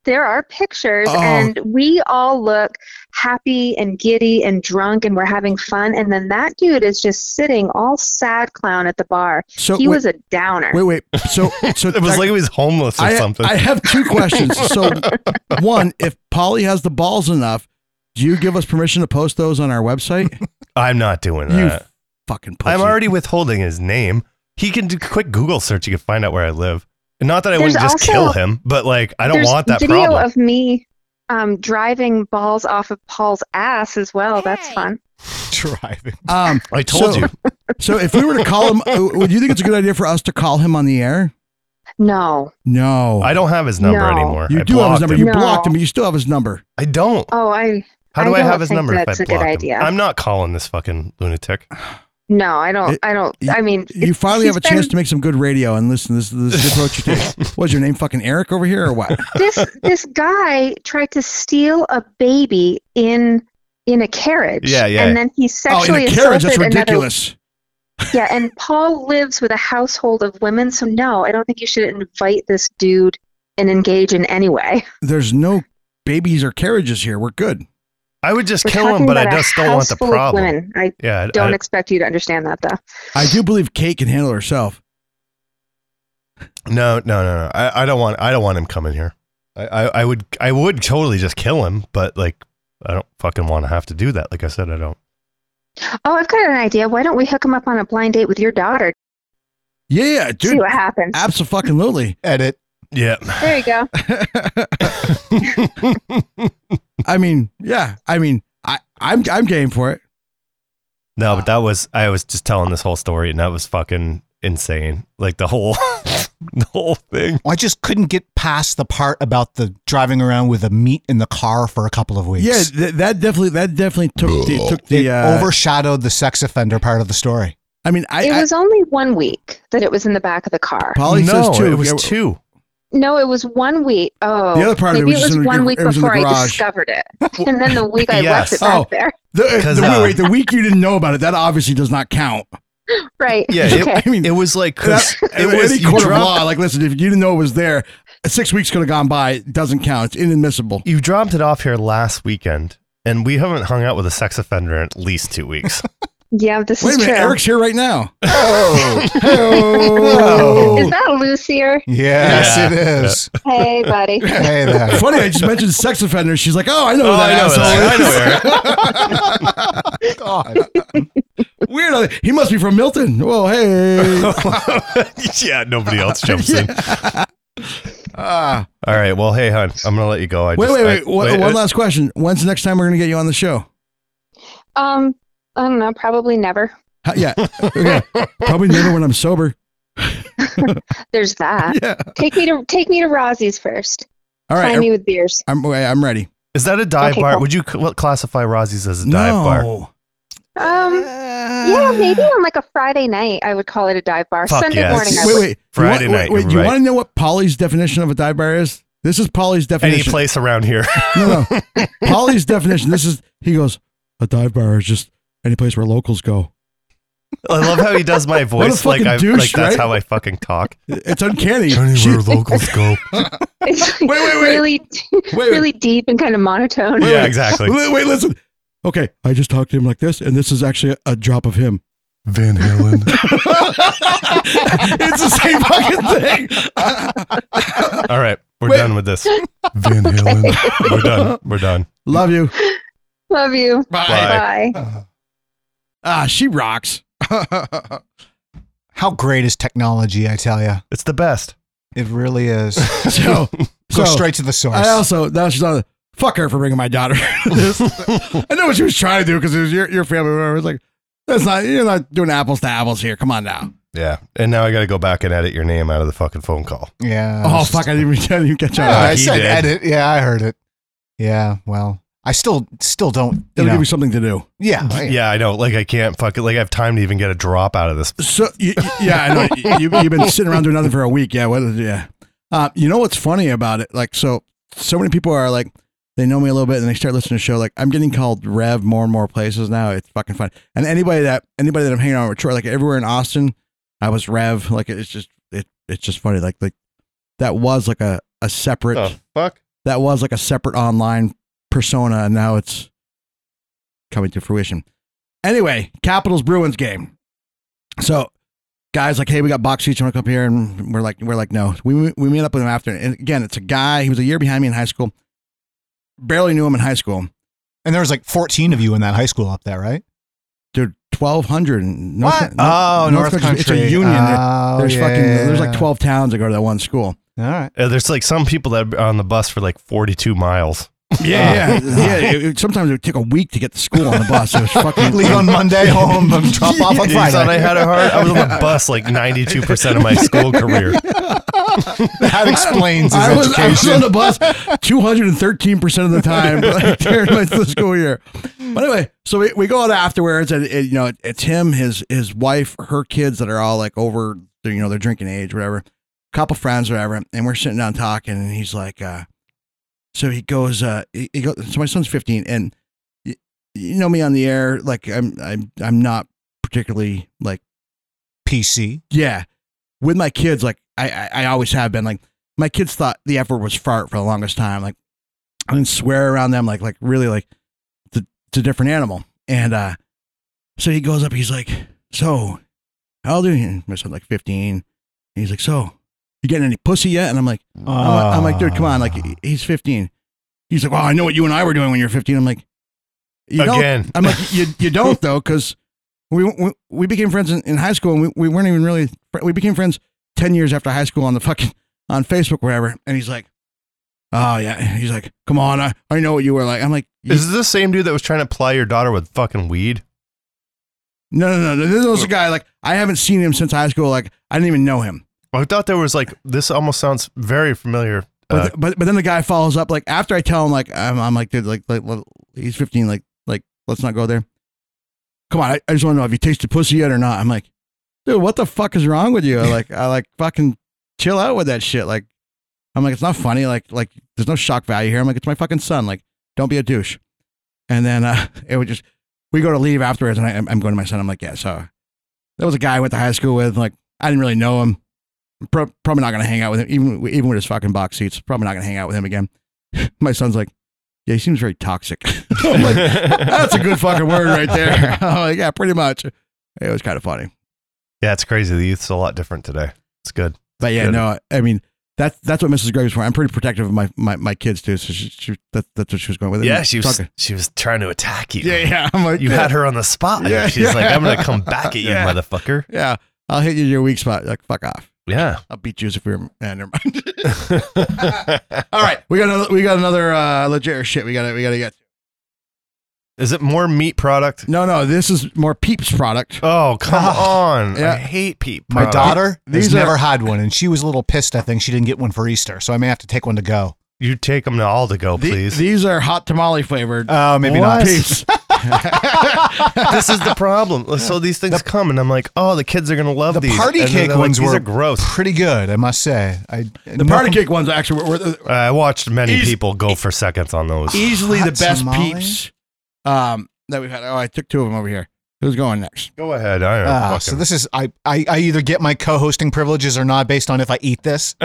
[SPEAKER 10] There are pictures,
[SPEAKER 1] Oh.
[SPEAKER 10] and we all look happy and giddy and drunk, and we're having fun. And then that dude is just sitting all sad clown at the bar.
[SPEAKER 1] So
[SPEAKER 10] he
[SPEAKER 1] wait-
[SPEAKER 10] was a downer.
[SPEAKER 1] Wait, wait. So, so
[SPEAKER 2] It was like he was homeless or
[SPEAKER 1] I,
[SPEAKER 2] something.
[SPEAKER 1] I have two questions. So, one, if Polly has the balls enough, do you give us permission to post those on our website?
[SPEAKER 2] I'm not doing
[SPEAKER 1] You
[SPEAKER 2] that.
[SPEAKER 1] fucking pussy.
[SPEAKER 2] I'm already withholding his name. He can do a quick Google search. He can find out where I live. And not that I
[SPEAKER 10] There's
[SPEAKER 2] wouldn't just
[SPEAKER 10] also-
[SPEAKER 2] kill him, but like I don't
[SPEAKER 10] There's
[SPEAKER 2] want that
[SPEAKER 10] video
[SPEAKER 2] problem.
[SPEAKER 10] of me um, driving balls off of Paul's ass as well. That's fun.
[SPEAKER 5] Driving.
[SPEAKER 1] Um,
[SPEAKER 2] I told
[SPEAKER 1] so-
[SPEAKER 2] you.
[SPEAKER 1] So, if we were to call him, uh, would you think it's a good idea for us to call him on the air?
[SPEAKER 10] No.
[SPEAKER 1] No,
[SPEAKER 2] I don't have his number
[SPEAKER 10] No.
[SPEAKER 2] anymore.
[SPEAKER 1] You
[SPEAKER 2] I
[SPEAKER 1] do have his
[SPEAKER 2] blocked
[SPEAKER 1] number.
[SPEAKER 2] him.
[SPEAKER 1] You
[SPEAKER 10] No.
[SPEAKER 1] blocked him, but you still have his number.
[SPEAKER 2] I don't.
[SPEAKER 10] Oh, I.
[SPEAKER 2] How do I,
[SPEAKER 10] don't
[SPEAKER 2] have his
[SPEAKER 10] think
[SPEAKER 2] number if I
[SPEAKER 10] That's a
[SPEAKER 2] block
[SPEAKER 10] good
[SPEAKER 2] him?
[SPEAKER 10] idea.
[SPEAKER 2] I'm not calling this fucking lunatic.
[SPEAKER 10] no, I don't.
[SPEAKER 1] It-
[SPEAKER 10] I don't. I mean,
[SPEAKER 1] You
[SPEAKER 10] it-
[SPEAKER 1] finally
[SPEAKER 10] he's
[SPEAKER 1] have a chance
[SPEAKER 10] been-
[SPEAKER 1] to make some good radio. And listen, this, this is the approach you take. Was your name fucking Eric over here or what?
[SPEAKER 10] this this guy tried to steal a baby in in a carriage.
[SPEAKER 2] Yeah, yeah.
[SPEAKER 10] And then
[SPEAKER 1] Oh,
[SPEAKER 10] he
[SPEAKER 1] in
[SPEAKER 10] sexually
[SPEAKER 1] a carriage. That's
[SPEAKER 10] assaulted
[SPEAKER 1] ridiculous.
[SPEAKER 10] Another, yeah, and Paul lives with a household of women, so no, I don't think you should invite this dude and engage in any way.
[SPEAKER 1] There's no babies or carriages here. We're good.
[SPEAKER 2] I would just
[SPEAKER 10] We're
[SPEAKER 2] kill
[SPEAKER 10] talking
[SPEAKER 2] him, but I
[SPEAKER 10] about a
[SPEAKER 2] just don't want the
[SPEAKER 10] house full of
[SPEAKER 2] problem.
[SPEAKER 10] Women. I
[SPEAKER 2] Yeah, I-
[SPEAKER 10] don't
[SPEAKER 2] I-
[SPEAKER 10] expect you to understand that though.
[SPEAKER 1] I do believe Kate can handle herself.
[SPEAKER 2] no, no, no, no. I, I don't want. I don't want him coming here. I, I, I would, I would totally just kill him, but like, I don't fucking want to have to do that. Like I said, I don't.
[SPEAKER 10] Oh, I've got an idea. Why don't we hook him up on a blind date with your daughter?
[SPEAKER 1] Yeah, yeah,
[SPEAKER 10] See
[SPEAKER 1] dude.
[SPEAKER 10] what happens.
[SPEAKER 1] Absolutely.
[SPEAKER 5] Edit.
[SPEAKER 2] Yeah,
[SPEAKER 10] There you go.
[SPEAKER 1] I mean, yeah. I mean, I, I'm, I'm game for it.
[SPEAKER 2] no, but that was. I was just telling this whole story, and that was fucking insane. Like the whole, the whole thing.
[SPEAKER 5] I just couldn't get past the part about the driving around with a meat in the car for a couple of weeks.
[SPEAKER 1] Yeah, th- that definitely, that definitely took the, took
[SPEAKER 5] It
[SPEAKER 1] the uh,
[SPEAKER 5] overshadowed the sex offender part of the story.
[SPEAKER 1] I mean, I,
[SPEAKER 10] it
[SPEAKER 1] I
[SPEAKER 10] was only one week that it was in the back of the car.
[SPEAKER 1] Polly
[SPEAKER 2] no,
[SPEAKER 1] says too.
[SPEAKER 2] it was
[SPEAKER 1] yeah,
[SPEAKER 2] two.
[SPEAKER 10] No, it was one week. Oh,
[SPEAKER 1] The other part of it
[SPEAKER 10] maybe
[SPEAKER 1] was
[SPEAKER 10] it
[SPEAKER 1] just
[SPEAKER 10] was
[SPEAKER 1] in the gar-
[SPEAKER 10] one week
[SPEAKER 1] it was in the
[SPEAKER 10] before I
[SPEAKER 1] garage.
[SPEAKER 10] discovered it, and then the week I
[SPEAKER 2] Yes.
[SPEAKER 10] left it back
[SPEAKER 1] Oh.
[SPEAKER 10] there.
[SPEAKER 1] The,
[SPEAKER 2] Because,
[SPEAKER 1] the-
[SPEAKER 2] uh,
[SPEAKER 1] wait, the week you didn't know about it, that obviously does not count.
[SPEAKER 10] Right.
[SPEAKER 2] Yeah,
[SPEAKER 10] okay.
[SPEAKER 2] it, it was like 'cause
[SPEAKER 1] It
[SPEAKER 2] it was
[SPEAKER 1] any
[SPEAKER 2] you
[SPEAKER 1] court of
[SPEAKER 2] dropped-
[SPEAKER 1] law, like, listen, if you didn't know it was there, six weeks could have gone by. It doesn't count. It's inadmissible.
[SPEAKER 2] you dropped it off here last weekend, and we haven't hung out with a sex offender in at least two weeks.
[SPEAKER 10] yeah, this
[SPEAKER 1] Wait
[SPEAKER 10] is
[SPEAKER 1] a minute,
[SPEAKER 10] true.
[SPEAKER 1] Eric's here right now.
[SPEAKER 5] Oh,
[SPEAKER 1] oh.
[SPEAKER 10] is that Lucier?
[SPEAKER 5] yes,
[SPEAKER 2] Yeah.
[SPEAKER 5] it is.
[SPEAKER 10] Hey, buddy.
[SPEAKER 5] Hey there.
[SPEAKER 1] Funny, I just mentioned sex offenders. She's like, oh, I know who
[SPEAKER 2] Oh,
[SPEAKER 1] that
[SPEAKER 2] I know
[SPEAKER 1] asshole
[SPEAKER 2] that. I know
[SPEAKER 1] is.
[SPEAKER 2] Eric.
[SPEAKER 5] God.
[SPEAKER 1] Weird. uh, He must be from Milton. Whoa, hey.
[SPEAKER 2] yeah, nobody else jumps in.
[SPEAKER 1] Ah.
[SPEAKER 2] All right. Well, hey, hon, I'm gonna let you go. I
[SPEAKER 1] wait,
[SPEAKER 2] just,
[SPEAKER 1] wait,
[SPEAKER 2] I-
[SPEAKER 1] wait, One,
[SPEAKER 2] wait,
[SPEAKER 1] one
[SPEAKER 2] uh,
[SPEAKER 1] last question. When's the next time we're going to get you on the show?
[SPEAKER 10] Um, I don't know. Probably never.
[SPEAKER 1] Huh, yeah. Okay. Probably never when I'm sober.
[SPEAKER 10] There's that.
[SPEAKER 1] Yeah.
[SPEAKER 10] Take me to take me to Rosie's first.
[SPEAKER 1] All
[SPEAKER 10] Try
[SPEAKER 1] right. er,
[SPEAKER 10] me with beers.
[SPEAKER 1] I'm, I'm ready.
[SPEAKER 2] Is that a dive
[SPEAKER 10] Okay,
[SPEAKER 2] bar?
[SPEAKER 10] cool.
[SPEAKER 2] Would you cl- classify Rosie's as a dive bar?
[SPEAKER 1] No.
[SPEAKER 10] Um, yeah, maybe on like a Friday night, I would call it a dive bar.
[SPEAKER 2] Fuck
[SPEAKER 10] Sunday
[SPEAKER 2] yes.
[SPEAKER 10] morning, I
[SPEAKER 1] Wait,
[SPEAKER 10] would.
[SPEAKER 1] wait.
[SPEAKER 2] Friday
[SPEAKER 1] you want,
[SPEAKER 2] night,
[SPEAKER 1] Wait,
[SPEAKER 2] you're
[SPEAKER 1] you
[SPEAKER 2] right.
[SPEAKER 1] want to know what Polly's definition of a dive bar is? This is Polly's definition.
[SPEAKER 2] Any place around here?
[SPEAKER 1] No, no. Polly's definition. This is he goes. A dive bar is just any place where locals go.
[SPEAKER 2] I love how he does my
[SPEAKER 1] What a
[SPEAKER 2] voice. Like
[SPEAKER 1] fucking
[SPEAKER 2] I
[SPEAKER 1] douche,
[SPEAKER 2] like that's
[SPEAKER 1] right?
[SPEAKER 2] how I fucking talk.
[SPEAKER 1] It's uncanny.
[SPEAKER 2] Anywhere locals go.
[SPEAKER 10] It's like really, really deep and kind of monotone.
[SPEAKER 2] Yeah, exactly.
[SPEAKER 1] Wait, wait, listen. Okay, I just talked to him like this, and this is actually a drop of him.
[SPEAKER 6] Van Halen.
[SPEAKER 1] it's the same fucking thing.
[SPEAKER 2] All right, we're
[SPEAKER 1] Wait.
[SPEAKER 2] done with this.
[SPEAKER 6] Van Halen.
[SPEAKER 2] We're done. We're done.
[SPEAKER 1] Love you.
[SPEAKER 10] Love you.
[SPEAKER 2] Bye.
[SPEAKER 10] Bye.
[SPEAKER 1] Ah, she rocks.
[SPEAKER 5] How great is technology? I tell you,
[SPEAKER 2] It's the best.
[SPEAKER 5] it really is.
[SPEAKER 1] so,
[SPEAKER 5] Go
[SPEAKER 1] so
[SPEAKER 5] straight to the source.
[SPEAKER 1] I also that was just on the fuck her for bringing my daughter. I know what she was trying to do because it was your your family member. It's like that's not you're not doing apples to apples here. Come on now.
[SPEAKER 2] Yeah, and now I got to go back and edit your name out of the fucking phone call.
[SPEAKER 5] yeah.
[SPEAKER 1] Oh fuck! I didn't even, I didn't even catch
[SPEAKER 5] Yeah,
[SPEAKER 1] on.
[SPEAKER 5] Oh, I
[SPEAKER 2] he
[SPEAKER 5] said
[SPEAKER 2] did.
[SPEAKER 5] edit. Yeah, I heard it. Yeah. Well, I still still don't. You
[SPEAKER 1] It'll
[SPEAKER 5] know.
[SPEAKER 1] give you something to do.
[SPEAKER 5] yeah. I-
[SPEAKER 2] Yeah, I know. Like I can't fucking like I have time to even get a drop out of this.
[SPEAKER 1] So you, you- yeah, I know you, you've been sitting around doing nothing for a week. Yeah, what? is- Yeah, uh, you know what's funny about it? Like, so so many people are like, they know me a little bit, and they start listening to the show. Like, I'm getting called Rev more and more places now. It's fucking fun. And anybody that anybody that I'm hanging out with, Troy, like everywhere in Austin, I was Rev. Like, it's just it it's just funny. Like, like that was like a a separate
[SPEAKER 2] fuck?
[SPEAKER 1] that was like a separate online persona, and now it's coming to fruition. Anyway, Capitals Bruins game. So, guys, like, hey, we got box seats. You want to come up here? And we're like, we're like, no. We we meet up with him after. And again, it's a guy. He was a year behind me in high school. Barely knew him in high school.
[SPEAKER 5] And there was like 14 of you in that high school up there, right?
[SPEAKER 1] Dude, twelve hundred.
[SPEAKER 5] What? oh, North, Country.
[SPEAKER 1] It's a union.
[SPEAKER 5] Oh,
[SPEAKER 1] there's
[SPEAKER 5] yeah,
[SPEAKER 1] fucking.
[SPEAKER 5] yeah,
[SPEAKER 1] There's like
[SPEAKER 5] yeah.
[SPEAKER 1] twelve towns that go to that one school.
[SPEAKER 5] All right.
[SPEAKER 2] Uh, there's like some people that are on the bus for like 42 miles.
[SPEAKER 1] Yeah, yeah, yeah. It- it- sometimes it would take a week to get to school on the bus. It was fucking.
[SPEAKER 5] Leave on Monday, home, and drop off on
[SPEAKER 2] You thought I
[SPEAKER 5] Friday.
[SPEAKER 2] had a hard? I was on the bus like 92% of my school career.
[SPEAKER 5] That explains his
[SPEAKER 1] I was, I was
[SPEAKER 5] education.
[SPEAKER 1] on the bus 213% of the time like, during my the school year. But anyway, so we, we go out afterwards and, and, you know, it's him, his, his wife, her kids that are all like over, you know, their drinking age, whatever, couple friends, whatever. And we're sitting down talking and he's like, uh, so he goes, uh, he, he goes, so my son's 15 and y- you know me on the air. Like I'm, I'm, I'm not particularly like
[SPEAKER 5] PC.
[SPEAKER 1] yeah. With my kids, like I, I, I always have been like my kids thought the F word was fart for the longest time. Like I didn't swear around them, like like really like it's a- it's a different animal. And uh so he goes up, he's like, So, how old are you? And My son like fifteen. And he's like, So, you getting any pussy yet? And I'm like, I'm like, I'm like, dude, come on, like he- he's fifteen. He's like, Well, I know what you and I were doing when you were fifteen. I'm like, you don't-
[SPEAKER 2] Again.
[SPEAKER 1] I'm like, you you don't though, because we, we we became friends in, in high school, and we, we weren't even really fr- we became friends ten years after high school on the fucking on Facebook, wherever. And he's like, oh yeah, he's like, come on, I, I know what you were like. I'm like, you-
[SPEAKER 2] Is this the same dude that was trying to ply your daughter with fucking weed?
[SPEAKER 1] no, no, no, no, this
[SPEAKER 2] Oh.
[SPEAKER 1] was a guy like I haven't seen him since high school. Like I didn't even know him.
[SPEAKER 2] I thought there was like, this almost sounds very familiar.
[SPEAKER 1] But
[SPEAKER 2] Uh,
[SPEAKER 1] th- but but then the guy follows up like after I tell him like I'm, I'm like dude like, like well, he's 15 like like let's not go there. Come on, I, I just want to know have you tasted pussy yet or not? I'm like, dude, what the fuck is wrong with you? I like I like fucking chill out with that shit. Like I'm like it's not funny. Like like there's no shock value here. I'm like it's my fucking son. Like don't be a douche. And then uh, it would just we go to leave afterwards, and I, I'm going to my son. I'm like yeah, so that was a guy I went to high school with. Like I didn't really know him pro- probably not going to hang out with him, even even with his fucking box seats. Probably not going to hang out with him again. My son's like, yeah, he seems very toxic. I'm like, that's a good fucking word right there. I'm like, yeah, pretty much. It was kind of funny,
[SPEAKER 2] yeah, it's crazy. The youth's a lot different today. It's good.
[SPEAKER 1] but yeah,
[SPEAKER 2] Good.
[SPEAKER 1] no, I mean. That's that's what Mrs. Graves for. I'm pretty protective of my, my, my kids too. So she, she that, that's what she was going with.
[SPEAKER 2] Yeah, she was,
[SPEAKER 1] Talking-
[SPEAKER 2] she was trying to attack you.
[SPEAKER 1] Yeah, yeah. I'm like
[SPEAKER 2] You
[SPEAKER 1] yeah,
[SPEAKER 2] had her on the spot.
[SPEAKER 1] Yeah,
[SPEAKER 2] She's like,
[SPEAKER 1] yeah.
[SPEAKER 2] I'm going to come back at you,
[SPEAKER 1] Yeah.
[SPEAKER 2] motherfucker.
[SPEAKER 1] Yeah, I'll hit you in your weak spot. Like fuck off.
[SPEAKER 2] Yeah.
[SPEAKER 1] I'll beat you if we were. Nah, never mind. All right, we got another we got another uh, legit shit. We got to we got to get.
[SPEAKER 2] Is it more meat product?
[SPEAKER 1] No, no, this is more Peeps product.
[SPEAKER 2] Oh, come on.
[SPEAKER 1] Ah, Yeah.
[SPEAKER 2] I hate Pete.
[SPEAKER 5] My
[SPEAKER 2] product.
[SPEAKER 5] daughter
[SPEAKER 1] These
[SPEAKER 5] has
[SPEAKER 1] are-
[SPEAKER 5] never had one, and she was a little pissed. I think she didn't get one for Easter, so I may have to take one to go.
[SPEAKER 2] You take them to all to go,
[SPEAKER 1] The-
[SPEAKER 2] please.
[SPEAKER 1] these are hot tamale flavored.
[SPEAKER 5] Oh, maybe not.
[SPEAKER 1] Uh, Peeps.
[SPEAKER 2] this is the problem. So these things come, and I'm like, oh, the kids are gonna love
[SPEAKER 5] The
[SPEAKER 2] these.
[SPEAKER 5] party
[SPEAKER 2] And then
[SPEAKER 5] cake
[SPEAKER 2] they're like,
[SPEAKER 5] ones
[SPEAKER 2] these
[SPEAKER 5] were
[SPEAKER 2] are gross.
[SPEAKER 5] Pretty good, I must say. I
[SPEAKER 1] The party cake ones actually were, were
[SPEAKER 2] I watched many
[SPEAKER 1] Eas-
[SPEAKER 2] people go for seconds on those.
[SPEAKER 1] easily the
[SPEAKER 5] Hot
[SPEAKER 1] best
[SPEAKER 5] tamale?
[SPEAKER 1] Peeps um, that we've had. Oh, I took two of them over here. Who's going next?
[SPEAKER 2] Go ahead. I don't
[SPEAKER 5] Ah, so this is I, I I either get my co-hosting privileges or not based on if I eat this.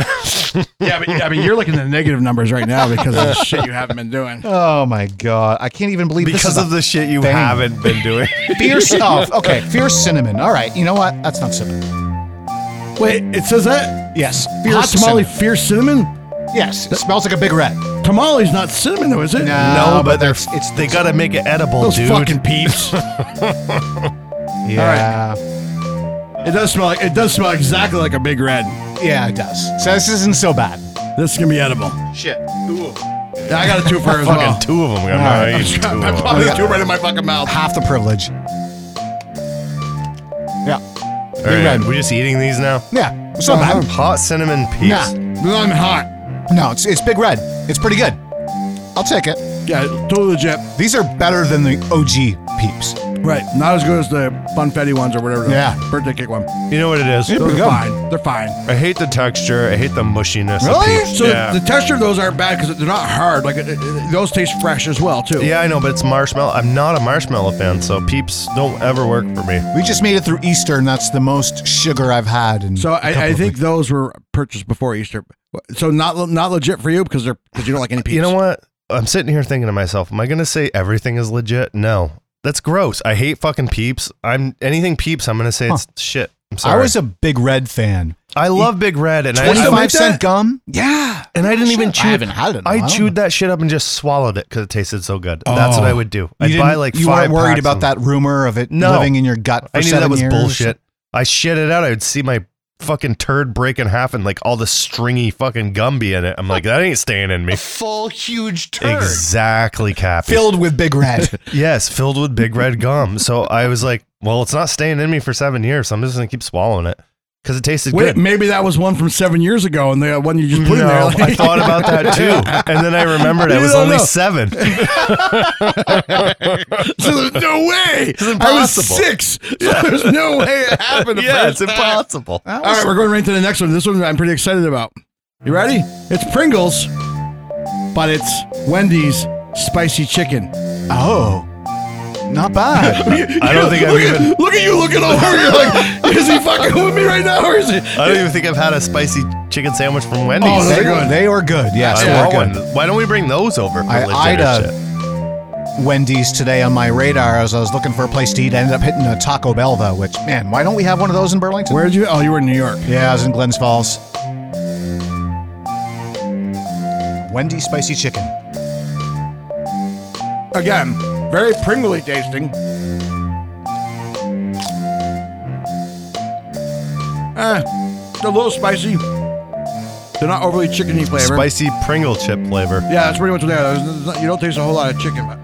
[SPEAKER 1] Yeah, but, I mean, you're looking at the negative numbers right now because of the shit you haven't been doing.
[SPEAKER 5] oh my god, I can't even believe this
[SPEAKER 2] because
[SPEAKER 5] is
[SPEAKER 2] of the shit you
[SPEAKER 5] thing.
[SPEAKER 2] haven't been doing.
[SPEAKER 5] a fierce. oh, okay, fierce cinnamon. All right, you know what? That's not cinnamon.
[SPEAKER 1] Wait, it says that?
[SPEAKER 5] Yes,
[SPEAKER 1] Hot
[SPEAKER 5] fierce
[SPEAKER 1] tamale,
[SPEAKER 5] cinnamon.
[SPEAKER 1] fierce cinnamon?
[SPEAKER 5] Yes, it smells like a big red.
[SPEAKER 1] Tamale's not cinnamon, though, is it?
[SPEAKER 5] No.
[SPEAKER 2] no,
[SPEAKER 5] Oh,
[SPEAKER 2] but
[SPEAKER 5] but
[SPEAKER 2] they're
[SPEAKER 5] that's-
[SPEAKER 2] it's
[SPEAKER 5] it's-
[SPEAKER 2] they gotta make it edible,
[SPEAKER 1] Those
[SPEAKER 2] dude.
[SPEAKER 1] fucking peeps.
[SPEAKER 5] Yeah,
[SPEAKER 1] it does smell like it does smell exactly like a big red.
[SPEAKER 5] yeah, it does. So this isn't so bad.
[SPEAKER 1] This is gonna be edible.
[SPEAKER 2] Shit.
[SPEAKER 1] Yeah, I got a twofer as
[SPEAKER 2] Fucking
[SPEAKER 1] well.
[SPEAKER 2] two of them. I'm
[SPEAKER 5] Oh. All
[SPEAKER 2] gonna
[SPEAKER 5] right.
[SPEAKER 2] eat two of
[SPEAKER 1] I
[SPEAKER 2] 'em.
[SPEAKER 1] popped a two right in my fucking mouth.
[SPEAKER 5] Half the privilege. Yeah,
[SPEAKER 2] All
[SPEAKER 5] big
[SPEAKER 2] right,
[SPEAKER 5] red.
[SPEAKER 2] we're just eating these now.
[SPEAKER 5] yeah, it's not bad.
[SPEAKER 2] Hot cinnamon peeps.
[SPEAKER 5] Uh-huh. Nah.
[SPEAKER 1] I'm hot.
[SPEAKER 5] No, it's it's big red. It's pretty good. I'll take it.
[SPEAKER 1] Yeah, totally legit.
[SPEAKER 5] These are better than the OG peeps.
[SPEAKER 1] Right. Not as good as the funfetti ones or whatever. the
[SPEAKER 5] Yeah.
[SPEAKER 1] Birthday cake one.
[SPEAKER 2] You know what it is?
[SPEAKER 5] Yeah.
[SPEAKER 1] Those
[SPEAKER 5] pretty
[SPEAKER 1] are
[SPEAKER 5] good.
[SPEAKER 1] fine. They're fine.
[SPEAKER 2] I hate the texture. I hate the mushiness.
[SPEAKER 5] Really?
[SPEAKER 2] Of peeps.
[SPEAKER 1] So
[SPEAKER 2] yeah.
[SPEAKER 1] the, the texture of those aren't bad because they're not hard. Like it, it- those taste fresh as well too.
[SPEAKER 2] yeah, I know, but it's marshmallow. I'm not a marshmallow fan, so peeps don't ever work for me.
[SPEAKER 5] We just made it through Easter, and that's the most sugar I've had. In
[SPEAKER 1] So
[SPEAKER 5] a couple
[SPEAKER 1] I, I
[SPEAKER 5] of
[SPEAKER 1] think
[SPEAKER 5] weeks.
[SPEAKER 1] those were purchased before Easter. So not le- not legit for you because they're because you don't like any peeps.
[SPEAKER 2] You know what? I'm sitting here thinking to myself, am I gonna say everything is legit? No. That's gross. I hate fucking peeps. I'm anything peeps, I'm gonna say it's shit. I'm
[SPEAKER 5] I
[SPEAKER 2] sorry. I,
[SPEAKER 5] was a big red fan.
[SPEAKER 2] love Big Red and I, I
[SPEAKER 5] Twenty-five cent
[SPEAKER 1] that?
[SPEAKER 5] gum. Yeah,
[SPEAKER 2] and I didn't even
[SPEAKER 5] Shit,
[SPEAKER 2] chew
[SPEAKER 5] I haven't had it. in a
[SPEAKER 2] I
[SPEAKER 5] while.
[SPEAKER 2] chewed that shit up and just swallowed it because it tasted so good. That's what I would do. I'd
[SPEAKER 5] Oh. You
[SPEAKER 2] buy
[SPEAKER 5] didn't-
[SPEAKER 2] like
[SPEAKER 5] you
[SPEAKER 2] five
[SPEAKER 5] weren't worried
[SPEAKER 2] packs
[SPEAKER 5] about
[SPEAKER 2] of-
[SPEAKER 5] that rumor of it
[SPEAKER 2] No.
[SPEAKER 5] living in your gut. For
[SPEAKER 2] I knew
[SPEAKER 5] seven
[SPEAKER 2] that was
[SPEAKER 5] years.
[SPEAKER 2] bullshit. I shit it out. I would see my fucking turd break in half and like all the stringy fucking gumby in it. I'm like, that ain't staying in me.
[SPEAKER 7] A full, huge turd.
[SPEAKER 2] Exactly, Cappy.
[SPEAKER 5] Filled with big red.
[SPEAKER 2] yes, filled with big red gum. So I was like, well, it's not staying in me for seven years. So I'm just gonna keep swallowing it because it tasted
[SPEAKER 1] Wait,
[SPEAKER 2] good.
[SPEAKER 1] maybe that was one from seven years ago, and the one you just put in there.
[SPEAKER 2] No,
[SPEAKER 1] like-
[SPEAKER 2] I thought about that too, and then I remembered I
[SPEAKER 1] You
[SPEAKER 2] was
[SPEAKER 1] don't
[SPEAKER 2] only
[SPEAKER 1] know.
[SPEAKER 2] seven.
[SPEAKER 1] so there's no way. I was
[SPEAKER 2] impossible.
[SPEAKER 1] six. So there's no way it happened. the
[SPEAKER 2] yeah, it's
[SPEAKER 1] first time.
[SPEAKER 2] impossible.
[SPEAKER 5] That
[SPEAKER 1] All
[SPEAKER 5] was-
[SPEAKER 1] right, we're going right to the next one. This one I'm pretty excited about. You ready? It's Pringles, but it's Wendy's spicy chicken.
[SPEAKER 5] oh, not bad.
[SPEAKER 2] I don't think I've
[SPEAKER 1] look
[SPEAKER 2] even.
[SPEAKER 1] At, look at you looking over. You're like, is he fucking with me right now, or is he?
[SPEAKER 2] I don't even think I've had a spicy chicken sandwich from Wendy's.
[SPEAKER 1] Oh,
[SPEAKER 5] they,
[SPEAKER 1] they're good.
[SPEAKER 5] they were good. Yes,
[SPEAKER 2] I
[SPEAKER 5] they were
[SPEAKER 2] want
[SPEAKER 5] good.
[SPEAKER 2] one. Why don't we bring those over? for
[SPEAKER 5] I
[SPEAKER 2] legit
[SPEAKER 5] eyed
[SPEAKER 2] or
[SPEAKER 5] a-
[SPEAKER 2] shit?
[SPEAKER 5] Wendy's today on my radar as I was looking for a place to eat. I ended up hitting a Taco Bell though, which man, why don't we have one of those in Burlington?
[SPEAKER 1] Where'd you? Oh, you were in New York.
[SPEAKER 5] Yeah, I was in Glens Falls. Wendy's spicy chicken.
[SPEAKER 1] Again, very Pringly tasting. Eh, it's a little spicy. They're not overly chickeny flavor.
[SPEAKER 2] spicy Pringle chip flavor.
[SPEAKER 1] Yeah, that's pretty much what they are. There's- there's not- You don't taste a whole lot of chicken. But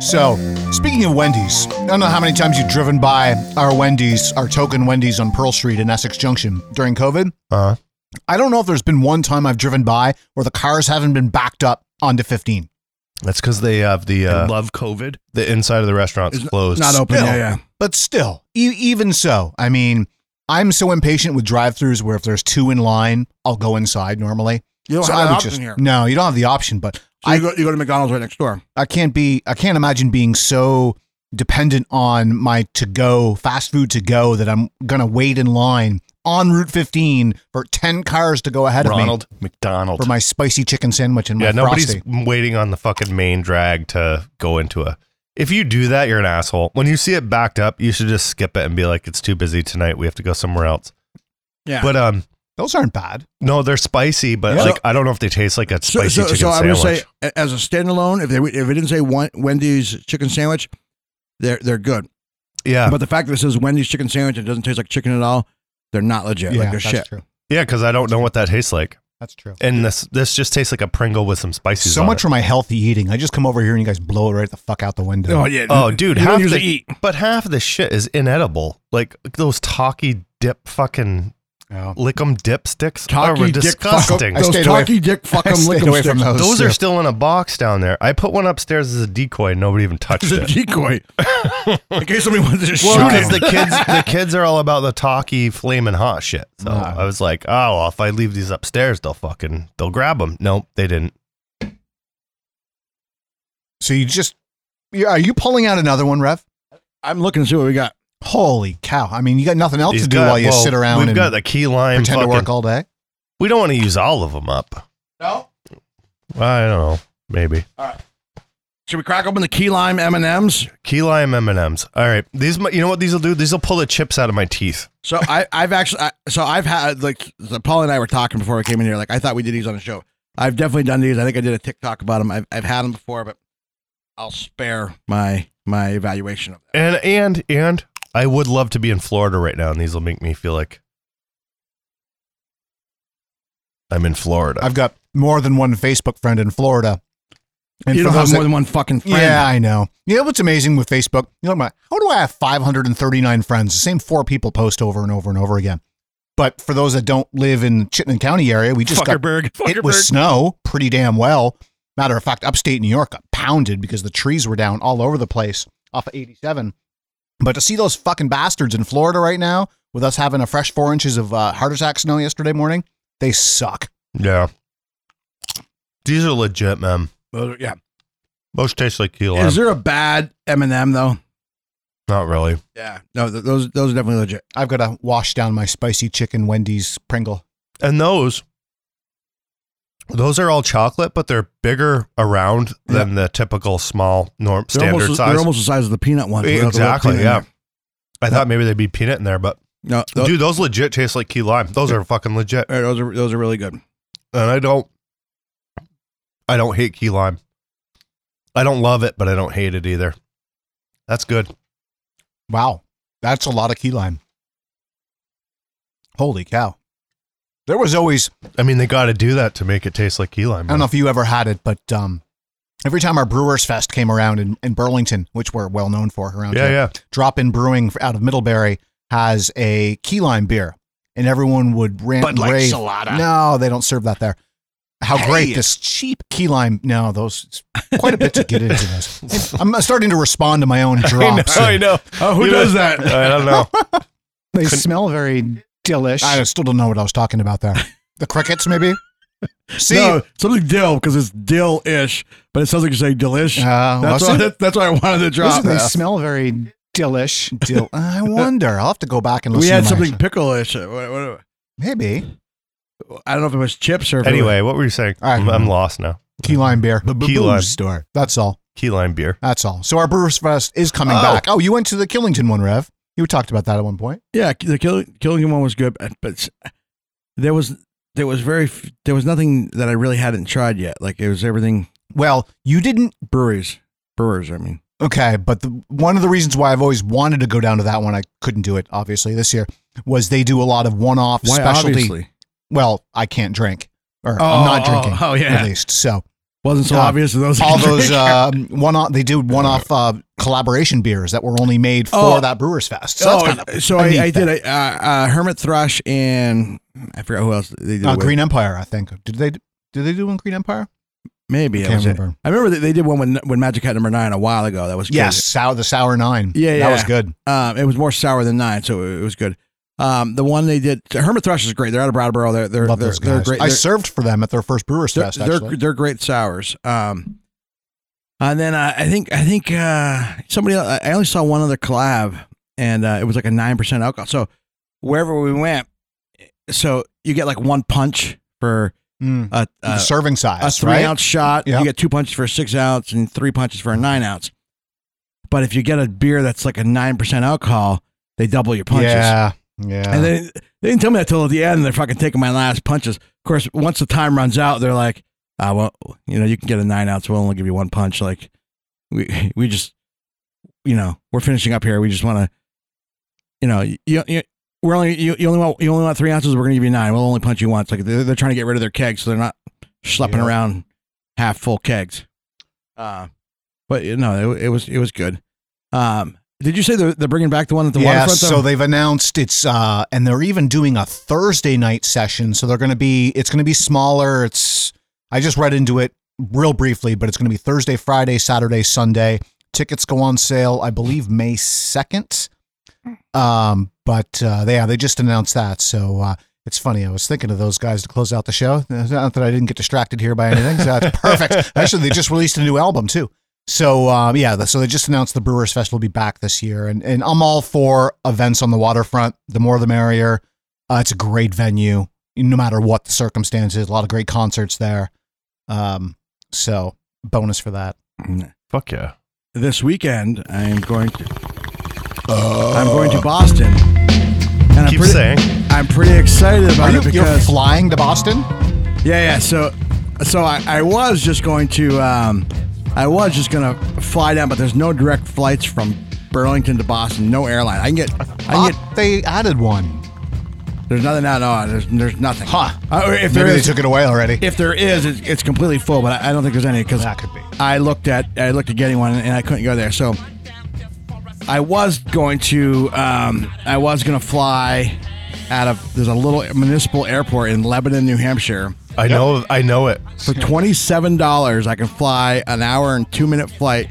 [SPEAKER 5] So, speaking of Wendy's, I don't know how many times you've driven by our Wendy's, our token Wendy's on Pearl Street in Essex Junction during COVID.
[SPEAKER 2] Uh-huh.
[SPEAKER 5] I don't know if there's been one time I've driven by where the cars haven't been backed up onto 15.
[SPEAKER 2] That's because they have the
[SPEAKER 7] I
[SPEAKER 2] uh,
[SPEAKER 7] love COVID.
[SPEAKER 2] the inside of the restaurant's
[SPEAKER 1] It's
[SPEAKER 2] closed.
[SPEAKER 1] not open.
[SPEAKER 5] still.
[SPEAKER 1] Yeah, yeah.
[SPEAKER 5] But still, e- even so, I mean, I'm so impatient with drive-throughs where if there's two in line, I'll go inside normally.
[SPEAKER 1] You don't
[SPEAKER 5] so
[SPEAKER 1] have
[SPEAKER 5] I
[SPEAKER 1] an
[SPEAKER 5] would
[SPEAKER 1] option
[SPEAKER 5] just
[SPEAKER 1] here.
[SPEAKER 5] no, you don't have the option. But
[SPEAKER 1] So
[SPEAKER 5] I
[SPEAKER 1] you, go, you go to McDonald's right next door.
[SPEAKER 5] I can't be I can't imagine being so dependent on my to go fast food to go that I'm gonna wait in line on Route 15 for 10 cars to go ahead
[SPEAKER 2] Ronald
[SPEAKER 5] of me
[SPEAKER 2] McDonald.
[SPEAKER 5] for my spicy chicken sandwich and my
[SPEAKER 2] yeah, nobody's
[SPEAKER 5] frosty.
[SPEAKER 2] waiting on the fucking main drag to go into a. If you do that, you're an asshole. When you see it backed up, you should just skip it and be like, "It's too busy tonight. We have to go somewhere else."
[SPEAKER 1] Yeah.
[SPEAKER 2] But um,
[SPEAKER 5] Those aren't bad.
[SPEAKER 2] no, they're spicy, but
[SPEAKER 1] Yeah.
[SPEAKER 2] like
[SPEAKER 1] So-
[SPEAKER 2] I don't know if they taste like a
[SPEAKER 1] So,
[SPEAKER 2] spicy
[SPEAKER 1] so,
[SPEAKER 2] chicken
[SPEAKER 1] so I would
[SPEAKER 2] sandwich.
[SPEAKER 1] say, a- as a standalone, if they if it didn't say one, Wendy's chicken sandwich, they're they're good.
[SPEAKER 2] yeah,
[SPEAKER 1] But the fact that it says Wendy's chicken sandwich, it doesn't taste like chicken at all. They're not legit. like they're
[SPEAKER 5] that's
[SPEAKER 1] shit.
[SPEAKER 5] true.
[SPEAKER 2] yeah, because I don't know what that tastes like,
[SPEAKER 5] That's true.
[SPEAKER 2] and this this just tastes like a Pringle with some spices.
[SPEAKER 5] So
[SPEAKER 2] on
[SPEAKER 5] much
[SPEAKER 2] it.
[SPEAKER 5] for my healthy eating. I just come over here and you guys blow it right the fuck out the window.
[SPEAKER 1] Oh yeah.
[SPEAKER 2] Oh, dude,
[SPEAKER 1] you
[SPEAKER 2] half
[SPEAKER 1] don't
[SPEAKER 2] the,
[SPEAKER 1] usually eat.
[SPEAKER 2] but half of the shit is inedible. Like those talkie dip fucking
[SPEAKER 5] Oh.
[SPEAKER 2] lickum dipsticks
[SPEAKER 1] Talkie
[SPEAKER 2] are
[SPEAKER 1] dick
[SPEAKER 2] disgusting.
[SPEAKER 5] I
[SPEAKER 1] Those
[SPEAKER 5] stayed away-
[SPEAKER 1] talkie dick fuck 'em
[SPEAKER 5] I stayed
[SPEAKER 1] lick 'em
[SPEAKER 5] away from
[SPEAKER 1] sticks.
[SPEAKER 5] those.
[SPEAKER 2] Those are
[SPEAKER 5] too.
[SPEAKER 2] still in a box down there. I put one upstairs as a decoy, and nobody even touched
[SPEAKER 1] It's a
[SPEAKER 2] it.
[SPEAKER 1] decoy. In case somebody wants to just
[SPEAKER 2] Well,
[SPEAKER 1] shoot
[SPEAKER 2] because
[SPEAKER 1] it.
[SPEAKER 2] the kids, the kids are all about the talkie flaming hot shit. So
[SPEAKER 5] No.
[SPEAKER 2] I was like, oh, well, if I leave these upstairs, they'll fucking they'll grab them. Nope, they didn't.
[SPEAKER 5] So you just you- are you pulling out another one, Rev?
[SPEAKER 1] I'm looking to see what we got.
[SPEAKER 5] Holy cow! I mean, you got nothing else
[SPEAKER 2] He's
[SPEAKER 5] to do
[SPEAKER 2] got-
[SPEAKER 5] while you
[SPEAKER 2] well,
[SPEAKER 5] sit around
[SPEAKER 2] We've
[SPEAKER 5] and
[SPEAKER 2] got the key lime.
[SPEAKER 5] pretend to work
[SPEAKER 2] fucking-
[SPEAKER 5] all day.
[SPEAKER 2] we don't want to use all of them up.
[SPEAKER 1] No?
[SPEAKER 2] I don't know. Maybe
[SPEAKER 1] Should we crack open the key lime M and M's?
[SPEAKER 2] key lime M and M's. All right, these. mi- You know what these will do? These will pull the chips out of my teeth.
[SPEAKER 1] So I, I've actually, I, so I've had like so Paul and I were talking before I came in here. Like I thought we did these on the show. I've definitely done these. I think I did a TikTok about them. I've, I've had them before, but I'll spare my my evaluation of them.
[SPEAKER 2] And and and I would love to be in Florida right now, and these will make me feel like I'm in Florida.
[SPEAKER 5] I've got more than one Facebook friend in Florida. And
[SPEAKER 1] you
[SPEAKER 5] for
[SPEAKER 1] don't have
[SPEAKER 5] those
[SPEAKER 1] more
[SPEAKER 5] that-
[SPEAKER 1] than one fucking friend.
[SPEAKER 5] Yeah, I know. You know what's amazing with Facebook? You know, my- how do I have 539 friends? The same four people post over and over and over again. But for those that don't live in Chittenden County area, we just got
[SPEAKER 2] Fuckerberg.
[SPEAKER 5] hit with snow pretty damn well. Matter of fact, upstate New York got pounded because the trees were down all over the place off of 87. But to see those fucking bastards in Florida right now, with us having a fresh four inches of uh, heart attack snow yesterday morning, they suck.
[SPEAKER 2] Yeah. These are legit, man.
[SPEAKER 1] Those are- yeah.
[SPEAKER 2] Most taste like key lime.
[SPEAKER 1] Is there a bad M and M though?
[SPEAKER 2] Not really.
[SPEAKER 1] Yeah. No, th- those those are definitely legit.
[SPEAKER 5] I've got to wash down my spicy chicken Wendy's Pringle.
[SPEAKER 2] And those, those are all chocolate, but they're bigger around than the typical small norm
[SPEAKER 1] They're
[SPEAKER 2] standard
[SPEAKER 1] almost,
[SPEAKER 2] size.
[SPEAKER 1] They're almost the size of the peanut ones. without the whipped
[SPEAKER 2] exactly.
[SPEAKER 1] cream in
[SPEAKER 2] Yeah.
[SPEAKER 1] there.
[SPEAKER 2] I thought maybe there'd be peanut in there, but
[SPEAKER 1] No, tho-
[SPEAKER 2] dude, those legit taste like key lime. Those are fucking legit,
[SPEAKER 1] all right, those are those are really good.
[SPEAKER 2] and I don't, I don't hate key lime. I don't love it, but I don't hate it either. That's good.
[SPEAKER 5] Wow. That's a lot of key lime. Holy cow. There was always, I
[SPEAKER 2] I mean, they got to do that to make it taste like key lime.
[SPEAKER 5] don't know
[SPEAKER 2] man.
[SPEAKER 5] if you ever had it, but um, every time our Brewers Fest came around in, in Burlington, which we're well known for around
[SPEAKER 2] Yeah,
[SPEAKER 5] here,
[SPEAKER 2] yeah.
[SPEAKER 5] Drop In Brewing out of Middlebury has a key lime beer. And everyone would rant
[SPEAKER 7] Bud
[SPEAKER 5] and
[SPEAKER 7] Light
[SPEAKER 5] rave.
[SPEAKER 7] Salada.
[SPEAKER 5] No, they don't serve that there. How great this cheap key lime. No, those it's quite a bit to get into this. I'm starting to respond to my own drops. and-
[SPEAKER 2] know.
[SPEAKER 1] Oh, who
[SPEAKER 2] You
[SPEAKER 1] does
[SPEAKER 2] know- uh,
[SPEAKER 1] that?
[SPEAKER 2] I don't know.
[SPEAKER 12] They
[SPEAKER 2] Couldn't-
[SPEAKER 12] smell very delish.
[SPEAKER 5] I still don't know what I was talking about there. The crickets, maybe. See, uh,
[SPEAKER 1] no, something dill because it's dill ish, but it sounds like you say delish.
[SPEAKER 5] Uh,
[SPEAKER 1] that's,
[SPEAKER 5] was
[SPEAKER 1] why,
[SPEAKER 5] it?
[SPEAKER 1] that, that's why I wanted to drop.
[SPEAKER 12] Listen, they
[SPEAKER 1] that.
[SPEAKER 12] smell very delish.
[SPEAKER 5] Dill- I wonder. I'll have to go back and listen.
[SPEAKER 1] we had
[SPEAKER 5] to my-
[SPEAKER 1] something picklish. What-
[SPEAKER 5] Maybe
[SPEAKER 1] what- I don't know if it was chips or if it
[SPEAKER 2] Anyway, what were you saying?
[SPEAKER 5] All right.
[SPEAKER 2] I'm, I'm lost now.
[SPEAKER 5] key lime beer.
[SPEAKER 2] Key lime.
[SPEAKER 5] store. That's all.
[SPEAKER 2] Key lime beer.
[SPEAKER 5] That's all. So our Brewers Fest is coming
[SPEAKER 2] Oh.
[SPEAKER 5] back. Oh, you went to the Killington one, Rev. You talked about that at one point.
[SPEAKER 1] was, yeah, the kill, Killingham one was good, but, but s- there was there was very f- there was nothing that I really hadn't tried yet. Like it was everything
[SPEAKER 5] Well, you didn't.
[SPEAKER 1] breweries, brewers. I mean,
[SPEAKER 5] Okay, but the, one of the reasons why I've always wanted to go down to that one, I couldn't do it. Obviously, this year was they do a lot of one-off
[SPEAKER 1] why
[SPEAKER 5] specialty.
[SPEAKER 1] obviously
[SPEAKER 5] Well, I can't drink, or
[SPEAKER 1] Oh,
[SPEAKER 5] I'm not
[SPEAKER 1] oh,
[SPEAKER 5] drinking.
[SPEAKER 1] oh, yeah.
[SPEAKER 5] at least so.
[SPEAKER 1] wasn't so
[SPEAKER 5] Uh,
[SPEAKER 1] obvious to those
[SPEAKER 5] all those uh, one off they do one off uh, collaboration beers that were only made for
[SPEAKER 1] Oh.
[SPEAKER 5] that Brewers Fest. So that's
[SPEAKER 1] oh,
[SPEAKER 5] kind of
[SPEAKER 1] so
[SPEAKER 5] a
[SPEAKER 1] I,
[SPEAKER 5] neat
[SPEAKER 1] I did
[SPEAKER 5] thing.
[SPEAKER 1] a, uh, uh, Hermit Thrush and I forgot who else they did.
[SPEAKER 5] uh,
[SPEAKER 1] with.
[SPEAKER 5] Green Empire. I think did they did they do one Green Empire?
[SPEAKER 1] Maybe
[SPEAKER 5] I
[SPEAKER 1] I
[SPEAKER 5] can't
[SPEAKER 1] was it.
[SPEAKER 5] remember.
[SPEAKER 1] I remember that they did one when when Magic had number nine a while ago. That was good.
[SPEAKER 5] Yes, sour the sour nine.
[SPEAKER 1] Yeah,
[SPEAKER 5] that
[SPEAKER 1] yeah.
[SPEAKER 5] was good.
[SPEAKER 1] Um, it was more sour than nine, so it was good. Um, the one they did, Hermit Thrush is great. They're out of Brattleboro. They're they're
[SPEAKER 5] Love
[SPEAKER 1] they're,
[SPEAKER 5] those
[SPEAKER 1] they're
[SPEAKER 5] guys.
[SPEAKER 1] great.
[SPEAKER 5] I
[SPEAKER 1] They're-
[SPEAKER 5] served for them at their first Brewers
[SPEAKER 1] they're,
[SPEAKER 5] Fest.
[SPEAKER 1] they're,
[SPEAKER 5] actually.
[SPEAKER 1] they're great sours. Um, and then uh, I think I think uh, somebody I I only saw one other collab, and uh, it was like a nine percent alcohol. So wherever we went, so you get like one punch for
[SPEAKER 5] Mm.
[SPEAKER 1] a,
[SPEAKER 5] the
[SPEAKER 1] a,
[SPEAKER 5] serving
[SPEAKER 1] a
[SPEAKER 5] size,
[SPEAKER 1] three
[SPEAKER 5] right?
[SPEAKER 1] ounce shot.
[SPEAKER 5] Yep.
[SPEAKER 1] You get two punches for a six ounce and three punches for a nine ounce. But if you get a beer that's like a nine percent alcohol, they double your punches.
[SPEAKER 5] Yeah, yeah.
[SPEAKER 1] And then they didn't tell me that till the end. They're fucking taking my last punches. Of course, once the time runs out, they're like, "Ah, well, you know, you can get a nine ounce. We'll only give you one punch. Like, we we just, you know, we're finishing up here. We just want to, you know, you, you we're only you, you only want you only want three ounces. We're gonna give you nine. We'll only punch you once. Like they're, they're trying to get rid of their kegs, so they're not schlepping
[SPEAKER 5] Yeah.
[SPEAKER 1] around half full kegs. Uh, but you know, it, it was it was good. Um, did you say they're, they're bringing back the one at the
[SPEAKER 5] yeah,
[SPEAKER 1] waterfront?
[SPEAKER 5] so they've announced it's uh and they're even doing a Thursday night session, so they're going to be it's going to be smaller. It's I just read into it real briefly, but it's going to be Thursday, Friday, Saturday, Sunday. Tickets go on sale, I believe May 2nd. Um but uh yeah, they just announced that. So uh it's funny. I was thinking of those guys to close out the show. Not that I didn't get distracted here by anything. So that's perfect. Actually, they just released a new album too. So um, yeah, the- so they just announced the Brewers Festival will be back this year, and and I'm all for events on the waterfront. The more the merrier. Uh, it's a great venue, no matter what the circumstances. A lot of great concerts there. Um, so bonus for that.
[SPEAKER 2] Fuck yeah.
[SPEAKER 1] This weekend, I am going to. I'm going to Boston. And
[SPEAKER 2] Keep
[SPEAKER 1] I'm pretty,
[SPEAKER 2] saying.
[SPEAKER 1] I'm pretty excited
[SPEAKER 5] Are
[SPEAKER 1] about
[SPEAKER 5] you
[SPEAKER 1] it
[SPEAKER 5] you're
[SPEAKER 1] because
[SPEAKER 5] flying to Boston?
[SPEAKER 1] yeah, yeah. So, so I, I was just going to, um, I was just gonna fly down, but there's no direct flights from Burlington to Boston. No airline. I can get, I can get.
[SPEAKER 5] Thought they added one.
[SPEAKER 1] There's nothing out on. There's, there's nothing.
[SPEAKER 5] Huh?
[SPEAKER 1] Uh, if
[SPEAKER 5] Maybe
[SPEAKER 1] there
[SPEAKER 5] they
[SPEAKER 1] is,
[SPEAKER 5] took it away already.
[SPEAKER 1] if there is, it's, it's completely full. But I, I don't think there's any because
[SPEAKER 5] That could be.
[SPEAKER 1] I looked at I looked at getting one and I couldn't go there. So I was going to um, I was going to fly out of there's a little municipal airport in Lebanon, New Hampshire.
[SPEAKER 2] I know. I know it.
[SPEAKER 1] For twenty seven dollars, I can fly an hour and two minute flight,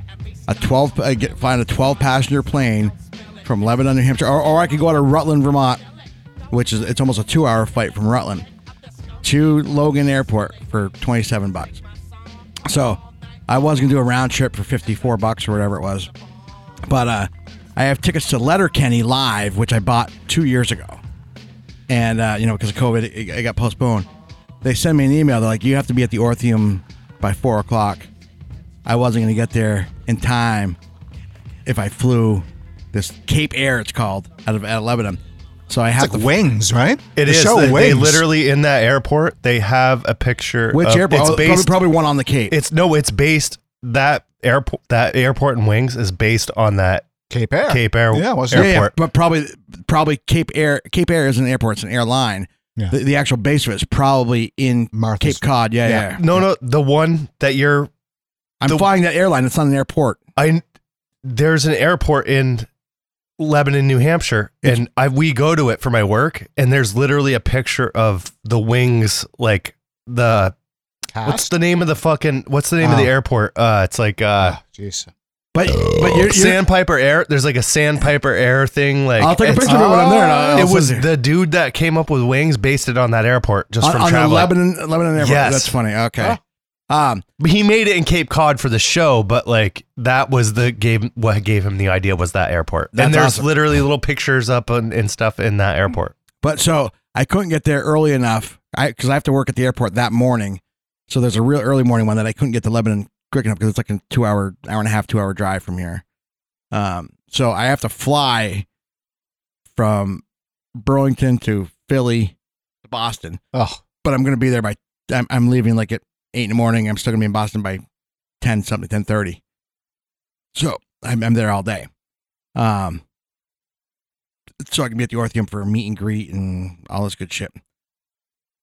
[SPEAKER 1] a twelve I get flying a twelve passenger plane from Lebanon, New Hampshire, or, or I could go out to Rutland, Vermont, which is it's almost a two hour flight from Rutland to Logan Airport for twenty seven bucks. So I was gonna do a round trip for fifty four bucks or whatever it was, but uh, I have tickets to Letterkenny live, which I bought two years ago, and uh, you know because of COVID, it, it got postponed. They send me an email. They're like, you have to be at the Orpheum by four o'clock. I wasn't gonna get there in time if I flew this Cape Air. It's called out of out of Lebanon. So I have
[SPEAKER 5] It's
[SPEAKER 1] to
[SPEAKER 5] like wings, right?
[SPEAKER 2] It
[SPEAKER 5] the
[SPEAKER 2] is.
[SPEAKER 5] Show
[SPEAKER 2] They, they
[SPEAKER 5] wings.
[SPEAKER 2] literally in that airport. They have a picture.
[SPEAKER 1] which
[SPEAKER 2] of-
[SPEAKER 1] airport?
[SPEAKER 2] It's
[SPEAKER 1] Oh, probably,
[SPEAKER 2] based.
[SPEAKER 1] probably one on the Cape.
[SPEAKER 2] It's no. It's based that airport. That airport and wings is based on that
[SPEAKER 5] Cape Air.
[SPEAKER 2] Cape Air
[SPEAKER 5] Yeah, wasn't
[SPEAKER 1] Yeah,
[SPEAKER 5] it?
[SPEAKER 1] yeah,
[SPEAKER 2] airport.
[SPEAKER 1] but probably probably Cape Air. Cape Air is an airport. It's an airline.
[SPEAKER 5] Yeah.
[SPEAKER 1] The, the actual base of it is probably in
[SPEAKER 5] Martha's-
[SPEAKER 1] Cape Cod. Yeah, yeah.
[SPEAKER 2] No, no. The one that you're.
[SPEAKER 1] I'm
[SPEAKER 2] The-
[SPEAKER 1] flying that airline. It's not an airport.
[SPEAKER 2] I. There's an airport in Lebanon, New Hampshire, and I we go to it for my work, and there's literally a picture of the wings, like the what's
[SPEAKER 5] Cast?
[SPEAKER 2] the name of the fucking what's the name of
[SPEAKER 5] Oh.
[SPEAKER 2] the airport? Uh, it's like uh.
[SPEAKER 5] Ah, Jeez.
[SPEAKER 1] But but you're, you're
[SPEAKER 2] Sandpiper Air. There's like a Sandpiper Air thing. Like
[SPEAKER 1] I'll take a
[SPEAKER 2] it's-
[SPEAKER 1] picture of it when I'm there. Oh, and I'll-
[SPEAKER 2] It
[SPEAKER 1] I'll
[SPEAKER 2] was
[SPEAKER 1] send
[SPEAKER 2] the dude that came up with wings based it on that airport just
[SPEAKER 1] on,
[SPEAKER 2] from
[SPEAKER 1] on the
[SPEAKER 2] traveling.
[SPEAKER 1] Lebanon Lebanon airport.
[SPEAKER 2] Yes.
[SPEAKER 1] That's funny. Okay. Um,
[SPEAKER 2] He made it in Cape Cod for the show, but like that was the gave what gave him the idea was that airport.
[SPEAKER 1] That's
[SPEAKER 2] and there's
[SPEAKER 1] awesome.
[SPEAKER 2] literally little pictures up and, and stuff in that airport.
[SPEAKER 1] but so I couldn't get there early enough. I because I have to work at the airport that morning. So there's a real early morning one that I couldn't get to Lebanon quick enough because it's like a two hour, hour and a half, two hour drive from here. Um, so I have to fly from Burlington to Philly to Boston.
[SPEAKER 5] Oh,
[SPEAKER 1] but I'm gonna be there by I'm, I'm leaving like at eight in the morning. I'm still gonna be in Boston by ten something, ten thirty. So I'm, I'm there all day. Um, so I can be at the Orpheum for a meet and greet and all this good shit.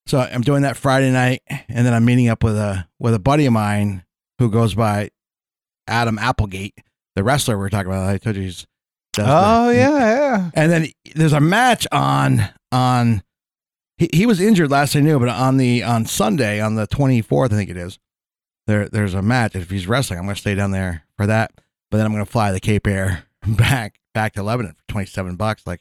[SPEAKER 1] So I'm doing that Friday night, and then I'm meeting up with a with a buddy of mine who goes by Adam Applegate, the wrestler we were talking about. I told you he's does the-
[SPEAKER 5] oh yeah, yeah.
[SPEAKER 1] and then there's a match on on he, he was injured last I knew, but on the on Sunday on the 24th I think it is. There there's a match. If he's wrestling, I'm going to stay down there for that. But then I'm going to fly the Cape Air back back to Lebanon for 27 bucks. Like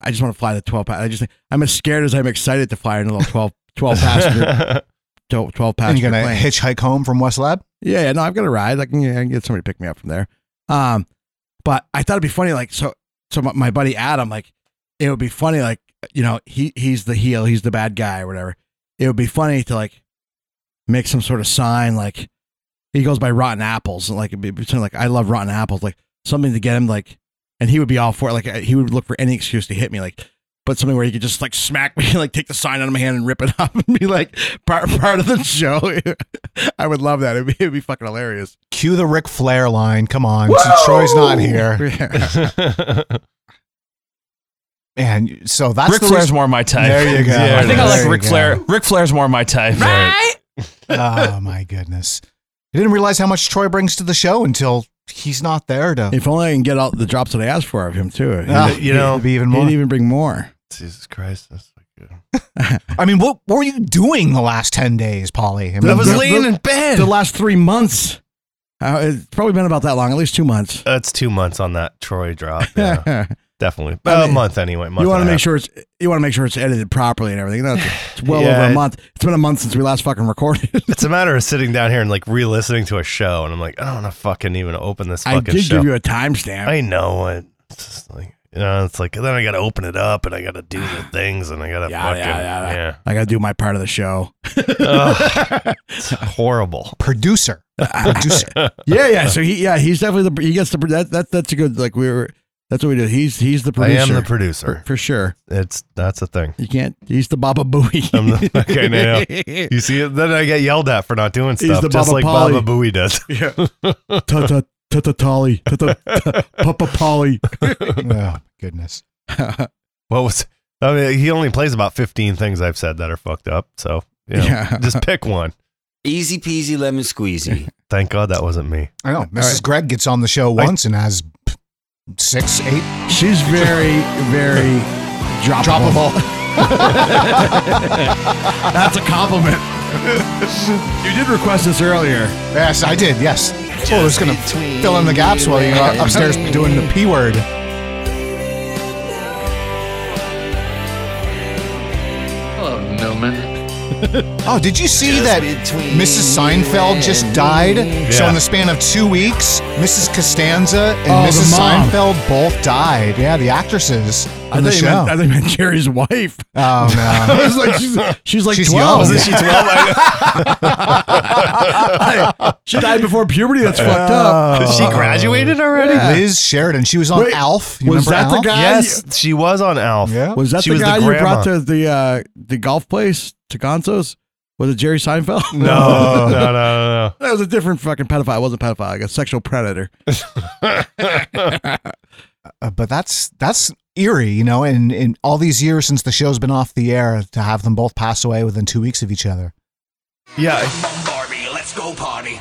[SPEAKER 1] I just want to fly the 12. pa- I just I'm as scared as I'm excited to fly in a little 12 12 passenger 12 12
[SPEAKER 5] And
[SPEAKER 1] passenger
[SPEAKER 5] you're gonna
[SPEAKER 1] plane.
[SPEAKER 5] hitchhike home from West Lab?
[SPEAKER 1] Yeah, yeah, no, I've got a ride. Like, yeah, I can get somebody to pick me up from there. Um, but I thought it'd be funny, like, so, so my, my buddy Adam, like, it would be funny, like, you know, he he's the heel, he's the bad guy or whatever. It would be funny to like make some sort of sign, like he goes by Rotten Apples, and like it'd be something like I love Rotten Apples, like something to get him, like, and he would be all for it, like uh, he would look for any excuse to hit me, like. But something where he could just like smack me, like take the sign out of my hand and rip it up and be like part part of the show. I would love that. It'd be, it'd be fucking hilarious.
[SPEAKER 5] Cue the Ric Flair line. Come on, since Troy's not here.
[SPEAKER 1] Yeah.
[SPEAKER 5] And so that's
[SPEAKER 11] Ric
[SPEAKER 5] the
[SPEAKER 11] Flair's
[SPEAKER 5] reason-
[SPEAKER 11] more my type.
[SPEAKER 5] There you go.
[SPEAKER 2] Yeah,
[SPEAKER 11] I think I
[SPEAKER 5] There
[SPEAKER 11] like
[SPEAKER 5] you
[SPEAKER 11] Ric
[SPEAKER 5] go.
[SPEAKER 11] Flair. Ric Flair's more my type.
[SPEAKER 3] Right?
[SPEAKER 5] oh my goodness! I didn't realize how much Troy brings to the show until he's not there to.
[SPEAKER 1] if only I can get all the drops that I asked for of him too. He'd,
[SPEAKER 5] Ah,
[SPEAKER 2] you know-
[SPEAKER 5] it'd be even
[SPEAKER 1] he'd
[SPEAKER 5] more.
[SPEAKER 1] even bring more.
[SPEAKER 2] Jesus Christ. That's like, uh,
[SPEAKER 5] I mean, what what were you doing the last ten days, Polly? I mean,
[SPEAKER 2] I was
[SPEAKER 1] the-
[SPEAKER 2] laying
[SPEAKER 1] the-
[SPEAKER 2] in bed.
[SPEAKER 1] The last three months. Uh, it's probably been about that long, at least two months.
[SPEAKER 2] That's two months on that Troy drop. Yeah. Definitely.
[SPEAKER 1] I
[SPEAKER 2] About
[SPEAKER 1] mean,
[SPEAKER 2] a month anyway. Month
[SPEAKER 1] you want to
[SPEAKER 2] and
[SPEAKER 1] make
[SPEAKER 2] a half.
[SPEAKER 1] sure it's you want to make sure it's edited properly and everything. That's it's well
[SPEAKER 2] Yeah,
[SPEAKER 1] over a
[SPEAKER 2] it-
[SPEAKER 1] month. It's been a month since we last fucking recorded.
[SPEAKER 2] It's a matter of sitting down here and like re listening to a show. And I'm like, I don't want to fucking even open this
[SPEAKER 1] I
[SPEAKER 2] fucking
[SPEAKER 1] did
[SPEAKER 2] show.
[SPEAKER 1] give you a timestamp.
[SPEAKER 2] I know it. It's just like, you know, it's like, then I got to open it up and I got to do the things and I got to fucking.
[SPEAKER 1] yeah,
[SPEAKER 2] yeah.
[SPEAKER 1] I got to do my part of the show.
[SPEAKER 2] Ugh. It's horrible.
[SPEAKER 5] Producer. Producer.
[SPEAKER 1] yeah, yeah. So he, yeah, he's definitely the he gets the that, that that's a good like we were that's what we do. He's he's the
[SPEAKER 2] I
[SPEAKER 1] producer.
[SPEAKER 2] am the producer.
[SPEAKER 1] for, for sure.
[SPEAKER 2] It's that's a thing.
[SPEAKER 1] You can't. He's the Baba Booey.
[SPEAKER 2] I'm the, okay, now you see it. Then I get yelled at for not doing
[SPEAKER 1] He's
[SPEAKER 2] stuff,
[SPEAKER 1] the
[SPEAKER 2] just
[SPEAKER 1] Baba
[SPEAKER 2] like
[SPEAKER 1] Polly.
[SPEAKER 2] Baba Booey does.
[SPEAKER 1] Ta ta ta ta Tolly. Ta ta ta- Papa Polly.
[SPEAKER 5] oh, goodness.
[SPEAKER 2] What was? I mean, he only plays about 15 things I've said that are fucked up. So you know,
[SPEAKER 1] Yeah.
[SPEAKER 2] just pick one.
[SPEAKER 13] Easy peasy lemon squeezy.
[SPEAKER 2] Thank God that wasn't me.
[SPEAKER 5] I know. Mrs. Gregg gets on the show once and has p- six, eight.
[SPEAKER 1] She's very very droppable.
[SPEAKER 5] Droppable.
[SPEAKER 1] That's a compliment. you did request this earlier.
[SPEAKER 5] Yes, I did. Yes. Well, I was going to fill in the gaps while you're upstairs doing the P word.
[SPEAKER 14] Hello, Newman.
[SPEAKER 5] Oh, did you see that Mrs. Seinfeld just died? So
[SPEAKER 14] Yeah.
[SPEAKER 5] in the span of two weeks, Mrs. Costanza and
[SPEAKER 1] Oh, the
[SPEAKER 5] Mrs.
[SPEAKER 1] mom.
[SPEAKER 5] Seinfeld both died. Yeah, the actresses
[SPEAKER 1] I
[SPEAKER 5] on the
[SPEAKER 1] think, you
[SPEAKER 5] show.
[SPEAKER 1] meant, I think you meant Jerry's wife.
[SPEAKER 5] Oh no!
[SPEAKER 1] I was like, she's, she's like
[SPEAKER 5] She's
[SPEAKER 1] 12.
[SPEAKER 5] young.
[SPEAKER 1] Isn't she 12? I- she died before puberty. That's fucked up. Oh.
[SPEAKER 2] She graduated already?
[SPEAKER 1] Yeah.
[SPEAKER 5] Liz Sheridan. She was on
[SPEAKER 1] Wait,
[SPEAKER 5] Alf. You
[SPEAKER 1] was
[SPEAKER 5] remember
[SPEAKER 1] that the
[SPEAKER 5] Alf?
[SPEAKER 1] guy
[SPEAKER 2] Yes, she was on Alf.
[SPEAKER 5] Yeah.
[SPEAKER 1] Was that
[SPEAKER 2] She
[SPEAKER 1] the
[SPEAKER 2] was the
[SPEAKER 1] guy you brought to
[SPEAKER 2] grandma.
[SPEAKER 1] the uh, the golf place, to Gonzo's? Was it Jerry Seinfeld?
[SPEAKER 2] No, no, no, no,
[SPEAKER 1] that was a different fucking pedophile. It wasn't pedophile. Like a sexual predator.
[SPEAKER 5] Uh, but that's that's eerie, you know. And in all these years since the show's been off the air, to have them both pass away within two weeks of each other.
[SPEAKER 2] no. Yeah,
[SPEAKER 14] Barbie, let's go party.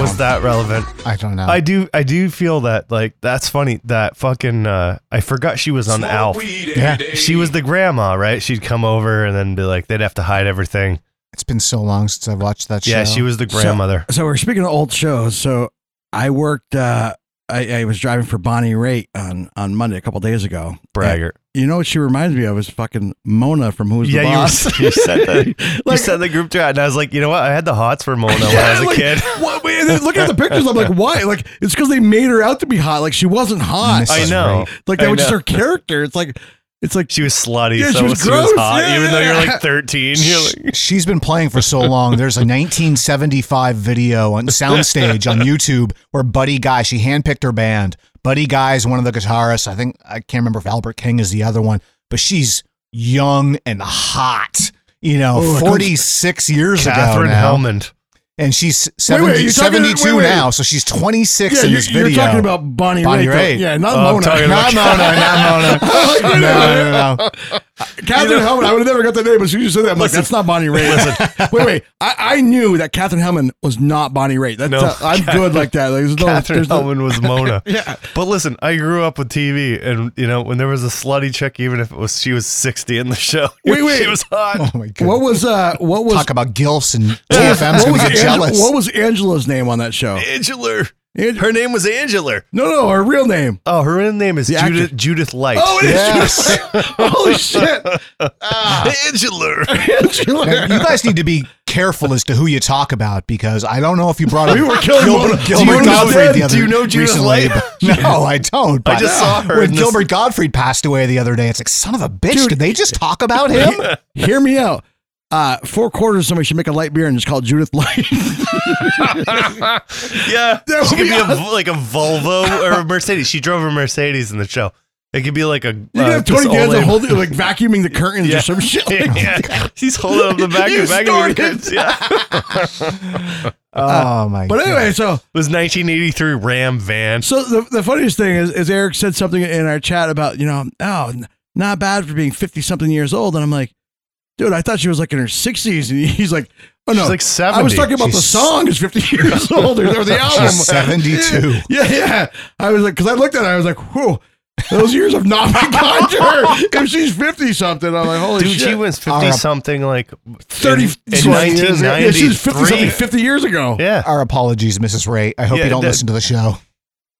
[SPEAKER 2] was that relevant?
[SPEAKER 5] I don't
[SPEAKER 1] Uh-huh.
[SPEAKER 5] know.
[SPEAKER 2] I do, I do feel that like that's funny. That fucking, uh, I forgot she was on Alf.
[SPEAKER 5] Yeah.
[SPEAKER 2] She was the grandma, right? She'd come over and then be like, they'd have to hide everything.
[SPEAKER 5] It's been so long since I've watched that show.
[SPEAKER 2] Yeah, she was the grandmother.
[SPEAKER 1] So uh, we're speaking of old shows. So I worked. Uh, I, I was driving for Bonnie Raitt on on Monday a couple days ago.
[SPEAKER 2] Braggart.
[SPEAKER 1] You know what she reminds me of is fucking Mona from Who's
[SPEAKER 2] yeah,
[SPEAKER 1] the
[SPEAKER 2] you,
[SPEAKER 1] Boss.
[SPEAKER 2] were, you said that. you
[SPEAKER 1] Like-
[SPEAKER 2] said the group chat, and I was like, you know what? I had the hots for Mona when I was a
[SPEAKER 1] like,
[SPEAKER 2] kid.
[SPEAKER 1] What, and then looking at the pictures, I'm like, why? Like, it's because they made her out to be hot. Like, she wasn't hot.
[SPEAKER 5] Mrs.
[SPEAKER 2] I know.
[SPEAKER 1] Like, that
[SPEAKER 2] I
[SPEAKER 1] was just
[SPEAKER 2] know.
[SPEAKER 1] her character. It's like, it's like,
[SPEAKER 2] She was slutty,
[SPEAKER 1] Yeah,
[SPEAKER 2] so
[SPEAKER 1] she
[SPEAKER 2] she
[SPEAKER 1] was
[SPEAKER 2] was,
[SPEAKER 1] gross.
[SPEAKER 2] hot,
[SPEAKER 1] Yeah,
[SPEAKER 2] even though
[SPEAKER 1] yeah,
[SPEAKER 2] you're
[SPEAKER 1] yeah.
[SPEAKER 2] like 13. You're like,
[SPEAKER 5] She's been playing for so long. There's a 1975 video on soundstage on YouTube where Buddy Guy, she handpicked her band. Buddy Guy is one of the guitarists. I think I can't remember if Albert King is the other one, but she's young and hot. You know,
[SPEAKER 1] Oh, it comes-
[SPEAKER 5] 46 years
[SPEAKER 2] Catherine
[SPEAKER 5] ago now,
[SPEAKER 2] Hellmond.
[SPEAKER 5] and she's
[SPEAKER 1] Wait,
[SPEAKER 5] 70,
[SPEAKER 1] wait, you're talking-
[SPEAKER 5] 72
[SPEAKER 1] wait, wait.
[SPEAKER 5] now, so she's 26
[SPEAKER 1] yeah,
[SPEAKER 5] in
[SPEAKER 1] you,
[SPEAKER 5] this video.
[SPEAKER 1] are talking about Bonnie,
[SPEAKER 5] Bonnie
[SPEAKER 1] Raitt. though.
[SPEAKER 5] Raitt.
[SPEAKER 1] Yeah, not
[SPEAKER 2] Oh, I'm
[SPEAKER 1] Mona.
[SPEAKER 2] talking
[SPEAKER 5] not Mona, not Mona.
[SPEAKER 1] Like, wait a minute.
[SPEAKER 5] no, no, no.
[SPEAKER 1] Catherine Hellman, I would have never got the name, but as soon as you said that, I'm like, that's not Bonnie Raitt. wait, wait. I, I knew that Catherine Hellman was not Bonnie Raitt. That's,
[SPEAKER 2] No.
[SPEAKER 1] uh, I'm good like that. Like, there's no,
[SPEAKER 2] Catherine
[SPEAKER 1] Oh, there's no-
[SPEAKER 2] Hellman was Mona.
[SPEAKER 1] Yeah.
[SPEAKER 2] But listen, I grew up with TV, and you know when there was a slutty chick, even if it was she was sixty in the show,
[SPEAKER 1] Wait, wait.
[SPEAKER 2] she was hot.
[SPEAKER 5] Oh my god.
[SPEAKER 1] What was, uh, what was,
[SPEAKER 5] Talk about gilfs and
[SPEAKER 1] what
[SPEAKER 5] TFM's going
[SPEAKER 1] was
[SPEAKER 5] to get
[SPEAKER 1] Ange-
[SPEAKER 5] jealous.
[SPEAKER 1] what was Angela's name on that show?
[SPEAKER 2] Angela,
[SPEAKER 1] Ange-
[SPEAKER 2] her name was Angela.
[SPEAKER 1] no, no, her real name.
[SPEAKER 2] Oh, her real name is
[SPEAKER 1] The actor-
[SPEAKER 2] Judith Judith Light.
[SPEAKER 1] Oh, it is
[SPEAKER 5] Yes.
[SPEAKER 1] Julia. Holy shit.
[SPEAKER 2] Angela.
[SPEAKER 5] Now, you guys need to be careful as to who you talk about because I don't know if you brought up
[SPEAKER 1] We were killing
[SPEAKER 5] Gilbert,
[SPEAKER 1] Mona-
[SPEAKER 5] Gilbert
[SPEAKER 1] Mona
[SPEAKER 5] Gottfried
[SPEAKER 1] Gottfried.
[SPEAKER 5] the other
[SPEAKER 2] Do you know Judith
[SPEAKER 5] recently,
[SPEAKER 2] Light?
[SPEAKER 5] but- No, I don't.
[SPEAKER 2] I
[SPEAKER 5] but
[SPEAKER 2] just saw her
[SPEAKER 5] when
[SPEAKER 2] in this-
[SPEAKER 5] Gilbert Gottfried passed away the other day. It's like son of a bitch.
[SPEAKER 1] Dude.
[SPEAKER 5] Did they just talk about him?
[SPEAKER 1] Hear me out. Uh, four quarters. Somebody should make a light beer and just call it Judith Light.
[SPEAKER 2] yeah,
[SPEAKER 1] That
[SPEAKER 2] she
[SPEAKER 1] would
[SPEAKER 2] could
[SPEAKER 1] be
[SPEAKER 2] be a, like a Volvo or a Mercedes. She drove a Mercedes in the show. It could be like a.
[SPEAKER 1] You
[SPEAKER 2] uh,
[SPEAKER 1] can have
[SPEAKER 2] this
[SPEAKER 1] Tony
[SPEAKER 2] old
[SPEAKER 1] Danza
[SPEAKER 2] lady-
[SPEAKER 1] holding, like vacuuming the curtains
[SPEAKER 2] Yeah.
[SPEAKER 1] or some shit. Like,
[SPEAKER 2] yeah, he's holding up the back
[SPEAKER 1] You
[SPEAKER 2] of back of
[SPEAKER 1] started.
[SPEAKER 2] the kids. Yeah.
[SPEAKER 5] oh my
[SPEAKER 1] But anyway,
[SPEAKER 5] god.
[SPEAKER 1] so
[SPEAKER 2] It was 1983 Ram van.
[SPEAKER 1] so the, the funniest thing is, is Eric said something in our chat about you know oh n- not bad for being fifty something years old, and I'm like, dude, I thought she was like in her sixties, and he's like, oh no,
[SPEAKER 2] She's like 70.
[SPEAKER 1] I was talking about the
[SPEAKER 5] She's-
[SPEAKER 1] song is fifty years old or, or the album
[SPEAKER 5] She's 72.
[SPEAKER 1] Yeah, yeah. I was like, because I looked at it, I was like, whoa, those years have not been kind to her. If she's fifty something, I'm like, holy
[SPEAKER 2] Dude,
[SPEAKER 1] shit.
[SPEAKER 2] she was 50
[SPEAKER 5] All right.
[SPEAKER 2] something like
[SPEAKER 1] 30
[SPEAKER 2] in, in
[SPEAKER 1] years ago.
[SPEAKER 2] 1993.
[SPEAKER 1] Yeah, she was 50 something 50 years ago.
[SPEAKER 2] Yeah.
[SPEAKER 5] Our apologies, Mrs. Ray. I hope
[SPEAKER 2] Yeah,
[SPEAKER 5] you don't
[SPEAKER 2] that-
[SPEAKER 5] listen to the show.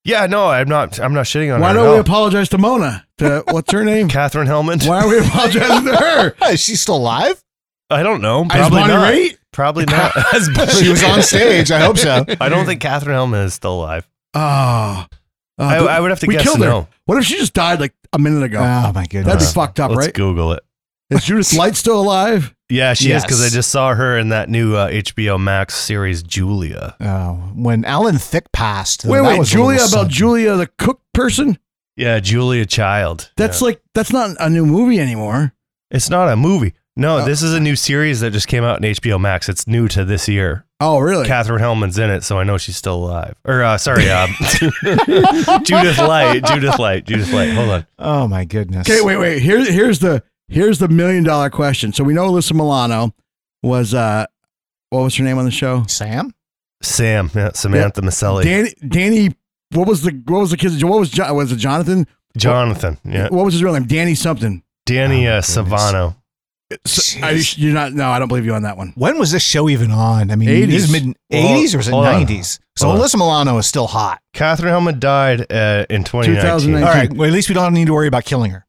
[SPEAKER 2] Yeah, no, I'm not. I'm not shitting on
[SPEAKER 1] Why
[SPEAKER 2] her.
[SPEAKER 1] don't
[SPEAKER 2] at
[SPEAKER 1] we
[SPEAKER 2] all.
[SPEAKER 1] apologize to Mona? To what's her name?
[SPEAKER 2] Catherine Hellman.
[SPEAKER 1] Why are we apologizing to her?
[SPEAKER 5] Is she still alive?
[SPEAKER 2] I don't know.
[SPEAKER 1] As
[SPEAKER 2] Probably
[SPEAKER 1] Bonnie
[SPEAKER 2] not.
[SPEAKER 1] Raitt?
[SPEAKER 2] Probably not. As Bonnie
[SPEAKER 5] She was on
[SPEAKER 2] Raitt.
[SPEAKER 5] stage. I hope so.
[SPEAKER 2] I don't think Catherine Hellman is still alive.
[SPEAKER 1] Oh. Oh,
[SPEAKER 2] I-
[SPEAKER 1] but
[SPEAKER 2] I would have to
[SPEAKER 1] we
[SPEAKER 2] guess
[SPEAKER 1] killed her.
[SPEAKER 2] no.
[SPEAKER 1] What if she just died like a minute ago?
[SPEAKER 5] Oh my goodness.
[SPEAKER 1] That'd be
[SPEAKER 2] Uh,
[SPEAKER 1] fucked up,
[SPEAKER 2] Let's
[SPEAKER 1] right?
[SPEAKER 2] Google it.
[SPEAKER 1] Is Judith Light still alive?
[SPEAKER 2] Yeah, she is because I
[SPEAKER 5] Yes.
[SPEAKER 2] just saw her in that new uh, HBO Max series Julia.
[SPEAKER 5] Uh, when Alan Thicke passed, though,
[SPEAKER 1] Wait,
[SPEAKER 5] that
[SPEAKER 1] wait,
[SPEAKER 5] was a
[SPEAKER 1] Julia
[SPEAKER 5] little
[SPEAKER 1] about
[SPEAKER 5] sudden.
[SPEAKER 1] Julia the cook person?
[SPEAKER 2] Yeah, Julia Child.
[SPEAKER 1] That's
[SPEAKER 2] Yeah.
[SPEAKER 1] like that's not a new movie anymore.
[SPEAKER 2] it's not a movie. No,
[SPEAKER 1] Oh.
[SPEAKER 2] this is a new series that just came out in HBO Max. It's new to this year.
[SPEAKER 1] Oh, really?
[SPEAKER 2] Catherine Hellman's in it, so I know she's still alive. Or uh, sorry, um, Judith Light. Judith Light. Judith Light. Hold on.
[SPEAKER 5] Oh my goodness.
[SPEAKER 1] Okay, wait, wait. Here's here's the here's the million dollar question. So we know Alyssa Milano was uh what was her name on the show?
[SPEAKER 5] Sam?
[SPEAKER 2] Sam. Yeah, Samantha Maselli.
[SPEAKER 1] Danny Danny what was the what was the kid's what was Jo- was it Jonathan?
[SPEAKER 2] Jonathan. Yeah.
[SPEAKER 1] What was his real name? Danny something.
[SPEAKER 2] Danny
[SPEAKER 5] Oh,
[SPEAKER 2] uh,
[SPEAKER 5] my goodness.
[SPEAKER 2] Savano.
[SPEAKER 1] So, I, you're not no, I don't believe you on that one.
[SPEAKER 5] When was this show even on? I mean, 80s.
[SPEAKER 1] 80s.
[SPEAKER 5] mid
[SPEAKER 2] Well,
[SPEAKER 5] 80s or was it
[SPEAKER 2] hold on.
[SPEAKER 5] 90s? So
[SPEAKER 2] Hold on.
[SPEAKER 5] Alyssa Milano is still hot.
[SPEAKER 2] Catherine Hellman died uh, in 2019.
[SPEAKER 1] 2019.
[SPEAKER 5] All right. Well, at least we don't need to worry about killing her.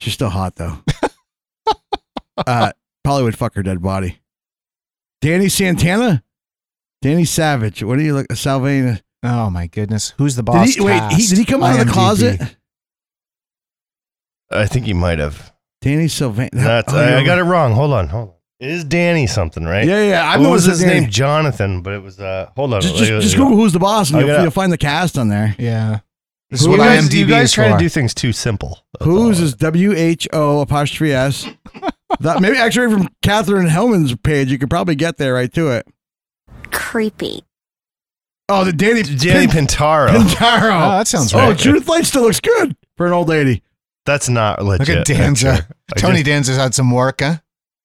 [SPEAKER 1] She's still hot though. uh, probably would fuck her dead body. Danny Santana, Danny Savage. What do you look? Salvana.
[SPEAKER 5] Oh my goodness. Who's the
[SPEAKER 1] Did
[SPEAKER 5] boss?
[SPEAKER 1] he, wait, he,
[SPEAKER 5] cast?
[SPEAKER 1] did he come out of the
[SPEAKER 5] IMDb.
[SPEAKER 1] closet?
[SPEAKER 2] I think he might have.
[SPEAKER 1] Danny Sylvain.
[SPEAKER 2] That's, I, I got it wrong. Hold on. Hold on. It is Danny something, right?
[SPEAKER 1] Yeah, yeah. I
[SPEAKER 2] what
[SPEAKER 1] know
[SPEAKER 2] was
[SPEAKER 1] it's
[SPEAKER 2] his
[SPEAKER 1] Danny.
[SPEAKER 2] name? Jonathan, but it was uh. Hold on.
[SPEAKER 1] Just,
[SPEAKER 2] It
[SPEAKER 1] just,
[SPEAKER 2] was-
[SPEAKER 1] just Google who's the boss, and
[SPEAKER 2] I
[SPEAKER 1] you'll,
[SPEAKER 2] got-
[SPEAKER 1] you'll find the cast on there.
[SPEAKER 5] Yeah. This is
[SPEAKER 1] Who
[SPEAKER 5] what
[SPEAKER 2] You
[SPEAKER 1] is-
[SPEAKER 2] guys,
[SPEAKER 5] IMDb
[SPEAKER 2] you guys
[SPEAKER 5] is
[SPEAKER 2] try
[SPEAKER 5] for.
[SPEAKER 2] to do things too simple. That's
[SPEAKER 1] Who's
[SPEAKER 2] all.
[SPEAKER 1] is W H O apostrophe S? That- maybe actually from Catherine Hellman's page, you could probably get there right to it.
[SPEAKER 8] Creepy.
[SPEAKER 1] Oh, the Danny
[SPEAKER 2] Danny
[SPEAKER 1] Pin-
[SPEAKER 2] Pintaro?
[SPEAKER 1] Pintaro.
[SPEAKER 5] Oh, that sounds
[SPEAKER 1] Oh,
[SPEAKER 5] right.
[SPEAKER 1] Judith Light still looks good for an old lady.
[SPEAKER 2] That's not
[SPEAKER 5] Look
[SPEAKER 2] legit.
[SPEAKER 5] at Danza. Tony Danza's had some work, huh?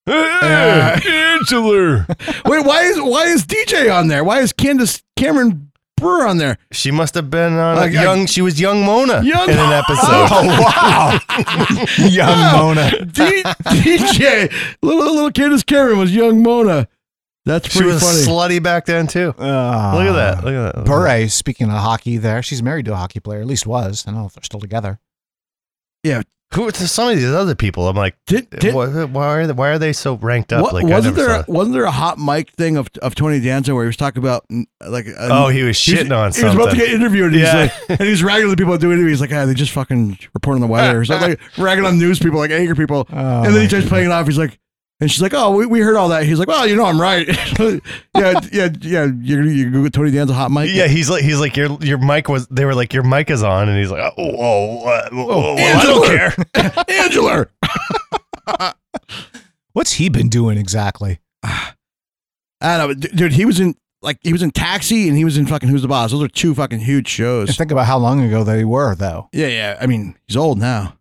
[SPEAKER 2] Danza. Angela.
[SPEAKER 1] Wait, why is why is DJ on there? Why is Candace Cameron Brewer on there?
[SPEAKER 2] She must have been on
[SPEAKER 1] Like,
[SPEAKER 2] a young. she was young Mona
[SPEAKER 1] Young- Oh,
[SPEAKER 2] in an episode.
[SPEAKER 5] wow. Young Mona.
[SPEAKER 1] D- DJ, little little Candace Cameron was young Mona. That's
[SPEAKER 2] she
[SPEAKER 1] pretty
[SPEAKER 2] was
[SPEAKER 1] funny.
[SPEAKER 2] slutty back then too.
[SPEAKER 5] Ah.
[SPEAKER 2] Look at that. Look at that.
[SPEAKER 5] Bure, speaking of hockey there, she's married to a hockey player, at least was. I don't know if they're still together.
[SPEAKER 2] Who? To some of these other people, I'm like,
[SPEAKER 1] Did- did-
[SPEAKER 2] why, why are they, why are they so ranked up?
[SPEAKER 1] What-
[SPEAKER 2] like, I
[SPEAKER 1] wasn't
[SPEAKER 2] never
[SPEAKER 1] there
[SPEAKER 2] saw that.
[SPEAKER 1] wasn't there a hot mic thing of of Tony Danza where he was talking about mm, like uh,
[SPEAKER 2] Oh, he was shitting on
[SPEAKER 1] he was about to
[SPEAKER 2] something.
[SPEAKER 1] get interviewed and
[SPEAKER 2] Yeah.
[SPEAKER 1] he's like and he's ragging on the people that do interviews like ah, they just fucking report on the weather or something like ragging on news people like anger people
[SPEAKER 5] Oh,
[SPEAKER 1] and then
[SPEAKER 5] my
[SPEAKER 1] he starts playing it off he's like and she's like oh we, we heard all that he's like well you know I'm right yeah yeah yeah you you Google Tony Danza hot mic
[SPEAKER 2] Yeah, he's like, he's like, your your mic was. They were like, your mic is on, and he's like, oh, oh, uh, oh, oh, I don't
[SPEAKER 1] Angela.
[SPEAKER 2] care.
[SPEAKER 1] Angela
[SPEAKER 5] What's he been doing exactly?
[SPEAKER 1] I don't know d- dude he was in like he was in Taxi and he was in fucking Who's the Boss those are two fucking huge shows
[SPEAKER 5] Think about how long ago they were, though.
[SPEAKER 1] yeah yeah I mean he's old now.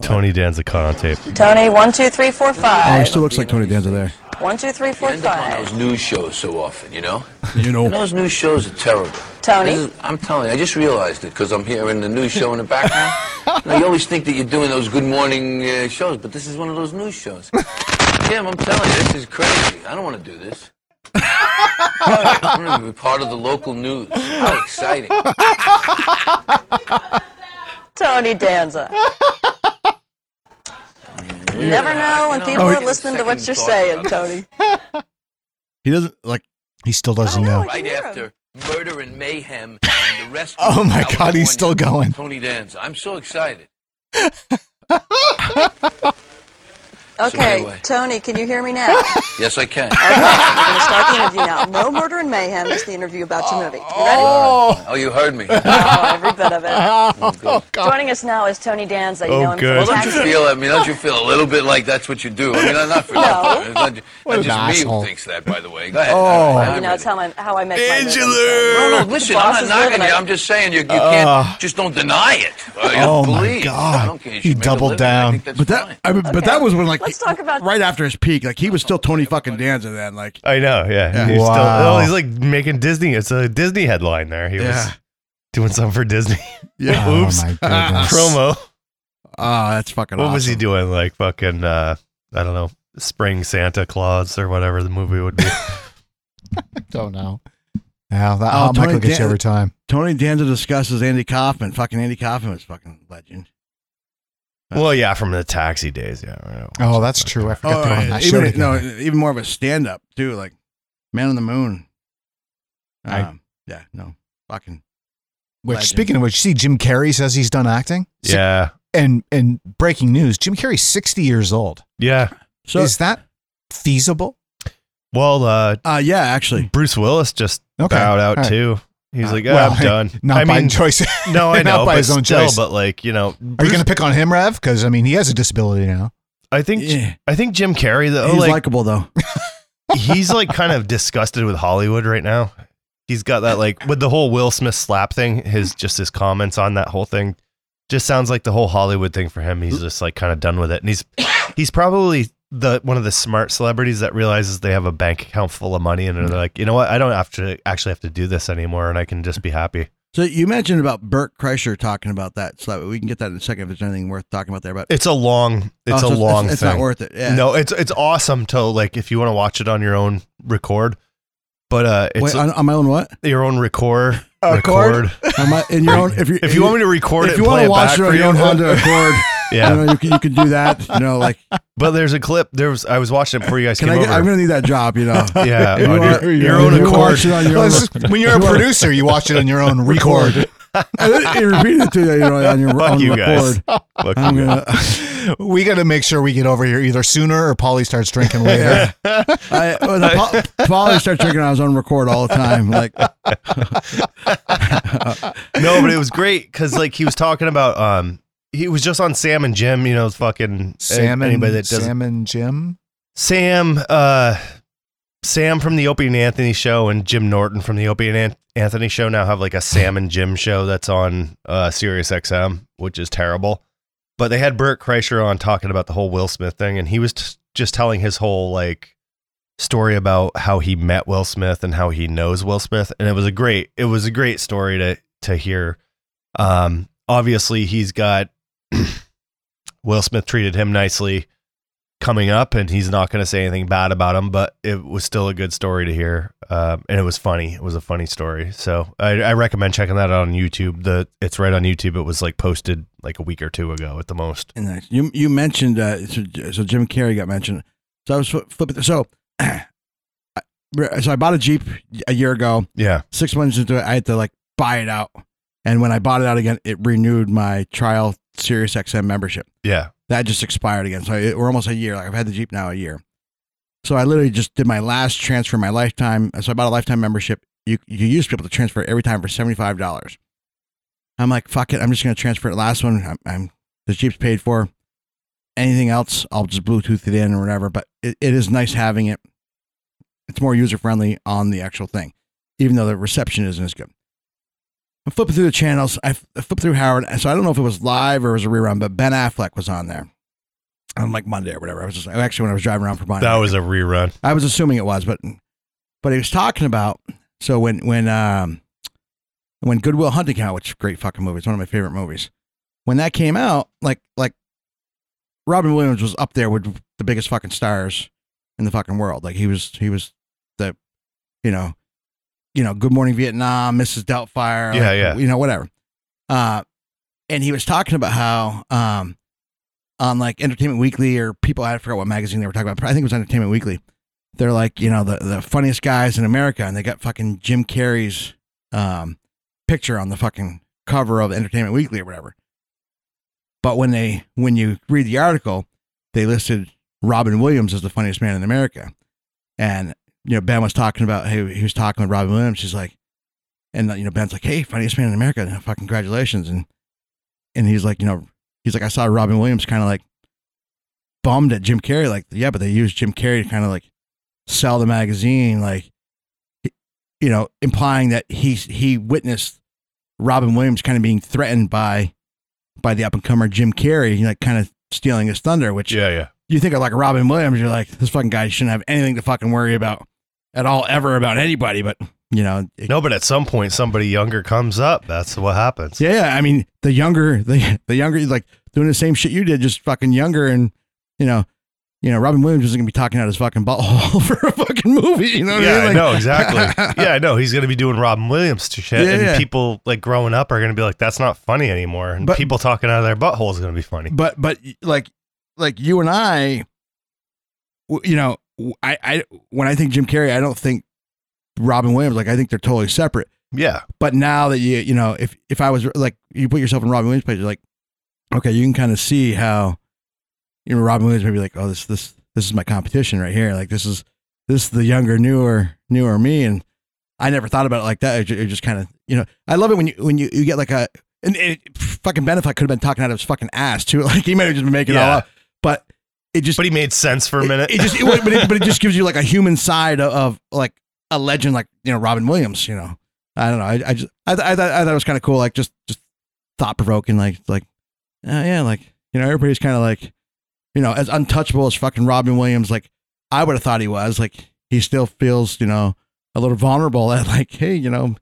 [SPEAKER 2] Tony Danza caught on tape.
[SPEAKER 3] Tony, one, two, three,
[SPEAKER 1] Oh,
[SPEAKER 3] four,
[SPEAKER 1] he
[SPEAKER 3] five.
[SPEAKER 1] still looks like Tony Danza there.
[SPEAKER 3] One, two, three,
[SPEAKER 14] You
[SPEAKER 3] four,
[SPEAKER 14] end up on
[SPEAKER 3] five.
[SPEAKER 14] those news shows so often, you know?
[SPEAKER 1] You
[SPEAKER 14] And
[SPEAKER 1] know,
[SPEAKER 14] those news shows are terrible.
[SPEAKER 3] Tony?
[SPEAKER 14] This is- I'm telling you, I just realized it because I'm hearing the news show in the background. you, know, you always think that you're doing those good morning uh, shows, but this is one of those news shows. Jim, I'm telling you, this is crazy. I don't want to do this. I want to be part of the local news. How exciting.
[SPEAKER 3] Tony Danza. You never know when people
[SPEAKER 1] Oh,
[SPEAKER 3] are
[SPEAKER 1] he-
[SPEAKER 3] listening to what you're
[SPEAKER 14] Second thought
[SPEAKER 3] saying,
[SPEAKER 14] about
[SPEAKER 3] Tony.
[SPEAKER 1] he doesn't like.
[SPEAKER 5] He still doesn't know.
[SPEAKER 14] Right
[SPEAKER 3] hear him.
[SPEAKER 14] after murder and mayhem and the rest
[SPEAKER 5] Oh my God, he's still going.
[SPEAKER 14] Tony Danza. I'm so excited.
[SPEAKER 3] Okay,
[SPEAKER 14] anyway.
[SPEAKER 3] Tony, can you hear me now? Okay,
[SPEAKER 14] Yes, I can.
[SPEAKER 5] Oh.
[SPEAKER 3] we're going to start the interview now. No Murder and Mayhem is the interview about your movie. You ready?
[SPEAKER 14] Oh, you heard me.
[SPEAKER 3] Oh, every bit of it.
[SPEAKER 14] Oh,
[SPEAKER 3] Joining us now is Tony Danza. You
[SPEAKER 2] Oh,
[SPEAKER 3] know him
[SPEAKER 2] good.
[SPEAKER 3] from
[SPEAKER 14] Well, don't you
[SPEAKER 3] Taxi.
[SPEAKER 14] feel? I mean, don't you feel a little bit like that's what you do? I mean, I'm not for nothing. It's not, ju- not
[SPEAKER 5] an
[SPEAKER 14] just me
[SPEAKER 5] asshole.
[SPEAKER 14] who thinks that, by the way. Go ahead. Oh,
[SPEAKER 3] You know, it's how I, how I make my movies.
[SPEAKER 14] no, no,
[SPEAKER 3] The
[SPEAKER 14] listen,
[SPEAKER 3] boss
[SPEAKER 14] I'm
[SPEAKER 3] is
[SPEAKER 14] not knocking
[SPEAKER 3] living
[SPEAKER 14] you.
[SPEAKER 3] it.
[SPEAKER 14] I'm just saying you, you can't just don't deny it. Uh, you
[SPEAKER 5] Oh, my
[SPEAKER 14] please.
[SPEAKER 5] God.
[SPEAKER 14] I don't care.
[SPEAKER 5] He
[SPEAKER 14] should make a
[SPEAKER 5] doubled
[SPEAKER 14] living.
[SPEAKER 5] down.
[SPEAKER 14] I think that's
[SPEAKER 1] But
[SPEAKER 14] fine.
[SPEAKER 1] that, I mean, but
[SPEAKER 3] Okay.
[SPEAKER 1] that was when like
[SPEAKER 3] Let's talk about-
[SPEAKER 1] right after his peak, like he was still Tony fucking Danza then, like
[SPEAKER 2] I know. Yeah.
[SPEAKER 1] Yeah.
[SPEAKER 2] He's still.
[SPEAKER 5] Wow.
[SPEAKER 2] Oh, he's like making Disney. It's a Disney headline there. He
[SPEAKER 1] Yeah.
[SPEAKER 2] was doing something for Disney.
[SPEAKER 1] yeah,
[SPEAKER 5] Oh,
[SPEAKER 2] Oops.
[SPEAKER 5] my goodness.
[SPEAKER 2] Promo.
[SPEAKER 1] oh, that's fucking.
[SPEAKER 2] What was he
[SPEAKER 1] awesome.
[SPEAKER 2] doing? Like fucking, uh, I don't know, Spring Santa Claus or whatever the movie would be.
[SPEAKER 5] Don't know. Yeah, that, oh, Mike will get you every time.
[SPEAKER 1] Tony Danza discusses Andy Kaufman. Fucking Andy Kaufman was fucking legend.
[SPEAKER 2] Well, yeah, from the taxi days. Yeah. I know.
[SPEAKER 5] Oh, that's true. I forgot
[SPEAKER 1] Oh,
[SPEAKER 5] that one. I showed
[SPEAKER 1] even,
[SPEAKER 5] it.
[SPEAKER 1] no,
[SPEAKER 5] No,
[SPEAKER 1] even more of a stand up too, like Man on the Moon.
[SPEAKER 5] I-
[SPEAKER 1] Um, yeah, no, fucking.
[SPEAKER 5] which,
[SPEAKER 1] legend.
[SPEAKER 5] speaking of which, see, Jim Carrey says he's done acting. Si-
[SPEAKER 2] Yeah.
[SPEAKER 5] And and breaking news: Jim Carrey's sixty years old.
[SPEAKER 2] Yeah.
[SPEAKER 1] So-
[SPEAKER 5] is that feasible?
[SPEAKER 2] Well, uh,
[SPEAKER 1] uh, yeah, actually,
[SPEAKER 2] Bruce Willis just
[SPEAKER 5] Okay,
[SPEAKER 2] bowed out
[SPEAKER 5] all right. Uh,
[SPEAKER 2] too. He's like, "Ah,
[SPEAKER 5] well,
[SPEAKER 2] I'm done.
[SPEAKER 5] not
[SPEAKER 2] I
[SPEAKER 5] by
[SPEAKER 2] mean,
[SPEAKER 5] choice.
[SPEAKER 2] No, I
[SPEAKER 5] Not
[SPEAKER 2] know,
[SPEAKER 5] by
[SPEAKER 2] but
[SPEAKER 5] his own
[SPEAKER 2] still,
[SPEAKER 5] choice.
[SPEAKER 2] but like, you know,
[SPEAKER 5] Are you
[SPEAKER 2] Bruce-
[SPEAKER 5] going to pick on him, Rev? Because I mean, he has a disability now.
[SPEAKER 2] I think I think Jim Carrey though,
[SPEAKER 1] He's
[SPEAKER 2] like,
[SPEAKER 1] likable though.
[SPEAKER 2] he's like kind of disgusted with Hollywood right now. He's got that like with the whole Will Smith slap thing. His just his comments on that whole thing just sounds like the whole Hollywood thing for him. He's just like kind of done with it, and he's he's probably the one of the smart celebrities that realizes they have a bank account full of money, and they're like, you know what, I don't have to actually have to do this anymore, and I can just be happy.
[SPEAKER 1] So you mentioned about Burt Kreischer talking about that, so that we can get that in a second if there's anything worth talking about there. But
[SPEAKER 2] It's a long, it's
[SPEAKER 1] Oh, so
[SPEAKER 2] a
[SPEAKER 1] it's-
[SPEAKER 2] long.
[SPEAKER 1] it's
[SPEAKER 2] thing.
[SPEAKER 1] not worth it, yeah.
[SPEAKER 2] No, it's it's awesome to like if you want to watch it on your own record, but uh, it's
[SPEAKER 1] wait, on, on my own what?
[SPEAKER 2] your own record.
[SPEAKER 1] Accord?
[SPEAKER 2] Record.
[SPEAKER 1] On my, in your own, if you
[SPEAKER 2] If you want me to record
[SPEAKER 1] if
[SPEAKER 2] it
[SPEAKER 1] you want to
[SPEAKER 2] and play it
[SPEAKER 1] watch
[SPEAKER 2] back
[SPEAKER 1] it on
[SPEAKER 2] for
[SPEAKER 1] your
[SPEAKER 2] you?
[SPEAKER 1] own Honda Accord,
[SPEAKER 2] Yeah.
[SPEAKER 1] you, know, you can you can do that. You know, like
[SPEAKER 2] But there's a clip. There was I was watching it before you guys
[SPEAKER 1] can I
[SPEAKER 2] came
[SPEAKER 1] get,
[SPEAKER 2] over.
[SPEAKER 1] I'm gonna need that job, you know.
[SPEAKER 2] Yeah,
[SPEAKER 1] If you
[SPEAKER 2] on
[SPEAKER 1] wanna-
[SPEAKER 2] your-
[SPEAKER 1] you
[SPEAKER 2] your
[SPEAKER 1] know,
[SPEAKER 2] own
[SPEAKER 1] if you wanna
[SPEAKER 2] accord.
[SPEAKER 1] watch it on your own-
[SPEAKER 5] when you're a producer, you watch it on your own record.
[SPEAKER 1] And then you repeat it to you, you know, on your
[SPEAKER 2] Fuck
[SPEAKER 1] own
[SPEAKER 2] you guys.
[SPEAKER 1] record.
[SPEAKER 2] Fuck
[SPEAKER 1] I'm
[SPEAKER 2] you
[SPEAKER 1] gonna,
[SPEAKER 5] we got to make sure we get over here either sooner or Polly starts drinking later.
[SPEAKER 1] Yeah. I, well, the Paul, Paul always starts drinking on his own record all the time. Like,
[SPEAKER 2] guys. No, but it was great because like he was talking about um he was just on Sam and Jim. You know, fucking
[SPEAKER 5] Sam and
[SPEAKER 2] anybody that doesn't
[SPEAKER 5] Sam and Jim.
[SPEAKER 2] Sam, uh, Sam from the Opie and Anthony show and Jim Norton from the Opie and An- Anthony show now have like a Sam and Jim show that's on uh, Sirius XM, which is terrible. But they had Burt Kreischer on talking about the whole Will Smith thing, and he was t- just telling his whole like story about how he met Will Smith and how he knows Will Smith, and it was a great it was a great story to to hear. Um, obviously, he's got Will Smith treated him nicely coming up, and he's not going to say anything bad about him. But it was still a good story to hear, um, and it was funny. It was a funny story, so I, I recommend checking that out on YouTube. The it's right on YouTube. It was like posted like a week or two ago at the most.
[SPEAKER 1] and that's- you you mentioned uh, so, so Jim Carrey got mentioned. So I was fli- flipping. So, I- so I bought a Jeep a year ago.
[SPEAKER 2] Yeah.
[SPEAKER 1] Six months into it, I had to like buy it out, and when I bought it out again, it renewed my trial Sirius XM membership.
[SPEAKER 2] Yeah.
[SPEAKER 1] that just expired again. So it, we're almost a year. Like I've had the Jeep now a year. So I literally just did my last transfer, my lifetime. So I bought a lifetime membership. You you used to be able to transfer every time for seventy five dollars. I'm like fuck it. I'm just gonna transfer it. Last one. I'm, I'm the Jeep's paid for. Anything else, I'll just Bluetooth it in or whatever. But it, it is nice having it. It's more user friendly on the actual thing, even though the reception isn't as good. I'm flipping through the channels. I f- I flip through Howard. So I don't know if it was live or it was a rerun, but Ben Affleck was on there on like Monday or whatever. I was just actually when I was driving around for Monday.
[SPEAKER 2] That was a rerun.
[SPEAKER 1] I was assuming it was, but but he was talking about so when when um when Goodwill Hunting came out, which is a great fucking movie, it's one of my favorite movies. When that came out, like like Robin Williams was up there with the biggest fucking stars in the fucking world. Like he was he was the you know you know Good Morning Vietnam, Mrs. Doubtfire,
[SPEAKER 2] Yeah,
[SPEAKER 1] like,
[SPEAKER 2] yeah.
[SPEAKER 1] you know whatever. Uh, and he was talking about how um on like Entertainment Weekly or people I forgot what magazine they were talking about. I think it was Entertainment Weekly. They're like you know the the funniest guys in America, and they got fucking Jim Carrey's um, picture on the fucking cover of Entertainment Weekly or whatever. But when they when you read the article, they listed Robin Williams as the funniest man in America, and you know Ben was talking about hey he was talking with Robin Williams. She's like, and you know Ben's like hey funniest man in America, and, fucking congratulations, and and he's like you know he's like I saw Robin Williams kind of like bummed at Jim Carrey like yeah, but they used Jim Carrey to kind of like sell the magazine like you know implying that he he witnessed Robin Williams kind of being threatened by by the up and comer Jim Carrey, you know, like kind of stealing his thunder, which
[SPEAKER 2] Yeah, yeah.
[SPEAKER 1] you think of like Robin Williams, you're like, this fucking guy shouldn't have anything to fucking worry about at all ever about anybody. But you know, it-
[SPEAKER 2] No, but at some point somebody younger comes up. That's what happens.
[SPEAKER 1] yeah, yeah, I mean, the younger, the the younger, like doing the same shit you did, just fucking younger, and you know, you know, Robin Williams isn't going to be talking out his fucking butthole for a fucking movie. You know what
[SPEAKER 2] yeah,
[SPEAKER 1] I mean? Like-
[SPEAKER 2] know exactly. yeah, I know he's gonna be doing Robin Williams to shit,
[SPEAKER 1] Yeah,
[SPEAKER 2] and
[SPEAKER 1] yeah.
[SPEAKER 2] people like growing up are gonna be like, "That's not funny anymore," and
[SPEAKER 1] But-
[SPEAKER 2] people talking out of their butthole is gonna be funny.
[SPEAKER 1] but but like like you and I, w- you know, w- I I when I think Jim Carrey, I don't think Robin Williams. Like I think they're totally separate.
[SPEAKER 2] Yeah.
[SPEAKER 1] But now that you you know, if if I was like you put yourself in Robin Williams' place, you're like, okay, you can kind of see how you know Robin Williams may be like, oh this this this is my competition right here. Like this is this is the younger newer newer me and. I never thought about it like that. It ju- it just kind of, you know, I love it when you when you, you get like a and it, fucking benefit could have been talking out of his fucking ass too. Like he might have just been making it all
[SPEAKER 2] Yeah.
[SPEAKER 1] up, but it just
[SPEAKER 2] But he made sense for a minute.
[SPEAKER 1] it just it, but, it, but it just gives you like a human side of, of like a legend like you know Robin Williams. You know, I don't know. I, I just I, th- I, th- I thought it was kind of cool. Like just just thought provoking. Like like uh, yeah, like you know everybody's kind of like you know as untouchable as fucking Robin Williams. Like I would have thought he was. Like he still feels you know a little vulnerable. At like hey you know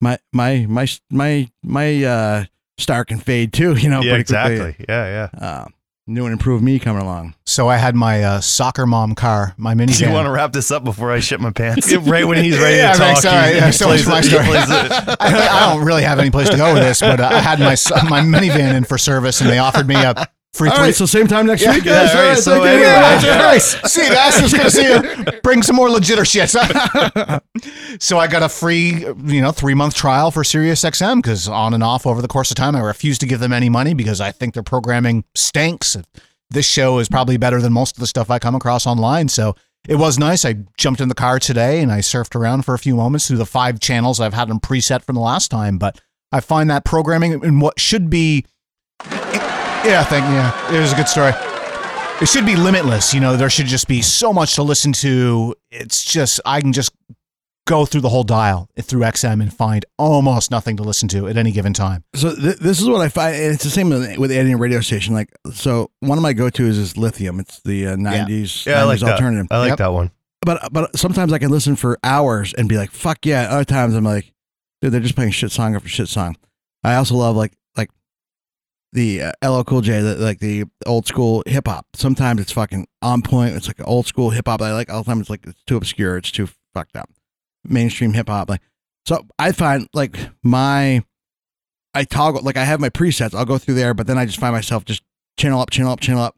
[SPEAKER 1] my my my my my uh star can fade too. You know
[SPEAKER 2] yeah,
[SPEAKER 1] pretty quickly.
[SPEAKER 2] exactly. Yeah, yeah.
[SPEAKER 1] Uh, new and improved me coming along.
[SPEAKER 5] So I had my uh, soccer mom car, my
[SPEAKER 2] Do
[SPEAKER 5] minivan.
[SPEAKER 2] you want to wrap this up before I shit my pants? right when he's ready
[SPEAKER 5] yeah,
[SPEAKER 2] to
[SPEAKER 5] right,
[SPEAKER 2] talk,
[SPEAKER 5] sorry,
[SPEAKER 2] he-
[SPEAKER 5] yeah,
[SPEAKER 2] he
[SPEAKER 5] so much
[SPEAKER 2] plays
[SPEAKER 5] my
[SPEAKER 2] it- he
[SPEAKER 5] story.
[SPEAKER 2] plays it.
[SPEAKER 5] I, I don't really have any place to go with this, but uh, I had my s- my minivan in for service, and they offered me a free.
[SPEAKER 1] All
[SPEAKER 5] three-
[SPEAKER 1] right, so same time next
[SPEAKER 5] Yeah,
[SPEAKER 1] week, eh?
[SPEAKER 5] yeah,
[SPEAKER 1] guys.
[SPEAKER 5] all
[SPEAKER 1] All
[SPEAKER 5] right,
[SPEAKER 1] right, thank
[SPEAKER 5] so
[SPEAKER 1] you.
[SPEAKER 5] anyway,
[SPEAKER 1] Yeah,
[SPEAKER 5] yeah,
[SPEAKER 1] all
[SPEAKER 5] all right.
[SPEAKER 1] right.
[SPEAKER 5] See, that's just gonna see you. Bring some more legit shits. so I got a free, you know, three month trial for SiriusXM because on and off over the course of time, I refuse to give them any money because I think their programming stinks. This show is probably better than most of the stuff I come across online. So it was nice. I jumped in the car today and I surfed around for a few moments through the five channels I've had them preset from the last time. But I find that programming in what should be yeah, thank yeah. It was a good story. It should be limitless, you know. There should just be so much to listen to. It's just I can just go through the whole dial through XM and find almost nothing to listen to at any given time.
[SPEAKER 1] So th- this is what I find. and It's the same with with adding a radio station. Like, so one of my go tos is Lithium. It's the uh, '90s,
[SPEAKER 2] Yeah, I like
[SPEAKER 1] 90s
[SPEAKER 2] that.
[SPEAKER 1] alternative.
[SPEAKER 2] I like that one.
[SPEAKER 1] But but sometimes I can listen for hours and be like, fuck yeah. Other times I'm like, dude, they're just playing shit song after shit song. I also love like like the uh, LL Cool J, the, like the old school hip hop. Sometimes it's fucking on point. It's like old school hip hop. that I like all the time. It's like it's too obscure. It's too fucked up. Mainstream hip hop. Like so, I find like my I toggle like I have my presets. I'll go through there, but then I just find myself just channel up, channel up, channel up,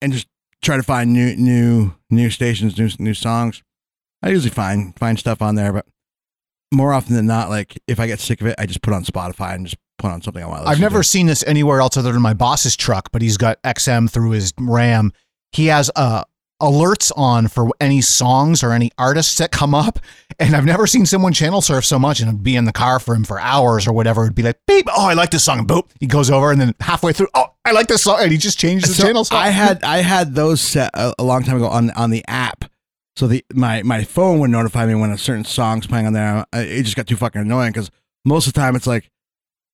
[SPEAKER 1] and just try to find new new new stations, new new songs. I usually find find stuff on there, but more often than not, like if I get sick of it, I just put on Spotify and just put on something I want to listen
[SPEAKER 5] I've never
[SPEAKER 1] to.
[SPEAKER 5] seen this anywhere else other than my boss's truck, but he's got XM through his RAM. He has uh, alerts on for any songs or any artists that come up, and I've never seen someone channel surf so much and it'd be in the car for him for hours or whatever. It'd be like beep, oh I like this song, boop. He goes over and then halfway through, oh I like this song, and he just changes the
[SPEAKER 1] So
[SPEAKER 5] channel.
[SPEAKER 1] I had I had those set a, a long time ago on on the app. So the my my phone would notify me when a certain song's playing on there. I- It just got too fucking annoying because most of the time it's like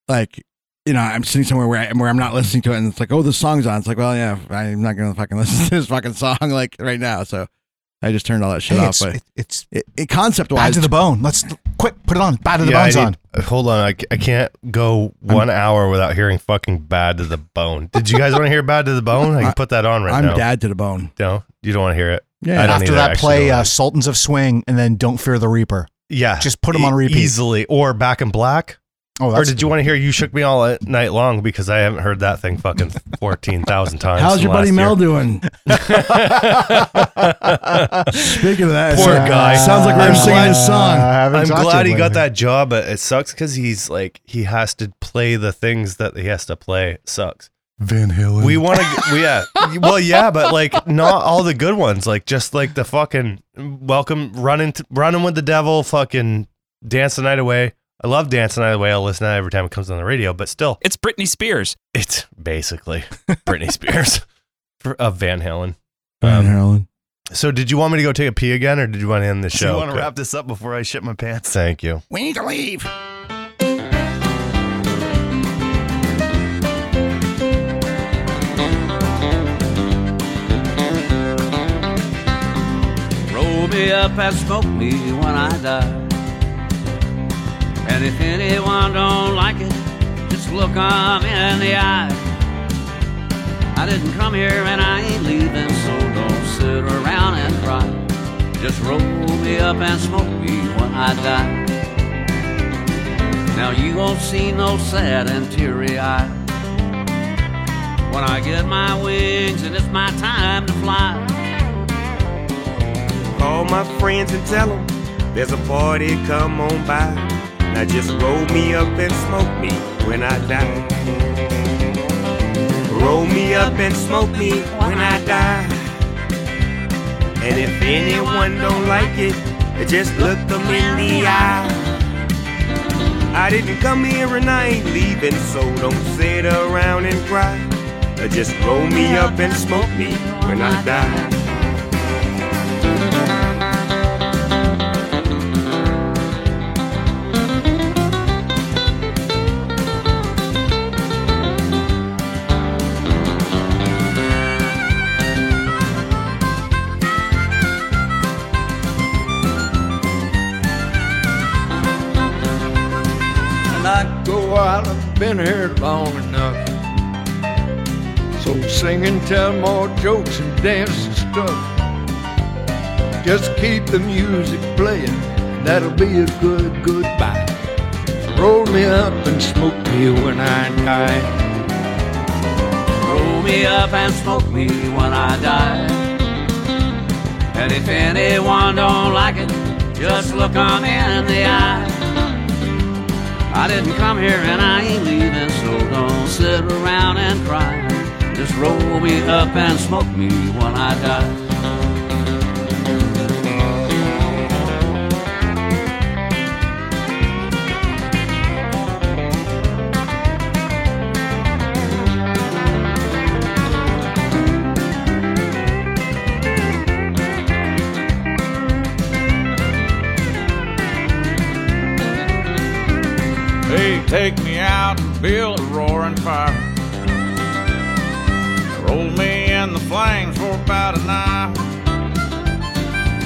[SPEAKER 1] like you know I'm sitting somewhere where I, where I'm not listening to it and it's like oh this song's on. It's like well yeah I'm not gonna fucking listen to this fucking song like right now. So I just turned all that shit
[SPEAKER 5] Hey,
[SPEAKER 1] off.
[SPEAKER 5] it's-
[SPEAKER 1] But
[SPEAKER 5] it- it's
[SPEAKER 1] it, concept
[SPEAKER 5] bad
[SPEAKER 1] wise
[SPEAKER 5] to the bone. Let's quick put it on. Bad to the
[SPEAKER 2] Yeah, I
[SPEAKER 5] bones
[SPEAKER 2] need-
[SPEAKER 5] on.
[SPEAKER 2] uh, Hold on, I, c- I can't go one hour without hearing fucking "Bad to the Bone." Did you guys want to hear "Bad to the Bone"? I can put that on right
[SPEAKER 1] I'm
[SPEAKER 2] now.
[SPEAKER 1] dad to the bone.
[SPEAKER 2] No, you don't want to hear it.
[SPEAKER 1] Yeah.
[SPEAKER 2] I don't
[SPEAKER 5] After
[SPEAKER 2] either,
[SPEAKER 5] that,
[SPEAKER 2] actually,
[SPEAKER 5] play
[SPEAKER 2] don't.
[SPEAKER 5] uh, Sultans of Swing, and then Don't Fear the Reaper.
[SPEAKER 2] yeah,
[SPEAKER 5] just put 'em on
[SPEAKER 2] E-
[SPEAKER 5] repeat.
[SPEAKER 2] easily, or "Back in Black."
[SPEAKER 5] Oh,
[SPEAKER 2] or
[SPEAKER 5] that's
[SPEAKER 2] did you want to hear "You Shook Me All at Night Long" because I haven't heard that thing fucking fourteen thousand times.
[SPEAKER 1] How's
[SPEAKER 2] in
[SPEAKER 1] your buddy
[SPEAKER 2] the last
[SPEAKER 1] Mel
[SPEAKER 2] year.
[SPEAKER 1] doing? Speaking of that,
[SPEAKER 2] Poor
[SPEAKER 1] so-
[SPEAKER 5] uh,
[SPEAKER 2] guy.
[SPEAKER 1] Sounds like we're
[SPEAKER 2] I'm
[SPEAKER 1] singing
[SPEAKER 2] glad-
[SPEAKER 1] his song.
[SPEAKER 2] I'm glad he got that job, but it sucks because he's like he has to play the things that he has to play. It sucks.
[SPEAKER 6] Van Halen.
[SPEAKER 2] We want to, yeah. Well, yeah, but like not all the good ones. Like just like the fucking welcome running, t- running with the devil, fucking dance the night away. I love dance the night away. I'll listen to that every time it comes on the radio. But still,
[SPEAKER 11] It's Britney Spears.
[SPEAKER 2] it's basically Britney Spears for- of Van Halen.
[SPEAKER 1] Van
[SPEAKER 5] um,
[SPEAKER 1] Halen.
[SPEAKER 2] So, did you want me to go take a pee again, or did you want to end the
[SPEAKER 1] Do
[SPEAKER 2] show?
[SPEAKER 1] you wanna
[SPEAKER 2] Okay.
[SPEAKER 1] wrap
[SPEAKER 2] this up before I shit my pants? Thank you.
[SPEAKER 1] We need to leave.
[SPEAKER 15] Roll me up and smoke me when I die. And if anyone don't like it, just look 'em in the eye. I didn't come here and I ain't leaving, so don't
[SPEAKER 14] sit around and cry. Just roll me up and smoke me when I die. Now you won't see no sad and teary eye. When I get my wings and it's my time to fly.
[SPEAKER 16] Call my friends and tell 'em there's a party, come on by. Now just roll me up and smoke me when I die. Roll me up and smoke me when I die. And if anyone don't like it, just look them in the eye. I didn't come here and I ain't leaving, so don't sit around and cry. Just roll me up and smoke me when I die.
[SPEAKER 17] and I go out. I've been here long enough. So sing and tell more jokes and dance and stuff. Just keep the music playing, and that'll be a good goodbye. Roll me up and smoke me when I die.
[SPEAKER 14] Roll me up and smoke me when I die. And if anyone don't like it, just look 'em in the eye. I didn't come here and I ain't leaving, so don't sit around and cry. Just roll me up and smoke me when I die.
[SPEAKER 18] Hey, take me out and build a roaring fire. Roll me in the flames for about an hour.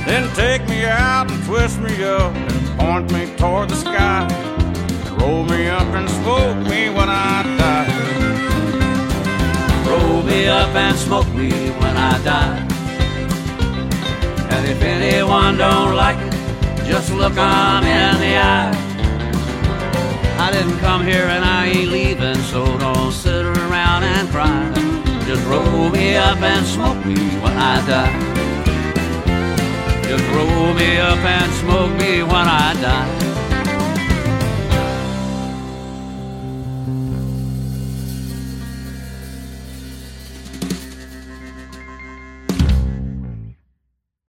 [SPEAKER 18] Then take me out and twist me up and point me toward the sky. Roll me up and smoke me when I die.
[SPEAKER 14] Roll me up and smoke me when I die. And if anyone don't like it, just look 'em in the eye. I didn't come here and I ain't leaving, so don't sit around and cry. Just roll me up and smoke me when I die. Just roll me up and smoke me when I die.